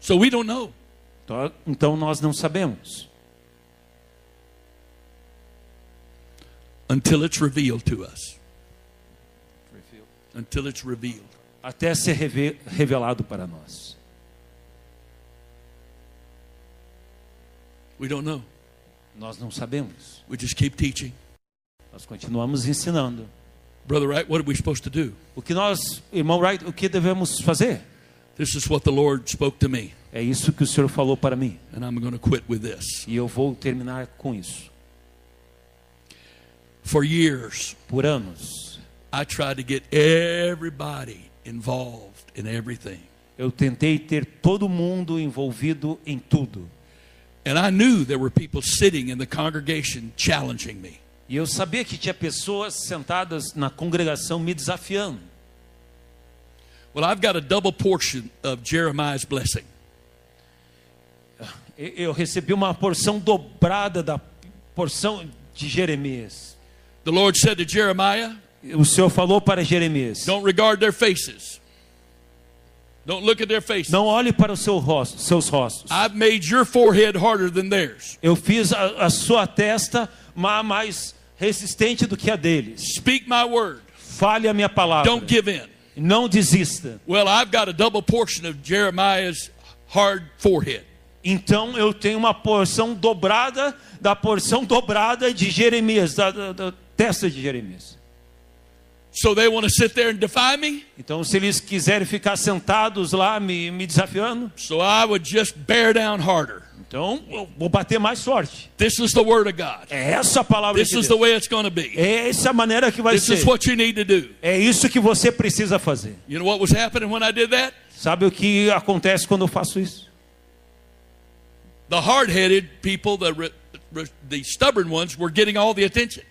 So we don't know.
Tó- Então nós não sabemos
until it's revealed to us. Until it's revealed.
até ser reve- revelado para nós.
We don't know.
Nós não sabemos.
We just keep teaching.
Nós continuamos ensinando.
Brother Wright, what are we supposed to do?
O que nós, irmão Wright, o que devemos fazer?
This is what the Lord spoke to me,
É isso que o Senhor falou para mim.
and I'm going to quit with this.
E eu vou terminar com isso.
For years,
Por anos,
I tried to get everybody involved in everything.
eu tentei ter todo mundo envolvido em tudo.
And I knew there were people sitting in the congregation challenging me.
E eu sabia que tinha pessoas sentadas na congregação me desafiando.
Well, I've got a double portion of Jeremiah's blessing.
E- Eu recebi uma porção dobrada da porção de Jeremias.
The Lord said to Jeremiah,
O Senhor falou para Jeremias:
Don't regard their faces, don't look at their faces.
Não olhe para o seu rosto, seus rostos.
I've made your forehead harder than theirs.
Eu fiz a, a sua testa ma- mais resistente do que a deles.
Speak my word.
Fale a minha palavra.
Don't give in.
Não desista.
Well, I've got a double portion of Jeremiah's hard forehead.
Então eu tenho uma porção dobrada da porção dobrada de Jeremias, da, da- da testa de Jeremias.
So they want to sit there and defy me?
Então, se eles quiserem ficar sentados lá me, me desafiando,
So I would just bear down harder.
então eu vou bater mais forte.
This is the word of God.
É essa a palavra
This
de
is
Deus.
the way it's going to be.
É essa a maneira que vai
This
ser.
is what you need to do.
É isso que você precisa fazer.
You know what was happening when I did that?
Sabe o que acontece quando eu faço isso?
The hard headed people, the, re, re, the stubborn ones, were getting all the attention.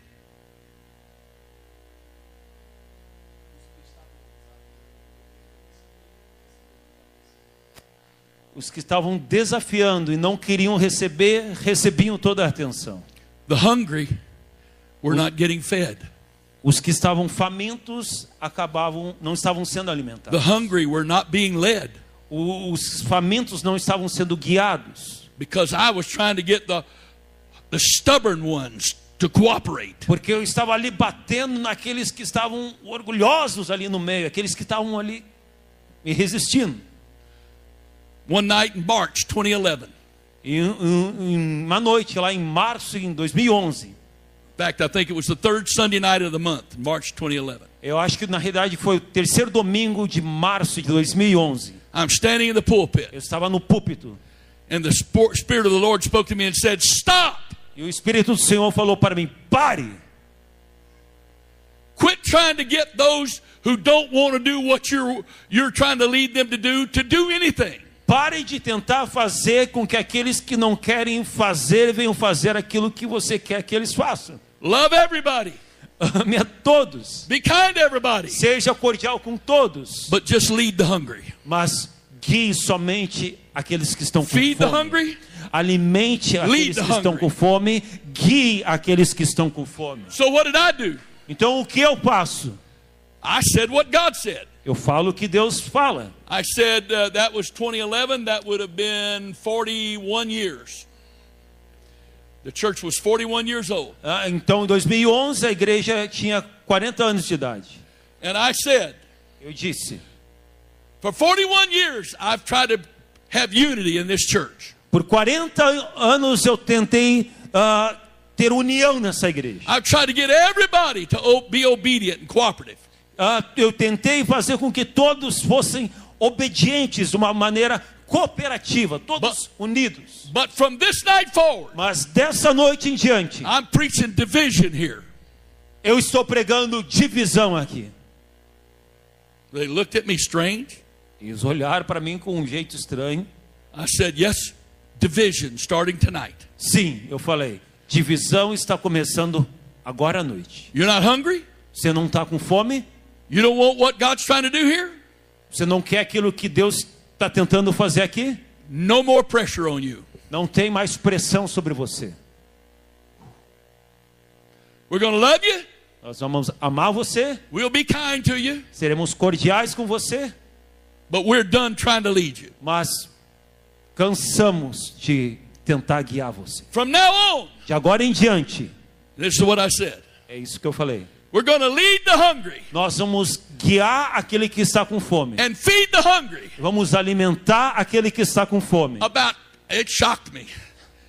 Os que estavam desafiando e não queriam receber, recebiam toda a atenção.
The hungry were not getting fed.
Os que estavam famintos acabavam, não estavam sendo
The
alimentados.
hungry were not being led.
O- Os famintos não estavam sendo guiados,
because I was trying to get the the stubborn ones to cooperate.
porque eu estava ali batendo naqueles que estavam orgulhosos ali no meio, aqueles que estavam ali me resistindo.
One night in March 2011,
E em, em- em uma noite lá em março de 2011.
In fact, I think it was the third Sunday night of the month, March 2011.
Eu acho que na realidade foi o terceiro domingo de março de 2011.
I'm standing in the pulpit,
Eu estava no púlpito
and the spor- Spirit of the Lord spoke to me and said, Stop!
e o Espírito do Senhor falou para mim: pare,
Quit trying to get those who don't want to do what you're, you're trying to lead them to do to do anything.
pare de tentar fazer com que aqueles que não querem fazer venham fazer aquilo que você quer que eles façam.
Love everybody,
Ame a todos,
be kind to everybody,
seja cordial com todos,
but just lead the hungry.
mas guie somente aqueles que estão com
Feed the
fome.
hungry.
Alimente aqueles
the
que estão
hungry.
com fome, guie aqueles que estão com fome.
So, what did I do?
Então o que eu faço?
I said what God said.
Eu falo o que Deus fala.
I said uh, that was 2011. That would have been 41 years. The church was 41 years old.
Ah, Então em 2011 a igreja tinha 40 anos de idade.
And I said,
Eu disse,
for 41 years, I've tried to have unity in this church.
por 40 anos eu tentei ah, ter união nessa igreja.
I've tried to get everybody to o- be obedient and cooperative.
Ah, eu tentei fazer com que todos fossem obedientes de uma maneira cooperativa, todos unidos.
But from this night forward,
Mas dessa noite em diante,
I'm preaching division here.
eu estou pregando divisão aqui.
They looked at me strange.
Eles olharam para mim com um jeito estranho.
I said, yes, division starting tonight.
Sim, eu falei. Divisão está começando agora à noite.
You're not hungry?
Você não está com fome?
You don't want what God's trying to do here?
Você não quer aquilo que Deus está tentando fazer aqui?
No more pressure on you.
Não tem mais pressão sobre você.
We're going to love you.
Nós vamos amar você,
We'll be kind to you,
seremos cordiais com você,
but we're done trying to lead you.
mas cansamos de tentar guiar você.
From now on,
De agora em diante,
this is what I said.
é isso que eu falei.
We're going to lead the hungry
Nós vamos guiar aquele que está com fome.
and feed the hungry.
Vamos alimentar aquele que está com fome.
About, it shocked me.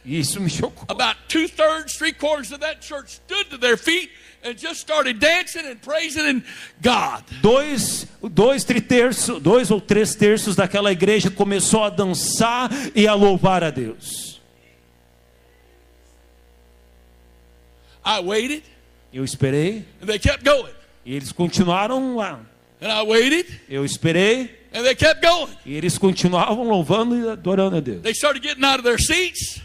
E isso me chocou.
About two thirds, three quarters of that church stood to their feet and just started dancing and praising and God.
Dois, dois, triterço, dois ou três terços daquela igreja começou a dançar e a louvar a Deus.
I waited
Eu esperei
and they kept going.
e eles continuaram lá.
And I waited
Eu esperei
and they kept going.
e eles continuavam louvando e adorando a Deus.
They started getting out of their seats.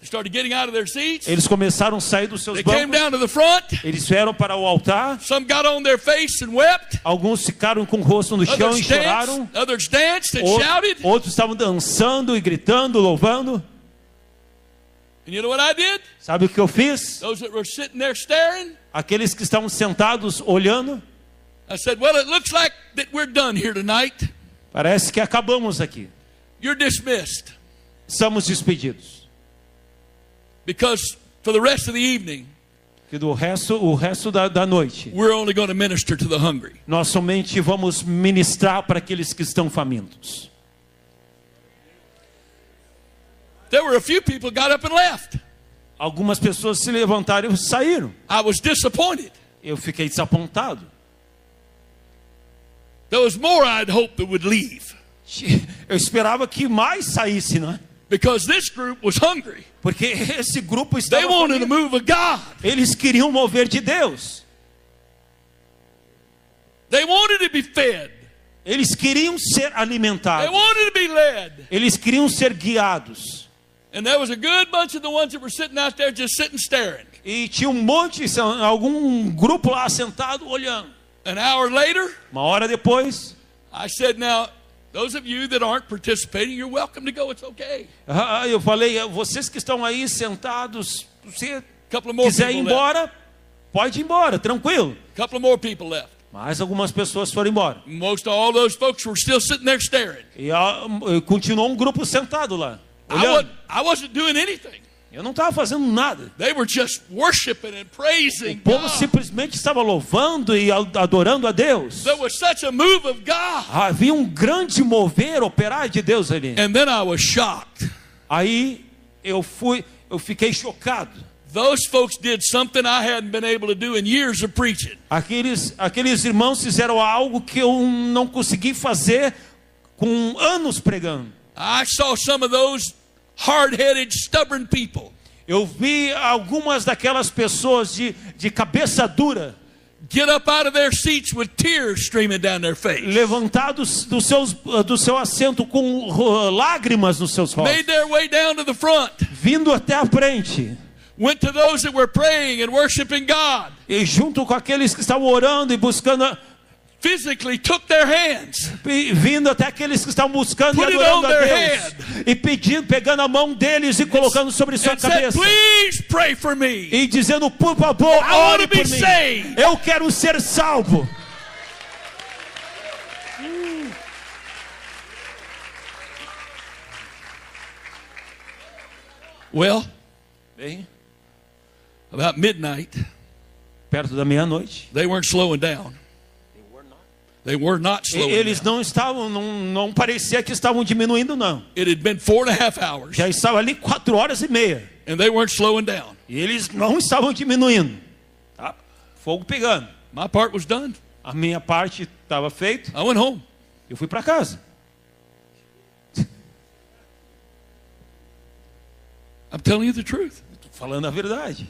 They started getting out of their seats.
Eles começaram a sair dos seus
They came
bancos.
down to the front.
Eles vieram para o altar.
Some got on their face and wept.
Alguns ficaram com o rosto no chão e
Others
choraram.
danced, others danced and
Ou-
shouted.
Outros estavam dançando e gritando, louvando.
And you know what I did?
Sabe o que eu fiz?
Those that were sitting there staring,
Aqueles que estavam sentados olhando,
I said, Well, it looks like that we're done here tonight.
parece que acabamos aqui.
You're dismissed.
Estamos despedidos.
Because for the rest of the evening,
que do resto, o resto da, da noite,
we're only going to minister to the hungry.
nós somente vamos ministrar para aqueles que estão famintos.
There were a few people got up and left.
Algumas pessoas se levantaram e saíram.
I was disappointed.
Eu fiquei desapontado. [laughs]
There was more I'd hoped that would leave.
Eu esperava que mais saísse, né?
Because this group was hungry.
Porque [laughs] esse grupo estava
They wanted the
faminto.
move of God.
Eles queriam mover de Deus.
They wanted to be fed.
Eles queriam ser
They
alimentados.
wanted to be led.
Eles queriam ser guiados.
And there was a good bunch of the ones that were sitting out there just sitting staring.
E tinha um monte, algum grupo lá sentado olhando.
An hour later,
Uma hora depois,
I said, Now, those of you that aren't participating, you're welcome to go. It's okay.
Ah, eu falei, vocês que estão aí sentados, se
A couple of more
quiser ir
people left.
embora, pode ir embora, tranquilo.
A couple of more people left.
Mas algumas pessoas foram embora.
Most all those folks were still sitting there staring.
E ah, um, continuou um grupo sentado lá,
I,
olhando.
wasn't, I wasn't doing anything.
Eu não estava fazendo nada.
They were just worshiping and
O
praising
povo
God.
simplesmente estava louvando e al- adorando a Deus.
There was such a move of God.
Havia um grande mover, operar de Deus ali.
And then I was shocked
Aí eu fui, eu fiquei chocado.
Those folks did something I hadn't been able to do in years of preaching.
Aqueles, aqueles irmãos fizeram algo que eu não consegui fazer com anos pregando.
I saw some of those hard headed, stubborn people
Eu vi algumas daquelas pessoas de, de cabeça dura
get up out of their seats with tears streaming down their face,
levantados do, seus, do seu assento com uh, lágrimas nos seus
made
rostos,
their way down to the front,
vindo até a frente.
went to those that were praying and worshiping God,
E junto com aqueles que estavam orando e buscando, a-
physically took their hands
e vindo até aqueles que estavam buscando e
Put it
adorando
on
a
their
Deus. E pedindo, pegando a mão deles e colocando sobre sua
and said,
cabeça.
Please pray for me.
E dizendo, por favor,
I want
ore
to
por
be
mim.
saved.
Eu quero ser salvo.
Well,
Bem,
about midnight,
perto da meia-noite.
they weren't slowing down. They were not
E-
slowing
Eles
down.
não estavam, não, não parecia que estavam diminuindo, não.
It had been four and a half hours,
Já estavam ali quatro horas e meia.
and they weren't slowing down.
E eles não estavam diminuindo. Tá? Fogo pegando.
My part was done.
A minha parte estava feita.
I went home.
Eu fui para casa.
I'm telling you the truth.
Tô falando a verdade.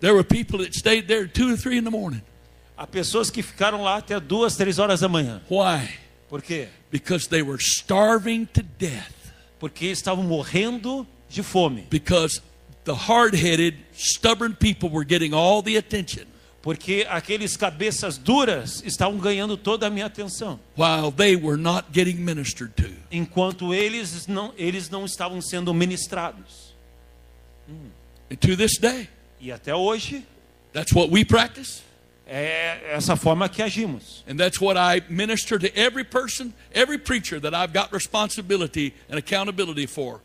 There were people that stayed there two or three in the morning.
Há pessoas que ficaram lá até duas, três horas da manhã.
Why?
Por quê?
Because they were starving to death.
Porque estavam morrendo de fome.
Because the hard headed, stubborn people were getting all the attention
Porque aqueles cabeças duras estavam ganhando toda a minha atenção.
while they were not getting ministered to.
Enquanto eles não, eles não estavam sendo ministrados.
And to this day,
E até hoje,
that's what we practice.
é essa forma que agimos.
And that's what I minister to every person, every preacher that I've got responsibility and accountability for.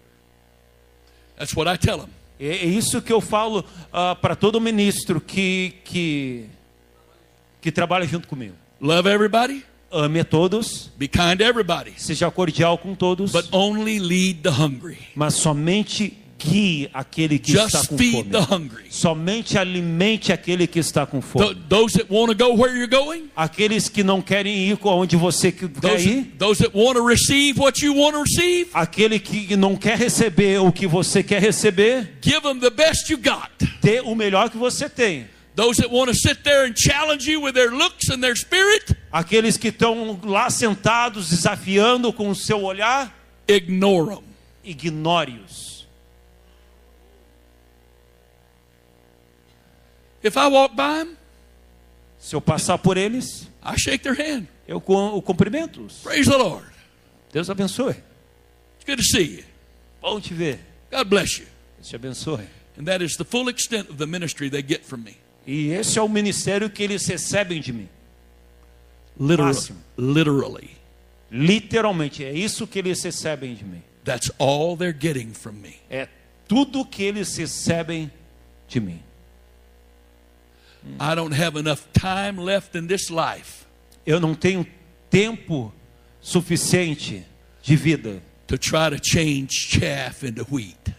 That's what I tell them.
É é isso que eu falo para todo ministro que, que, que trabalha junto comigo.
Love everybody,
Ame a todos,
be kind to everybody,
seja cordial com todos,
but only lead the hungry.
mas somente guie aquele que está
Just
com
feed
fome.
the hungry.
Somente alimente aquele que está com fome.
Th- those that want to go where you're going,
Aqueles que não querem ir onde você que- quer
those,
ir,
those that want to receive what you want to receive,
aquele que não quer receber o que você quer receber,
give them the best you got.
dê o melhor que você tem.
Those that want to sit there and challenge you with their looks and their spirit,
Aqueles que estão lá sentados desafiando com o seu olhar,
ignore them.
ignore-os.
If I walk by them,
Se eu passar por eles,
I shake their hand.
eu com- o cumprimento-os.
Praise the Lord.
Deus abençoe.
It's good to see you.
Bom te ver.
God bless you.
Deus te abençoe.
And that is the full extent of the ministry they get from me.
E esse é o ministério que eles recebem de mim. Awesome.
Literally.
Literalmente, é isso que eles recebem de mim.
That's all they're getting from me.
É tudo que eles recebem de mim.
I don't have enough time left in this life
Eu não tenho tempo suficiente de vida
to try to change chaff into wheat.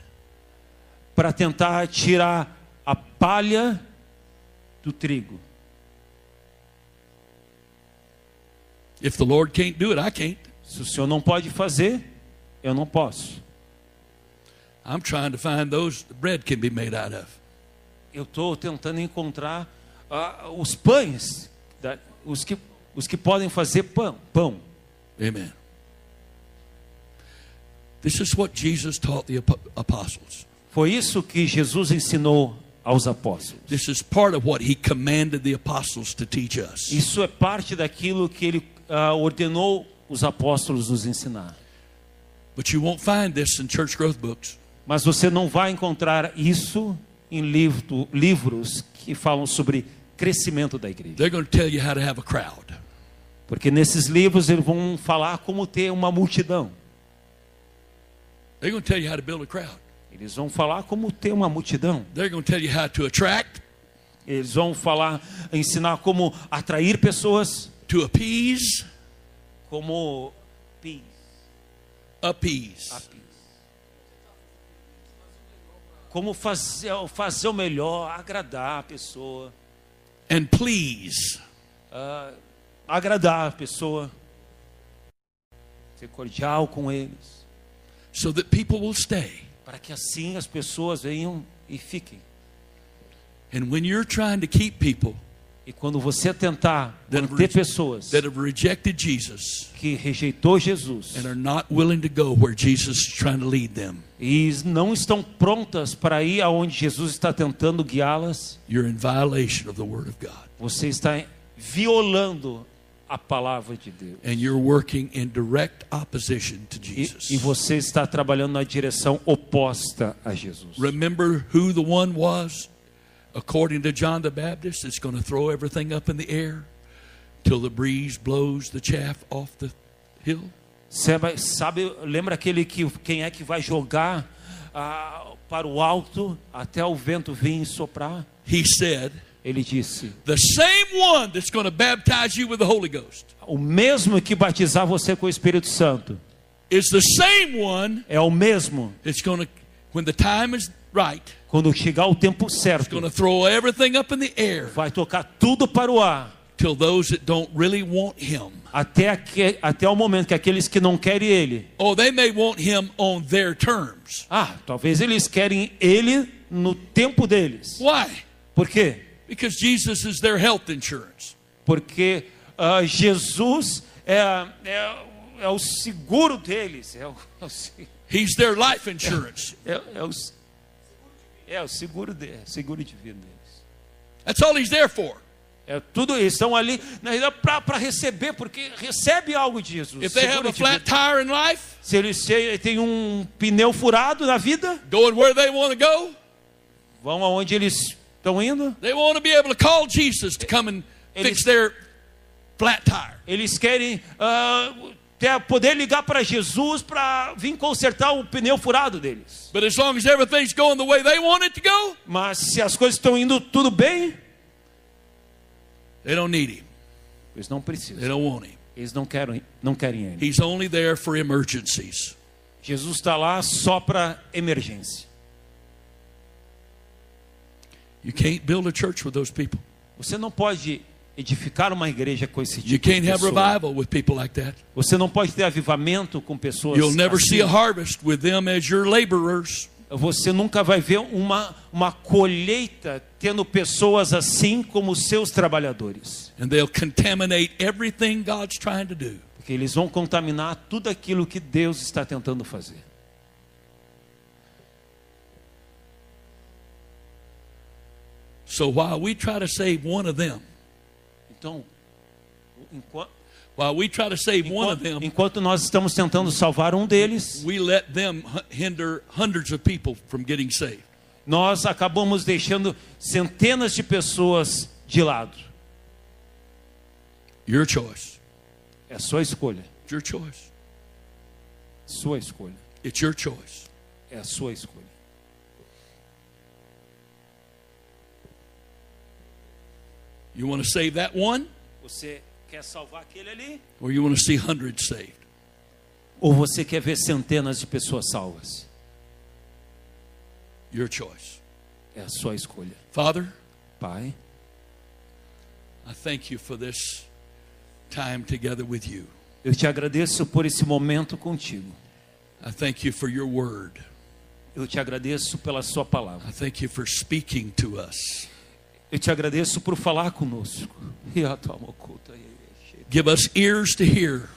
para tentar tirar a palha do trigo.
If the Lord can't do it, I can't.
Se o senhor não pode fazer, eu não posso.
I'm trying to find those the bread can be made out of.
Eu estou tentando encontrar ah, os pães, da- os, que, os que podem fazer pão. pão.
Amen. This is what Jesus taught the apo- apostles.
Foi isso que Jesus ensinou aos apóstolos.
This is part of what he commanded the apostles to teach us.
Isso é parte daquilo que ele ah, ordenou os apóstolos nos ensinar.
But you won't find this in church growth books.
Mas você não vai encontrar isso em livro- livros que falam sobre crescimento da igreja.
They're going to tell you how to have a crowd.
Porque nesses livros eles vão falar como ter uma multidão.
They're going to tell you how to build a crowd.
Eles vão falar como ter uma multidão.
They're going to tell you how to attract,
Eles vão falar, ensinar como atrair pessoas,
to appease,
como peace,
appease.
Como fazer, fazer o melhor, agradar a pessoa,
And please.
ah, agradar a pessoa, ser cordial com eles,
so that people will stay.
para que assim as pessoas venham e fiquem.
And when you're trying to keep people
E quando você tentar
That
manter
re-
pessoas
that have rejected Jesus
que rejeitou Jesus
and are not willing to go where Jesus is trying to lead them,
e não estão prontas para ir aonde Jesus está tentando guiá-las,
you're in violation of the Word of God.
você está violando a palavra de Deus.
And you're working in direct opposition to
E, e
Jesus.
você está trabalhando na direção oposta a Jesus.
Remember who the one was, according to John the Baptist, that's going to throw everything up in the air till the breeze blows the chaff off the hill?
Sabe, sabe- lembra aquele que quem é que vai jogar ah, para o alto até o vento vir e soprar?
He said,
Ele disse:
The same one that's going to baptize you with the Holy Ghost.
O mesmo que batizar você com o Espírito Santo
is the same one
é o mesmo
that's going to, when the time is right,
quando chegar o tempo
going to
certo,
throw everything up in the air
vai tocar tudo para o ar,
till those that don't really want him.
até, aque- até o momento que aqueles que não querem ele,
Oh, they may want him on their terms.
ah, talvez eles querem ele no tempo deles.
Why?
Por quê?
Because Jesus is their health insurance.
Porque ah, Jesus é, é, é o seguro deles, é o, é o, se-
He's their life insurance.
é, é o, se- é o seguro, de, é o seguro de vida deles.
That's all he's there for.
É tudo isso, estão ali para receber, porque recebe algo de Jesus.
If they have
seguro
a
de
flat
vida.
tire in life,
Se eles se- têm um pneu furado na vida,
going where they want to go,
vão aonde eles estão indo.
they want to be able to call Jesus to come and fix their flat tire.
Eles querem ah, ter- poder ligar para Jesus para vir consertar o pneu furado deles.
But as long as everything's going the way they want it to go,
Mas se as coisas estão indo tudo bem,
they don't need him.
eles não
They
precisam.
don't want him.
Eles não querem, não querem ele.
He's only there for emergencies.
Jesus está lá só para emergência.
You can't build a church with those people.
Você não pode edificar uma igreja com esse
You
tipo de
can't have
pessoa.
revival with people like that.
Você não pode ter avivamento com pessoas
You'll never
assim.
see a harvest with them as your laborers.
Você nunca vai ver uma, uma colheita tendo pessoas assim como seus trabalhadores.
And they'll contaminate everything God's trying to do.
Porque eles vão contaminar tudo aquilo que Deus está tentando fazer.
So while we try to save one of them,
Então, enquanto,
while we try to save one of
enquanto,
them,
enquanto nós estamos tentando salvar um deles,
we let them h- hinder hundreds of people from getting saved.
nós acabamos deixando centenas de pessoas de lado.
Your choice.
É sua escolha.
It's your choice.
Sua escolha.
It's your choice.
É a sua escolha.
You want to save that one,
Você quer salvar aquele ali?
or you want to see hundreds saved?
Ou você quer ver centenas de pessoas salvas?
Your choice.
É a sua escolha.
Father,
Pai,
I thank you for this time together with you.
eu te agradeço por esse momento contigo.
I thank you for your word.
Eu te agradeço pela sua palavra.
I thank you for speaking to us.
Eu te agradeço por falar conosco. E a tua mocuta, e a cheia.
Give us ears to hear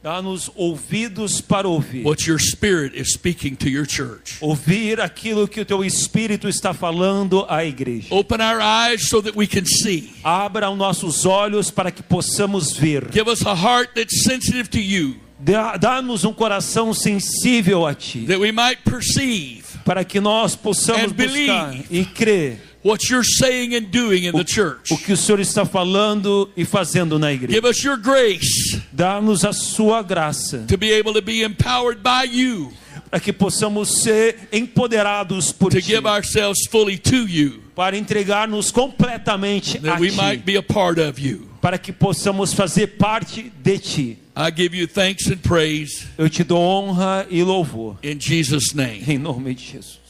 Dá-nos ouvidos para ouvir.
what your spirit is speaking to your church.
Ouvir aquilo que o teu espírito está falando à igreja.
Open our eyes so that we can see.
Abra os nossos olhos para que possamos ver.
Give us a heart that's sensitive to you,
Dá- Dá-nos um coração sensível a ti,
that we might perceive
para que nós possamos
And believe.
buscar e crer
what you're saying and doing in the church.
o que o Senhor está falando e fazendo na igreja.
Give us your grace
Dá-nos a sua graça,
to be able to be empowered by you,
para que possamos ser empoderados por
to
ti,
give ourselves fully to you,
para entregar-nos completamente a
that we might
ti,
be a part of you.
para que possamos fazer parte de ti.
I give you thanks and praise
Eu te dou honra e louvor.
in Jesus' name.
Em nome de Jesus.